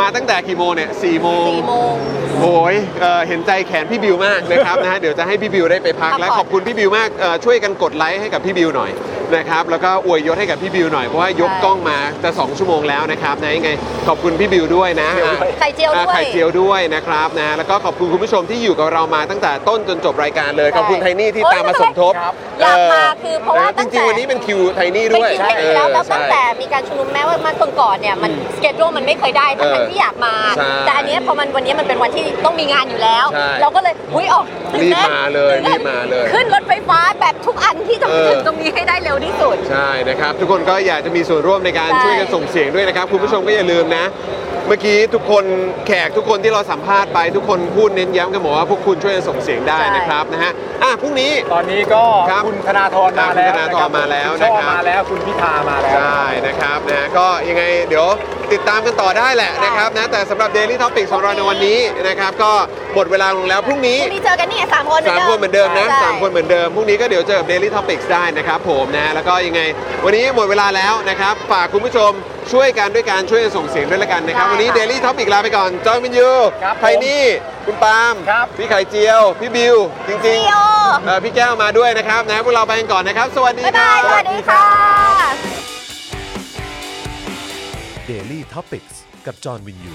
Speaker 4: มาตั้งแต่กี่โมงเนี่ยสี่โมง
Speaker 6: สี่โมง
Speaker 4: โหยเอ่อเห็นใจแขนพี่บิวมากนะครับนะฮะ เดี๋ยวจะให้พี่บิวได้ไปพักและขอบคุณพี่บิวมากเอ่อช่วยกันกดไลค์ให้กับพี่บิวหน่อยนะครับ แล้วก็อวยยศให้กับพี่บิวหน่อยเพราะว่ายกกล้องมาจะสองชั่วโมงแล้วนะครับนะยังไงขอบคุณพี่บิวด้วยนะอ่ะ
Speaker 6: ไข่เจียว
Speaker 4: อ่า
Speaker 6: ด้วย
Speaker 4: ไข่เจียวด้วยนะครับนะแล้วก็ขอบคุณคุณผู้ชมที่อยู่กับเรามาตั้งแต่ต้นจนจบรายการเลยขอบคุณไทนี่ที่ตามมาสมทบ
Speaker 6: อยากมาคือเพราะว่า
Speaker 4: จ
Speaker 6: ตั้ง
Speaker 4: ริ
Speaker 6: แต่
Speaker 4: งๆวันนี้เป็นคิวไทนี่
Speaker 6: เป็น
Speaker 4: ด้วย
Speaker 6: คิวเป็นคิวแล้วแล้วตั้งแต่
Speaker 4: เออ
Speaker 6: มีการชุมนุมแม้ว่ามาคนก่อนเนี่ยมันสเกจโดมันไม่เคยได้ทั้งๆที่อยากมา
Speaker 4: ใช่
Speaker 6: แต่อันเนี้ยพอมันวันนี้มันเป็นวันที่ต้องมีงานอยู่แล้ว
Speaker 4: ใช่
Speaker 6: เราก็เลยอุ้ยออก
Speaker 4: ใช่รีบมาเลยรีบมาเลย
Speaker 6: ขึ้นรถไฟฟ้าแบบทุกอันที่จะ
Speaker 4: เออ
Speaker 6: ถึงตรงนี้ให้ได้เร็วที่สุด
Speaker 4: ใช่นะครับ ทุกคนก็อยากจะมีส่วนร่วมในการ
Speaker 6: ใช่
Speaker 4: ช่วยกันส่งเสียงด้วยนะครับ คุณผู้ชมก็อย่าลืมนะ เมื่อกี้ทุกคนแขกทุกคนที่เราสัมภาษณ์ไป ทุกคนพูดเน้นย้ำกันหมดว่าพวกคุณช่วยกันส่งเสียงได้นะครับนะฮะอ่ะพรุ่งนี้
Speaker 3: ตอนนี้ก็คุณธนาธรมาแล้ว
Speaker 4: คุณธนาธรมาแล้ว
Speaker 3: คุณช่อ
Speaker 4: นะครับ
Speaker 3: มาแล้วคุณพิธามาแล้ว
Speaker 4: ใช่นะครับนะก็ยังไงเดี๋ยวติดตามกันต่อได้แหละนะครับนะแต่สำหรับ Daily Topic ของเราในวันนี้นะครับก็หมดเวลาลงแล้วพรุ่งนี้
Speaker 6: พรุ่งนี้เจอกันเนี่ยสามคน
Speaker 4: สามคนเหมือนเดิมนะ
Speaker 6: ใช่
Speaker 4: สามคนเหมือนเดิมพรุ่งนี้ก็เดี๋ยวเจอกับ Daily Topics ได้นะครับผมนะแล้วก็ยังไง วันนี้หมดเวลาแล้วนะครับฝากคุณผู้ชมช่วยกันด้วยการช่วยกันส่งเสียงด้วยละกันนะครับ
Speaker 3: ได้
Speaker 4: วันนี้
Speaker 3: ค่ะ
Speaker 4: Daily Topic ลาไปก่อนจอยมินยู
Speaker 3: ครับผม
Speaker 4: ไทนี่คุณปาล์มพี่ไข่เจียว พี่บิวจริงๆเอ่อพี่แก้วมาด้วยนะครับนะพวกเราไปกันก่อนนะครับ สวัสดีครับ
Speaker 6: สวัสดีค่ะ
Speaker 2: Daily Topics กับจอห์นวินยู